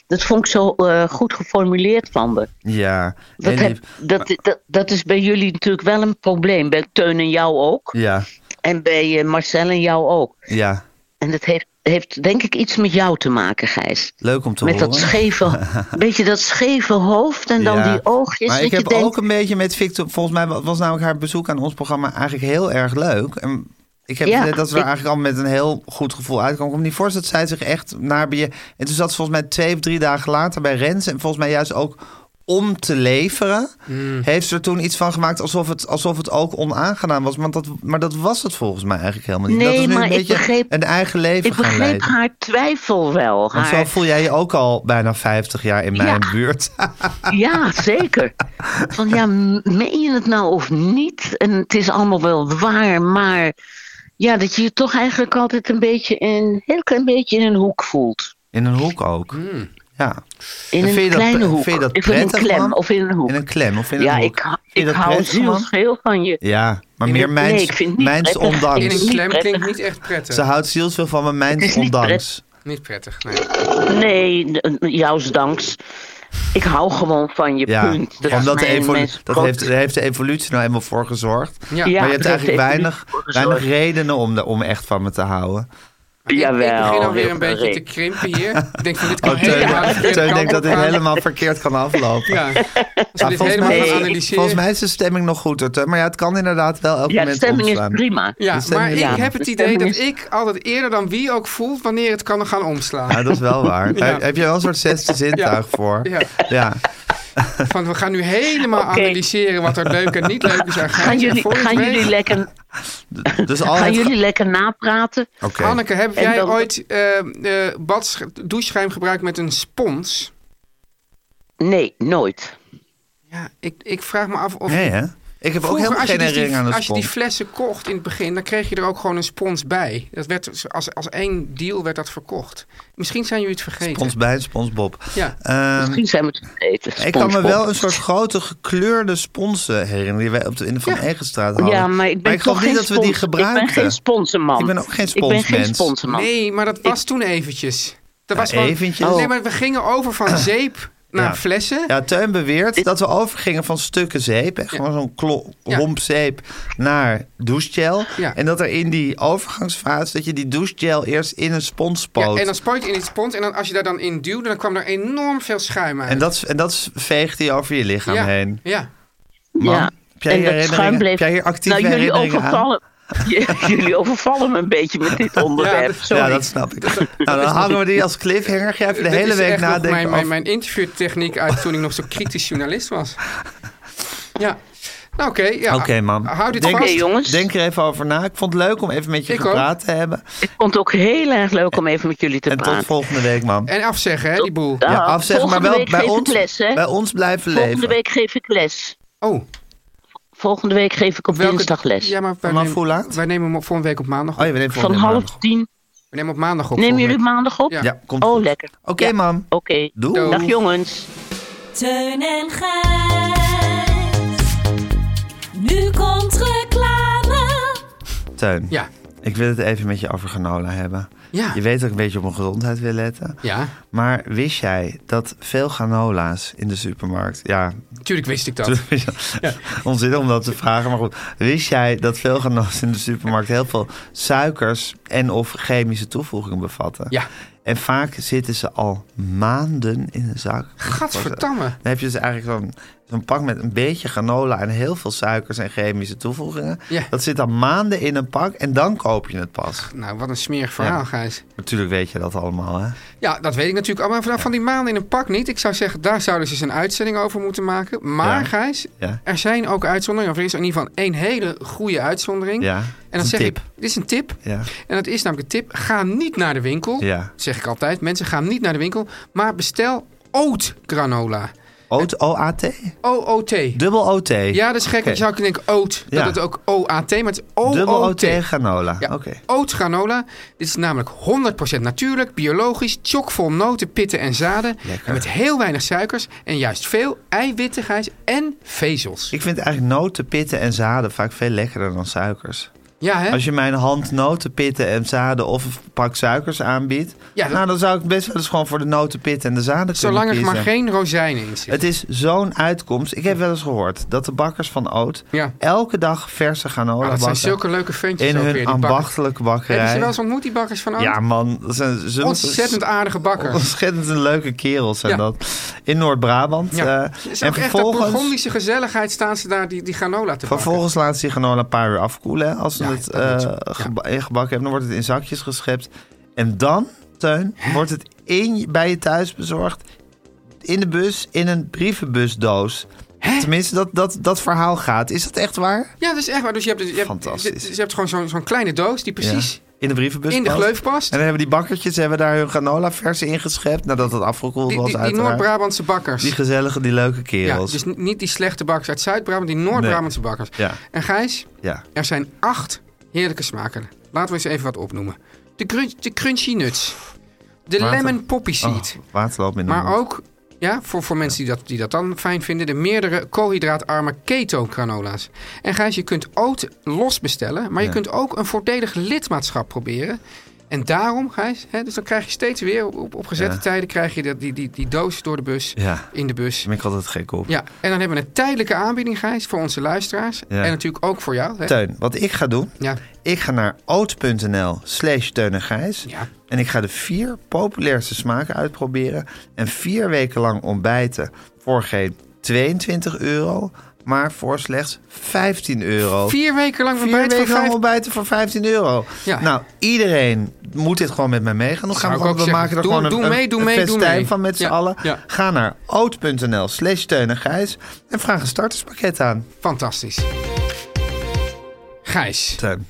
Speaker 8: Dat vond ik zo eh, goed geformuleerd van haar.
Speaker 4: Ja.
Speaker 8: Dat,
Speaker 4: En
Speaker 8: heb, dat, dat, dat is bij jullie natuurlijk wel een probleem. Bij Teun en jou ook.
Speaker 4: die- Ja,
Speaker 8: En bij eh, Marcel en jou ook.
Speaker 4: ja.
Speaker 8: En dat heeft, heeft denk ik iets met jou te maken, Gijs.
Speaker 4: Leuk om te
Speaker 8: Met
Speaker 4: horen.
Speaker 8: dat scheve, beetje dat scheve hoofd en dan
Speaker 4: Ja.
Speaker 8: die oogjes.
Speaker 4: Maar
Speaker 8: dat
Speaker 4: ik
Speaker 8: je
Speaker 4: heb
Speaker 8: denkt,
Speaker 4: ook een beetje met Victor... Volgens mij was namelijk haar bezoek aan ons programma eigenlijk heel erg leuk. En ik heb
Speaker 8: Ja,
Speaker 4: het idee dat ze er
Speaker 8: ik-
Speaker 4: eigenlijk al met een heel goed gevoel uitkwam. Ik kom niet voor dat zij zich echt naar... bij je- En toen zat ze volgens mij twee of drie dagen later bij Rens. En volgens mij juist ook om te leveren... heeft ze er toen iets van gemaakt alsof het, alsof het ook onaangenaam was. Want dat, maar dat was het volgens mij eigenlijk helemaal niet.
Speaker 8: Nee,
Speaker 4: dat is nu
Speaker 8: maar
Speaker 4: een
Speaker 8: ik
Speaker 4: beetje
Speaker 8: begreep-
Speaker 4: een eigen leven
Speaker 8: ik
Speaker 4: gaan
Speaker 8: begreep
Speaker 4: leiden.
Speaker 8: haar twijfel wel.
Speaker 4: Want zo
Speaker 8: Haar,
Speaker 4: voel jij je ook al bijna 50 jaar in mijn
Speaker 8: Ja.
Speaker 4: buurt.
Speaker 8: ja, zeker. Van ja, m- meen je het nou of niet? En het is allemaal wel waar, maar ja, dat je je toch eigenlijk altijd een beetje een heel klein beetje in een hoek voelt.
Speaker 5: Mm.
Speaker 4: In een hoek ook. Ja.
Speaker 8: In
Speaker 4: En
Speaker 8: een
Speaker 4: vind je dat
Speaker 8: kleine
Speaker 4: pre-
Speaker 8: hoek.
Speaker 4: Vind je dat
Speaker 8: Of in een
Speaker 4: prettig,
Speaker 8: klem,
Speaker 4: man?
Speaker 8: of in een hoek.
Speaker 4: In een klem of in
Speaker 8: ja,
Speaker 4: een hoek.
Speaker 8: ik,
Speaker 4: Vind je
Speaker 8: ik
Speaker 4: dat
Speaker 8: hou
Speaker 4: prettig, man?
Speaker 8: zielsveel van je.
Speaker 4: Ja, maar
Speaker 8: Ik
Speaker 4: meer
Speaker 8: vind- nee, ik
Speaker 4: mijns,
Speaker 8: vind het niet
Speaker 4: mijns
Speaker 8: prettig. Ik
Speaker 5: In
Speaker 8: vind
Speaker 4: ondanks.
Speaker 5: een
Speaker 8: niet
Speaker 5: klem klinkt
Speaker 8: prettig.
Speaker 5: niet echt prettig.
Speaker 4: Ze houdt zielsveel van me, mijns
Speaker 8: is niet
Speaker 4: ondanks.
Speaker 5: Niet prettig,
Speaker 8: Oh,
Speaker 5: nee. Nou,
Speaker 8: Nee, n- jouws danks. Ik hou gewoon van je
Speaker 4: Ja,
Speaker 8: punt. Dat is
Speaker 4: omdat de
Speaker 8: mijn-
Speaker 4: evolu-
Speaker 8: mijn
Speaker 4: dat
Speaker 8: groot-
Speaker 4: heeft, daar heeft de evolutie nou eenmaal voor gezorgd.
Speaker 5: Ja.
Speaker 8: Ja,
Speaker 4: maar je hebt
Speaker 8: daar heeft de
Speaker 4: eigenlijk weinig,
Speaker 8: evolutie voor gezorgd.
Speaker 4: weinig redenen om, da- om echt van me te houden.
Speaker 8: Jawel.
Speaker 5: ik begin alweer
Speaker 8: heel
Speaker 5: een beetje te
Speaker 8: correct.
Speaker 5: krimpen hier. Ik denk van dit kan
Speaker 4: Oh, Teun,
Speaker 5: helemaal de verkeerde
Speaker 4: Teun
Speaker 5: kant
Speaker 4: denkt dat
Speaker 5: op
Speaker 4: dit
Speaker 5: gaan.
Speaker 4: helemaal verkeerd kan aflopen.
Speaker 5: Ja, als we
Speaker 4: Maar
Speaker 5: dit
Speaker 4: volgens,
Speaker 5: helemaal
Speaker 4: mij,
Speaker 5: gaan
Speaker 8: ik-
Speaker 5: analyseren.
Speaker 4: volgens mij is de stemming nog goed hoor, Teun. Maar ja, het kan inderdaad wel elk
Speaker 8: Ja, de
Speaker 4: moment
Speaker 8: stemming is
Speaker 4: omslaan.
Speaker 8: prima.
Speaker 5: Ja,
Speaker 4: de stemming
Speaker 5: maar
Speaker 4: is-
Speaker 5: ik
Speaker 8: ja,
Speaker 5: heb het
Speaker 8: de
Speaker 5: idee
Speaker 8: stemming
Speaker 5: dat ik altijd eerder dan wie ook voelt wanneer het kan gaan omslaan.
Speaker 4: Ja, dat is wel waar.
Speaker 5: Ja.
Speaker 4: Heb je wel een soort zesde zintuig voor?
Speaker 5: Ja,
Speaker 4: Ja.
Speaker 5: van we gaan nu helemaal
Speaker 8: Oké.
Speaker 5: analyseren wat er leuk en niet leuk is aan Gijs.
Speaker 8: Gaan
Speaker 5: En
Speaker 8: jullie,
Speaker 5: voor je
Speaker 8: gaan
Speaker 5: het weet-
Speaker 8: jullie, lekker,
Speaker 4: D- Dus al
Speaker 8: gaan
Speaker 4: het...
Speaker 8: jullie lekker napraten?
Speaker 4: Oké.
Speaker 5: Hanneke, heb
Speaker 8: En
Speaker 5: jij
Speaker 8: dan-
Speaker 5: ooit eh eh, badsch- doucheschuim gebruikt met een spons?
Speaker 8: Nee, nooit.
Speaker 5: Ja, ik, ik vraag me af of...
Speaker 4: Nee, hè? Ik heb ook
Speaker 5: Vroeger,
Speaker 4: helemaal
Speaker 5: als je,
Speaker 4: geen
Speaker 5: dus die,
Speaker 4: herinnering aan een
Speaker 5: als je die
Speaker 4: spons.
Speaker 5: flessen kocht in het begin, dan kreeg je er ook gewoon een spons bij. Dat werd dus als, als één deal werd dat verkocht. Misschien zijn jullie het vergeten.
Speaker 4: Spons bij, spons Bob.
Speaker 5: Ja.
Speaker 4: Ehm,
Speaker 8: Misschien zijn we het vergeten.
Speaker 4: ik kan me
Speaker 8: SpongeBob.
Speaker 4: wel een soort grote gekleurde sponsen herinneren die wij op de in de Van Eggenstraat hadden.
Speaker 8: Ja, maar ik ben
Speaker 4: ik geloof
Speaker 8: toch
Speaker 4: niet
Speaker 8: geen
Speaker 4: dat we die
Speaker 8: spons- Ik ben
Speaker 4: gebruikten.
Speaker 8: geen sponsorman.
Speaker 4: Ik ben ook geen
Speaker 8: Ik ben geen
Speaker 4: sponsmens.
Speaker 8: sponsorman.
Speaker 5: Nee, maar dat was toen eventjes. Dat
Speaker 4: Ja,
Speaker 5: was gewoon-
Speaker 4: eventjes.
Speaker 5: Nee, maar we gingen over van zeep naar
Speaker 4: Ja.
Speaker 5: flessen.
Speaker 4: Ja, Teun beweert dat we overgingen van stukken zeep, echt
Speaker 5: Ja.
Speaker 4: gewoon zo'n klomp
Speaker 5: Ja.
Speaker 4: zeep, naar douchegel.
Speaker 5: Ja.
Speaker 4: En dat er in die overgangsfase, dat je die douchegel eerst in een spons
Speaker 5: Ja,
Speaker 4: spoot.
Speaker 5: en dan spoot je in die spons. En dan, als je daar dan in duwde, dan kwam er enorm veel schuim uit.
Speaker 4: en, dat, en dat veegde je over je lichaam
Speaker 5: ja.
Speaker 4: heen.
Speaker 5: Ja.
Speaker 4: Man,
Speaker 8: Ja.
Speaker 4: heb jij
Speaker 8: en
Speaker 4: hier
Speaker 8: dat
Speaker 4: herinneringen-
Speaker 8: schuim bleef...
Speaker 4: heb jij hier actieve
Speaker 8: nou, jullie
Speaker 4: herinneringen aan?
Speaker 8: overvallen... J- jullie overvallen me een beetje met dit onderwerp.
Speaker 5: dat-
Speaker 8: Sorry.
Speaker 4: Ja, dat snap ik. nou, dan hangen we die als cliffhanger. Ga even de
Speaker 5: Dit
Speaker 4: hele
Speaker 5: is
Speaker 4: week
Speaker 5: echt nog
Speaker 4: nadenken.
Speaker 5: Mijn, mijn,
Speaker 4: over-
Speaker 5: mijn interviewtechniek uit toen ik nog zo kritisch journalist was. Ja. Nou, oké. ja.
Speaker 4: Oké, man.
Speaker 5: Hou dit
Speaker 4: Denk-
Speaker 5: vast.
Speaker 8: Oké, jongens.
Speaker 4: Denk er even over na. Ik vond het leuk om even met je
Speaker 5: Ik ook.
Speaker 4: gepraat te hebben.
Speaker 8: Ik vond het ook heel erg leuk om even met jullie te
Speaker 4: En tot
Speaker 8: praten.
Speaker 4: volgende week, man.
Speaker 5: En afzeggen, hè, die boel.
Speaker 8: Ja,
Speaker 4: Ja, afzeggen, maar
Speaker 8: volgende
Speaker 4: wel
Speaker 8: week
Speaker 4: bij
Speaker 8: geef
Speaker 4: ons,
Speaker 8: ik les, hè?
Speaker 4: bij ons blijven
Speaker 8: Volgende
Speaker 4: leven.
Speaker 8: week geef ik les.
Speaker 5: Oh,
Speaker 8: Volgende week geef ik op dinsdag les.
Speaker 5: Ja, maar wij,
Speaker 4: Vanaf
Speaker 5: nemen,
Speaker 4: hoe laat?
Speaker 5: wij nemen hem op volgende week op maandag op.
Speaker 4: Oh, ja, we nemen
Speaker 8: Van
Speaker 4: volgende week
Speaker 8: half
Speaker 4: maandag op.
Speaker 8: tien.
Speaker 5: We nemen op maandag op.
Speaker 8: Nemen
Speaker 5: volgende
Speaker 8: jullie maandag op?
Speaker 5: Ja.
Speaker 4: Ja, komt
Speaker 8: Oh,
Speaker 4: goed.
Speaker 8: lekker.
Speaker 4: Oké, man.
Speaker 8: Oké.
Speaker 4: Doei.
Speaker 5: Doei.
Speaker 8: Dag jongens.
Speaker 7: Teun en Gijs. Nu komt reclame.
Speaker 4: Teun,
Speaker 5: week. Ja.
Speaker 4: ik wil het even met je over granola hebben.
Speaker 5: Ja.
Speaker 4: Je weet dat ik een beetje op mijn gezondheid wil letten.
Speaker 5: Ja.
Speaker 4: Maar wist jij dat veel granola's in de supermarkt... Ja,
Speaker 5: Tuurlijk wist ik dat.
Speaker 4: onzin om dat te vragen, maar goed. Wist jij dat veel granola's in de supermarkt heel veel suikers en of chemische toevoegingen bevatten?
Speaker 5: Ja.
Speaker 4: En vaak zitten ze al maanden in de zak.
Speaker 5: Gadverdamme.
Speaker 4: Dan heb je dus eigenlijk zo'n zo'n pak met een beetje granola en heel veel suikers en chemische toevoegingen.
Speaker 5: Ja.
Speaker 4: Dat zit dan maanden in een pak en dan koop je het pas.
Speaker 5: Nou, wat een smerig verhaal,
Speaker 4: Ja.
Speaker 5: Gijs.
Speaker 4: Natuurlijk weet je dat allemaal, hè?
Speaker 5: Ja, dat weet ik natuurlijk allemaal. Vanaf van die maanden in een pak niet. Ik zou zeggen, daar zouden ze eens een uitzending over moeten maken. Maar,
Speaker 4: Ja.
Speaker 5: Gijs,
Speaker 4: Ja.
Speaker 5: er zijn ook uitzonderingen. Of er is in ieder geval één hele goede uitzondering.
Speaker 4: Ja.
Speaker 5: En dan
Speaker 4: Een
Speaker 5: zeg
Speaker 4: tip.
Speaker 5: ik, dit is een tip.
Speaker 4: Ja.
Speaker 5: En dat is namelijk een tip. Ga niet naar de winkel.
Speaker 4: Ja.
Speaker 5: Zeg ik altijd. Mensen gaan niet naar de winkel. Maar bestel oat granola.
Speaker 4: Oat- OAT?
Speaker 5: OOT.
Speaker 4: Dubbel OT.
Speaker 5: Ja, dat is gek. want Je zou kunnen denken oat.
Speaker 4: Ja.
Speaker 5: Dat het ook OAT. Maar het is OOT.
Speaker 4: Dubbel OT granola.
Speaker 5: Ja,
Speaker 4: Ah, Oké.
Speaker 5: oat granola. Dit is namelijk 100% natuurlijk, biologisch, chockvol noten, pitten en zaden.
Speaker 4: Lekker.
Speaker 5: En met heel weinig suikers en juist veel eiwitten, Gijs, en vezels.
Speaker 4: Ik vind eigenlijk noten, pitten en zaden vaak veel lekkerder dan suikers.
Speaker 5: Ja, hè?
Speaker 4: Als je mij een hand noten, pitten en zaden of een pak suikers aanbiedt...
Speaker 5: Ja, dat-
Speaker 4: nou, dan zou ik best wel eens gewoon voor de noten, pitten en de zaden kunnen
Speaker 5: Zolang er
Speaker 4: kiezen.
Speaker 5: maar geen rozijnen in zitten. Ah,
Speaker 4: Het is zo'n uitkomst. Ik heb wel eens gehoord dat de bakkers van Oot
Speaker 5: Ja.
Speaker 4: elke dag verse granola
Speaker 5: Ah, dat zijn
Speaker 4: bakken.
Speaker 5: zulke leuke ventjes
Speaker 4: in
Speaker 5: ook weer,
Speaker 4: hun
Speaker 5: die bakkers.
Speaker 4: ambachtelijke
Speaker 5: Heb je ze
Speaker 4: bakkerij.
Speaker 5: wel eens ontmoet, die bakkers van Oud?
Speaker 4: ja, man. Dat zijn zulke-
Speaker 5: Ontzettend aardige bakkers.
Speaker 4: Ontzettend een leuke kerels zijn
Speaker 5: Ja.
Speaker 4: dat. In Noord-Brabant.
Speaker 5: Ja.
Speaker 4: eh,
Speaker 5: Het is
Speaker 4: en
Speaker 5: ook echt dat
Speaker 4: vervolgens,
Speaker 5: Burgondische gezelligheid staan ze daar die, die granola te bakken.
Speaker 4: vervolgens laten ze die granola een paar uur afkoelen. hè. Als ze
Speaker 5: Ja,
Speaker 4: het
Speaker 5: dat moet zo.
Speaker 4: eh,
Speaker 5: Ja.
Speaker 4: geba- ingebakken hebben, dan wordt het in zakjes geschept. En dan, Teun, wordt het in, je- bij je thuis bezorgd. In de bus, in een brievenbusdoos. Tenminste, dat, dat, dat verhaal gaat. Is dat echt waar?
Speaker 5: Ja, dat is echt waar. Dus je hebt, je hebt,
Speaker 4: Fantastisch.
Speaker 5: Dus je hebt gewoon zo'n zo'n kleine doos die precies
Speaker 4: Ja. In de brievenbus.
Speaker 5: in de
Speaker 4: past.
Speaker 5: gleuf past.
Speaker 4: En dan hebben die bakkertjes hebben daar hun granola verse ingeschept. Nadat het afgekoeld
Speaker 5: Die,
Speaker 4: was
Speaker 5: die, die
Speaker 4: uiteraard.
Speaker 5: Noord-Brabantse bakkers.
Speaker 4: die gezellige, die leuke
Speaker 5: ja,
Speaker 4: kerels.
Speaker 5: dus ni- niet die slechte bakkers uit Zuid-Brabant, die Noord-Brabantse bakkers.
Speaker 4: Ja.
Speaker 5: En Gijs,
Speaker 4: ja.
Speaker 5: er zijn acht heerlijke smaken. Laten we eens even wat opnoemen. De, crunch, de crunchy nuts. de
Speaker 4: Water.
Speaker 5: lemon poppy seed.
Speaker 4: Oh, waterloop in de
Speaker 5: maar
Speaker 4: mond.
Speaker 5: ook, ja, voor, voor mensen die dat, die dat dan fijn vinden, de meerdere koolhydraatarme keto-granola's. En Gijs, je kunt oat los bestellen, maar je
Speaker 4: Ja.
Speaker 5: kunt ook een voordelig lidmaatschap proberen. En daarom, Gijs, hè, dus dan krijg je steeds weer op, op, op gezette
Speaker 4: Ja.
Speaker 5: tijden krijg je dat- die, die, die doos door de bus,
Speaker 4: Ja,
Speaker 5: in de bus.
Speaker 4: daar ben ik altijd gek op.
Speaker 5: Ja, en dan hebben we een tijdelijke aanbieding, Gijs, voor onze luisteraars.
Speaker 4: Ja.
Speaker 5: En natuurlijk ook voor jou. Hè?
Speaker 4: Teun, wat ik ga doen,
Speaker 5: Ja.
Speaker 4: ik ga naar oot.nl slash Teun en Gijs.
Speaker 5: Ja.
Speaker 4: En ik ga de vier populairste smaken uitproberen. En vier weken lang ontbijten voor geen 22 euro, maar voor slechts 15 euro.
Speaker 5: Vier weken lang
Speaker 4: Vier
Speaker 5: ontbijt
Speaker 4: weken
Speaker 5: voor
Speaker 4: lang
Speaker 5: vijf...
Speaker 4: ontbijten voor 15 euro.
Speaker 5: Ja.
Speaker 4: Nou, iedereen moet dit gewoon met mij meegaan. Dan gaan
Speaker 5: Zou
Speaker 4: we,
Speaker 5: ik
Speaker 4: gewoon-
Speaker 5: ook
Speaker 4: we
Speaker 5: zeggen,
Speaker 4: maken er
Speaker 5: doe-
Speaker 4: gewoon een,
Speaker 5: doe mee,
Speaker 4: een-
Speaker 5: doe
Speaker 4: een
Speaker 5: mee, doe
Speaker 4: festijn
Speaker 5: mee.
Speaker 4: van met z'n
Speaker 5: Ja,
Speaker 4: allen.
Speaker 5: ja.
Speaker 4: Ga naar oot.nl slash Teun en Gijs en vraag een starterspakket aan.
Speaker 5: Fantastisch. Gijs.
Speaker 4: Teun.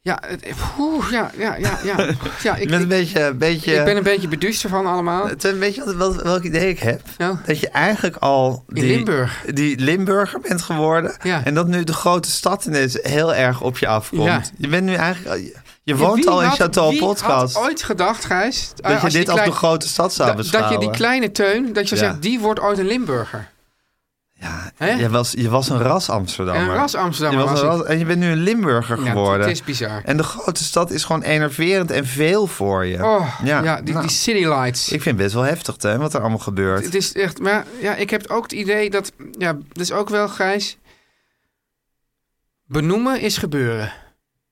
Speaker 5: Ja, het- oeh, ja, ja, ja, ja. ja
Speaker 4: Ik
Speaker 5: ik,
Speaker 4: ben een
Speaker 5: ik-
Speaker 4: beetje... Een beetje
Speaker 5: ik ben een beetje beduust ervan allemaal.
Speaker 4: Teun, weet je wat, wat- welk idee ik heb?
Speaker 5: Nou,
Speaker 4: Dat je eigenlijk al
Speaker 5: In
Speaker 4: die,
Speaker 5: Limburg.
Speaker 4: die Limburger bent geworden.
Speaker 5: Ja.
Speaker 4: En dat nu de grote stad ineens heel erg op je afkomt.
Speaker 5: Ja.
Speaker 4: Je bent nu eigenlijk... al- Je, je woont al in
Speaker 5: had-
Speaker 4: Château
Speaker 5: wie
Speaker 4: Podcast.
Speaker 5: had ooit gedacht, Gijs... eh,
Speaker 4: Dat je
Speaker 5: als die
Speaker 4: dit als de
Speaker 5: klein-
Speaker 4: grote stad zou
Speaker 5: dat- Dat je
Speaker 4: beschouwen.
Speaker 5: die kleine teun, dat je
Speaker 4: Ja.
Speaker 5: zegt, die wordt ooit een Limburger.
Speaker 4: Ja,
Speaker 5: Hè?
Speaker 4: je was, je was een ras Amsterdammer.
Speaker 5: Een ras Amsterdammer
Speaker 4: Je was een
Speaker 5: was ik.
Speaker 4: ras- en je bent nu een Limburger
Speaker 5: Ja,
Speaker 4: geworden.
Speaker 5: het is bizar.
Speaker 4: En de grote stad is gewoon enerverend en veel voor je.
Speaker 5: Oh, ja, die,
Speaker 4: nou,
Speaker 5: die city lights.
Speaker 4: Ik vind het best wel heftig, hè, wat er allemaal gebeurt.
Speaker 5: Het is echt, maar ja, ik heb ook het idee dat, ja, dat is ook wel Gijs. Benoemen is gebeuren.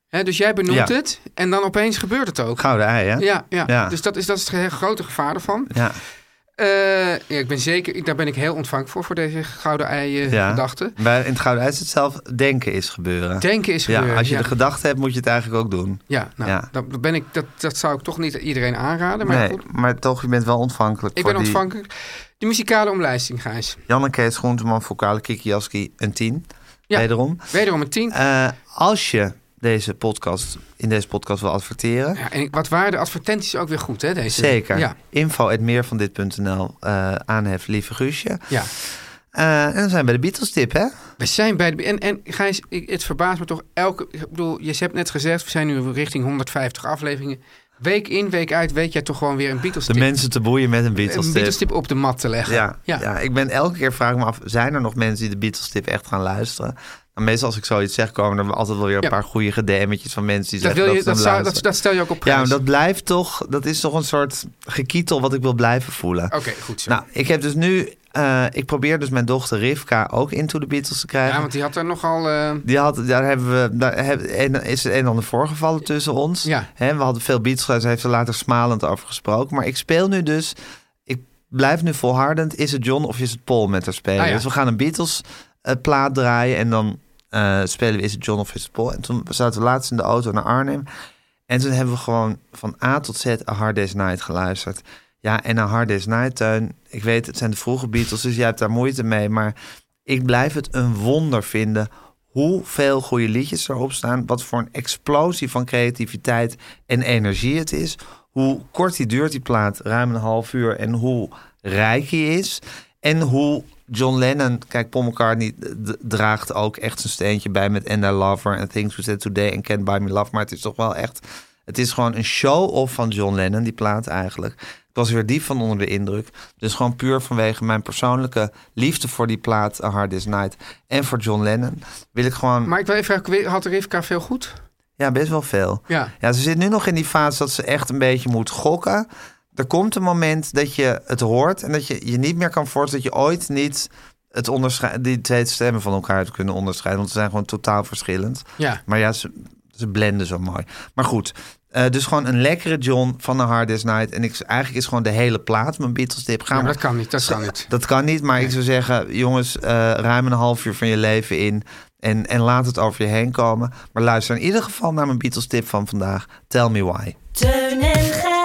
Speaker 5: Hè, dus jij benoemt
Speaker 4: Ja.
Speaker 5: het en dan opeens gebeurt het ook.
Speaker 4: Gouden ei, hè?
Speaker 5: Ja, ja.
Speaker 4: Ja.
Speaker 5: dus dat is, dat is het ge- grote gevaar ervan.
Speaker 4: Ja.
Speaker 5: Eh, ja, ik ben zeker, ik- daar ben ik heel ontvankelijk voor, voor deze gouden eigen
Speaker 4: Ja.
Speaker 5: gedachten.
Speaker 4: Maar in het gouden ei is het zelf denken is gebeuren.
Speaker 5: Denken is gebeuren.
Speaker 4: ja, als je
Speaker 5: ja.
Speaker 4: de gedachte hebt, moet je het eigenlijk ook doen.
Speaker 5: Ja, nou,
Speaker 4: Ja.
Speaker 5: Dat, ben ik, dat, dat zou ik toch niet iedereen aanraden. Maar
Speaker 4: nee,
Speaker 5: goed,
Speaker 4: maar toch, je bent wel ontvankelijk
Speaker 5: ik
Speaker 4: voor
Speaker 5: ben
Speaker 4: die...
Speaker 5: ontvankelijk. De muzikale omlijsting, Gijs.
Speaker 4: Janne Kees Groenteman, Fokale Kikiaski, een tien.
Speaker 5: Ja.
Speaker 4: Wederom.
Speaker 5: Wederom een tien.
Speaker 4: Eh, als je deze podcast, in deze podcast wil adverteren...
Speaker 5: Ja, en ik- wat waren de advertenties ook weer goed, hè? Deze?
Speaker 4: Zeker.
Speaker 5: Ja,
Speaker 4: Info at meer van dit.nl. eh aanhef, lieve Guusje.
Speaker 5: ja.
Speaker 4: Eh, en dan zijn we bij de Beatles tip, hè?
Speaker 5: We zijn bij de... En, en Gijs, ik- het verbaast me toch elke... Ik bedoel, je hebt net gezegd, we zijn nu richting 150 afleveringen. Week in, week uit weet jij toch gewoon weer een Beatles
Speaker 4: De
Speaker 5: tip,
Speaker 4: mensen te boeien met een Beatles
Speaker 5: een
Speaker 4: tip.
Speaker 5: Beatles tip op de mat te leggen.
Speaker 4: Ja, ja. ik ben elke keer vraag ik me af, zijn er nog mensen die de Beatles tip echt gaan luisteren? Nou, meestal als ik zoiets zeg, komen er altijd wel weer een
Speaker 5: Ja.
Speaker 4: paar goede gedemmetjes van mensen die
Speaker 5: Dat,
Speaker 4: zeggen
Speaker 5: wil je,
Speaker 4: dat ze
Speaker 5: dat,
Speaker 4: hem
Speaker 5: zou, dat,
Speaker 4: luisteren.
Speaker 5: dat stel je ook op prijs.
Speaker 4: ja, maar dat blijft toch, dat is toch een soort gekietel wat ik wil blijven voelen.
Speaker 5: Oké, goed zo.
Speaker 4: Nou, ik heb dus nu, eh, ik probeer dus mijn dochter Rivka ook into de Beatles te krijgen.
Speaker 5: ja, want die had er nogal... eh,
Speaker 4: Die had, daar hebben we, daar heb, en, is het een en ander voorgevallen tussen ons.
Speaker 5: Ja.
Speaker 4: Hè, we hadden veel beats gedaan, ze heeft er later smalend over gesproken. Maar ik speel nu dus, ik blijf nu volhardend, is het John of is het Paul met haar spelen?
Speaker 5: Ah, ja.
Speaker 4: Dus we gaan een Beatles eh, plaat draaien en dan eh, spelen we is het John of is het Paul. En toen zaten we laatst in de auto naar Arnhem. En toen hebben we gewoon van A tot Z A Hard Day's Night geluisterd. Ja, en A Hard Day's Night, Teun, ik weet het zijn de vroege Beatles, dus jij hebt daar moeite mee. Maar ik blijf het een wonder vinden hoeveel goede liedjes erop staan. Wat voor een explosie van creativiteit en energie het is. Hoe kort die duurt, die plaat, ruim een half uur. En hoe rijk die is. En hoe John Lennon, kijk, Paul McCartney d- d- draagt ook echt zijn steentje bij met And I Love Her en Things We Said Today en Can't Buy Me Love. Maar het is toch wel echt, het is gewoon een show-off van John Lennon, die plaat eigenlijk. Ik was weer diep van onder de indruk. Dus gewoon puur vanwege mijn persoonlijke liefde voor die plaat, A Hard Day's Night, en voor John Lennon, wil ik gewoon,
Speaker 5: Maar ik wil even vragen, had Rivka veel goed?
Speaker 4: ja, best wel veel.
Speaker 5: Ja.
Speaker 4: Ja, ze zit nu nog in die fase dat ze echt een beetje moet gokken. Er komt een moment dat je het hoort en dat je je niet meer kan voorstellen dat je ooit niet het onderschei- die twee stemmen van elkaar hebt kunnen onderscheiden. Want ze zijn gewoon totaal verschillend.
Speaker 5: Ja.
Speaker 4: Maar ja, ze, ze blenden zo mooi. Maar goed, eh, dus gewoon een lekkere John van de Hard Day's Night. En ik, eigenlijk is gewoon de hele plaat mijn Beatles tip. Gaan
Speaker 5: Ja, maar dat kan niet, dat kan niet.
Speaker 4: dat kan niet, maar ik zou zeggen, jongens, eh, ruim een half uur van je leven in. En, en laat het over je heen komen. Maar luister in ieder geval naar mijn Beatles tip van vandaag. Tell me why.
Speaker 7: Teun en Gijs.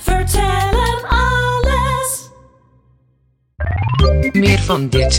Speaker 7: Vertel hem alles.
Speaker 9: Meer van dit.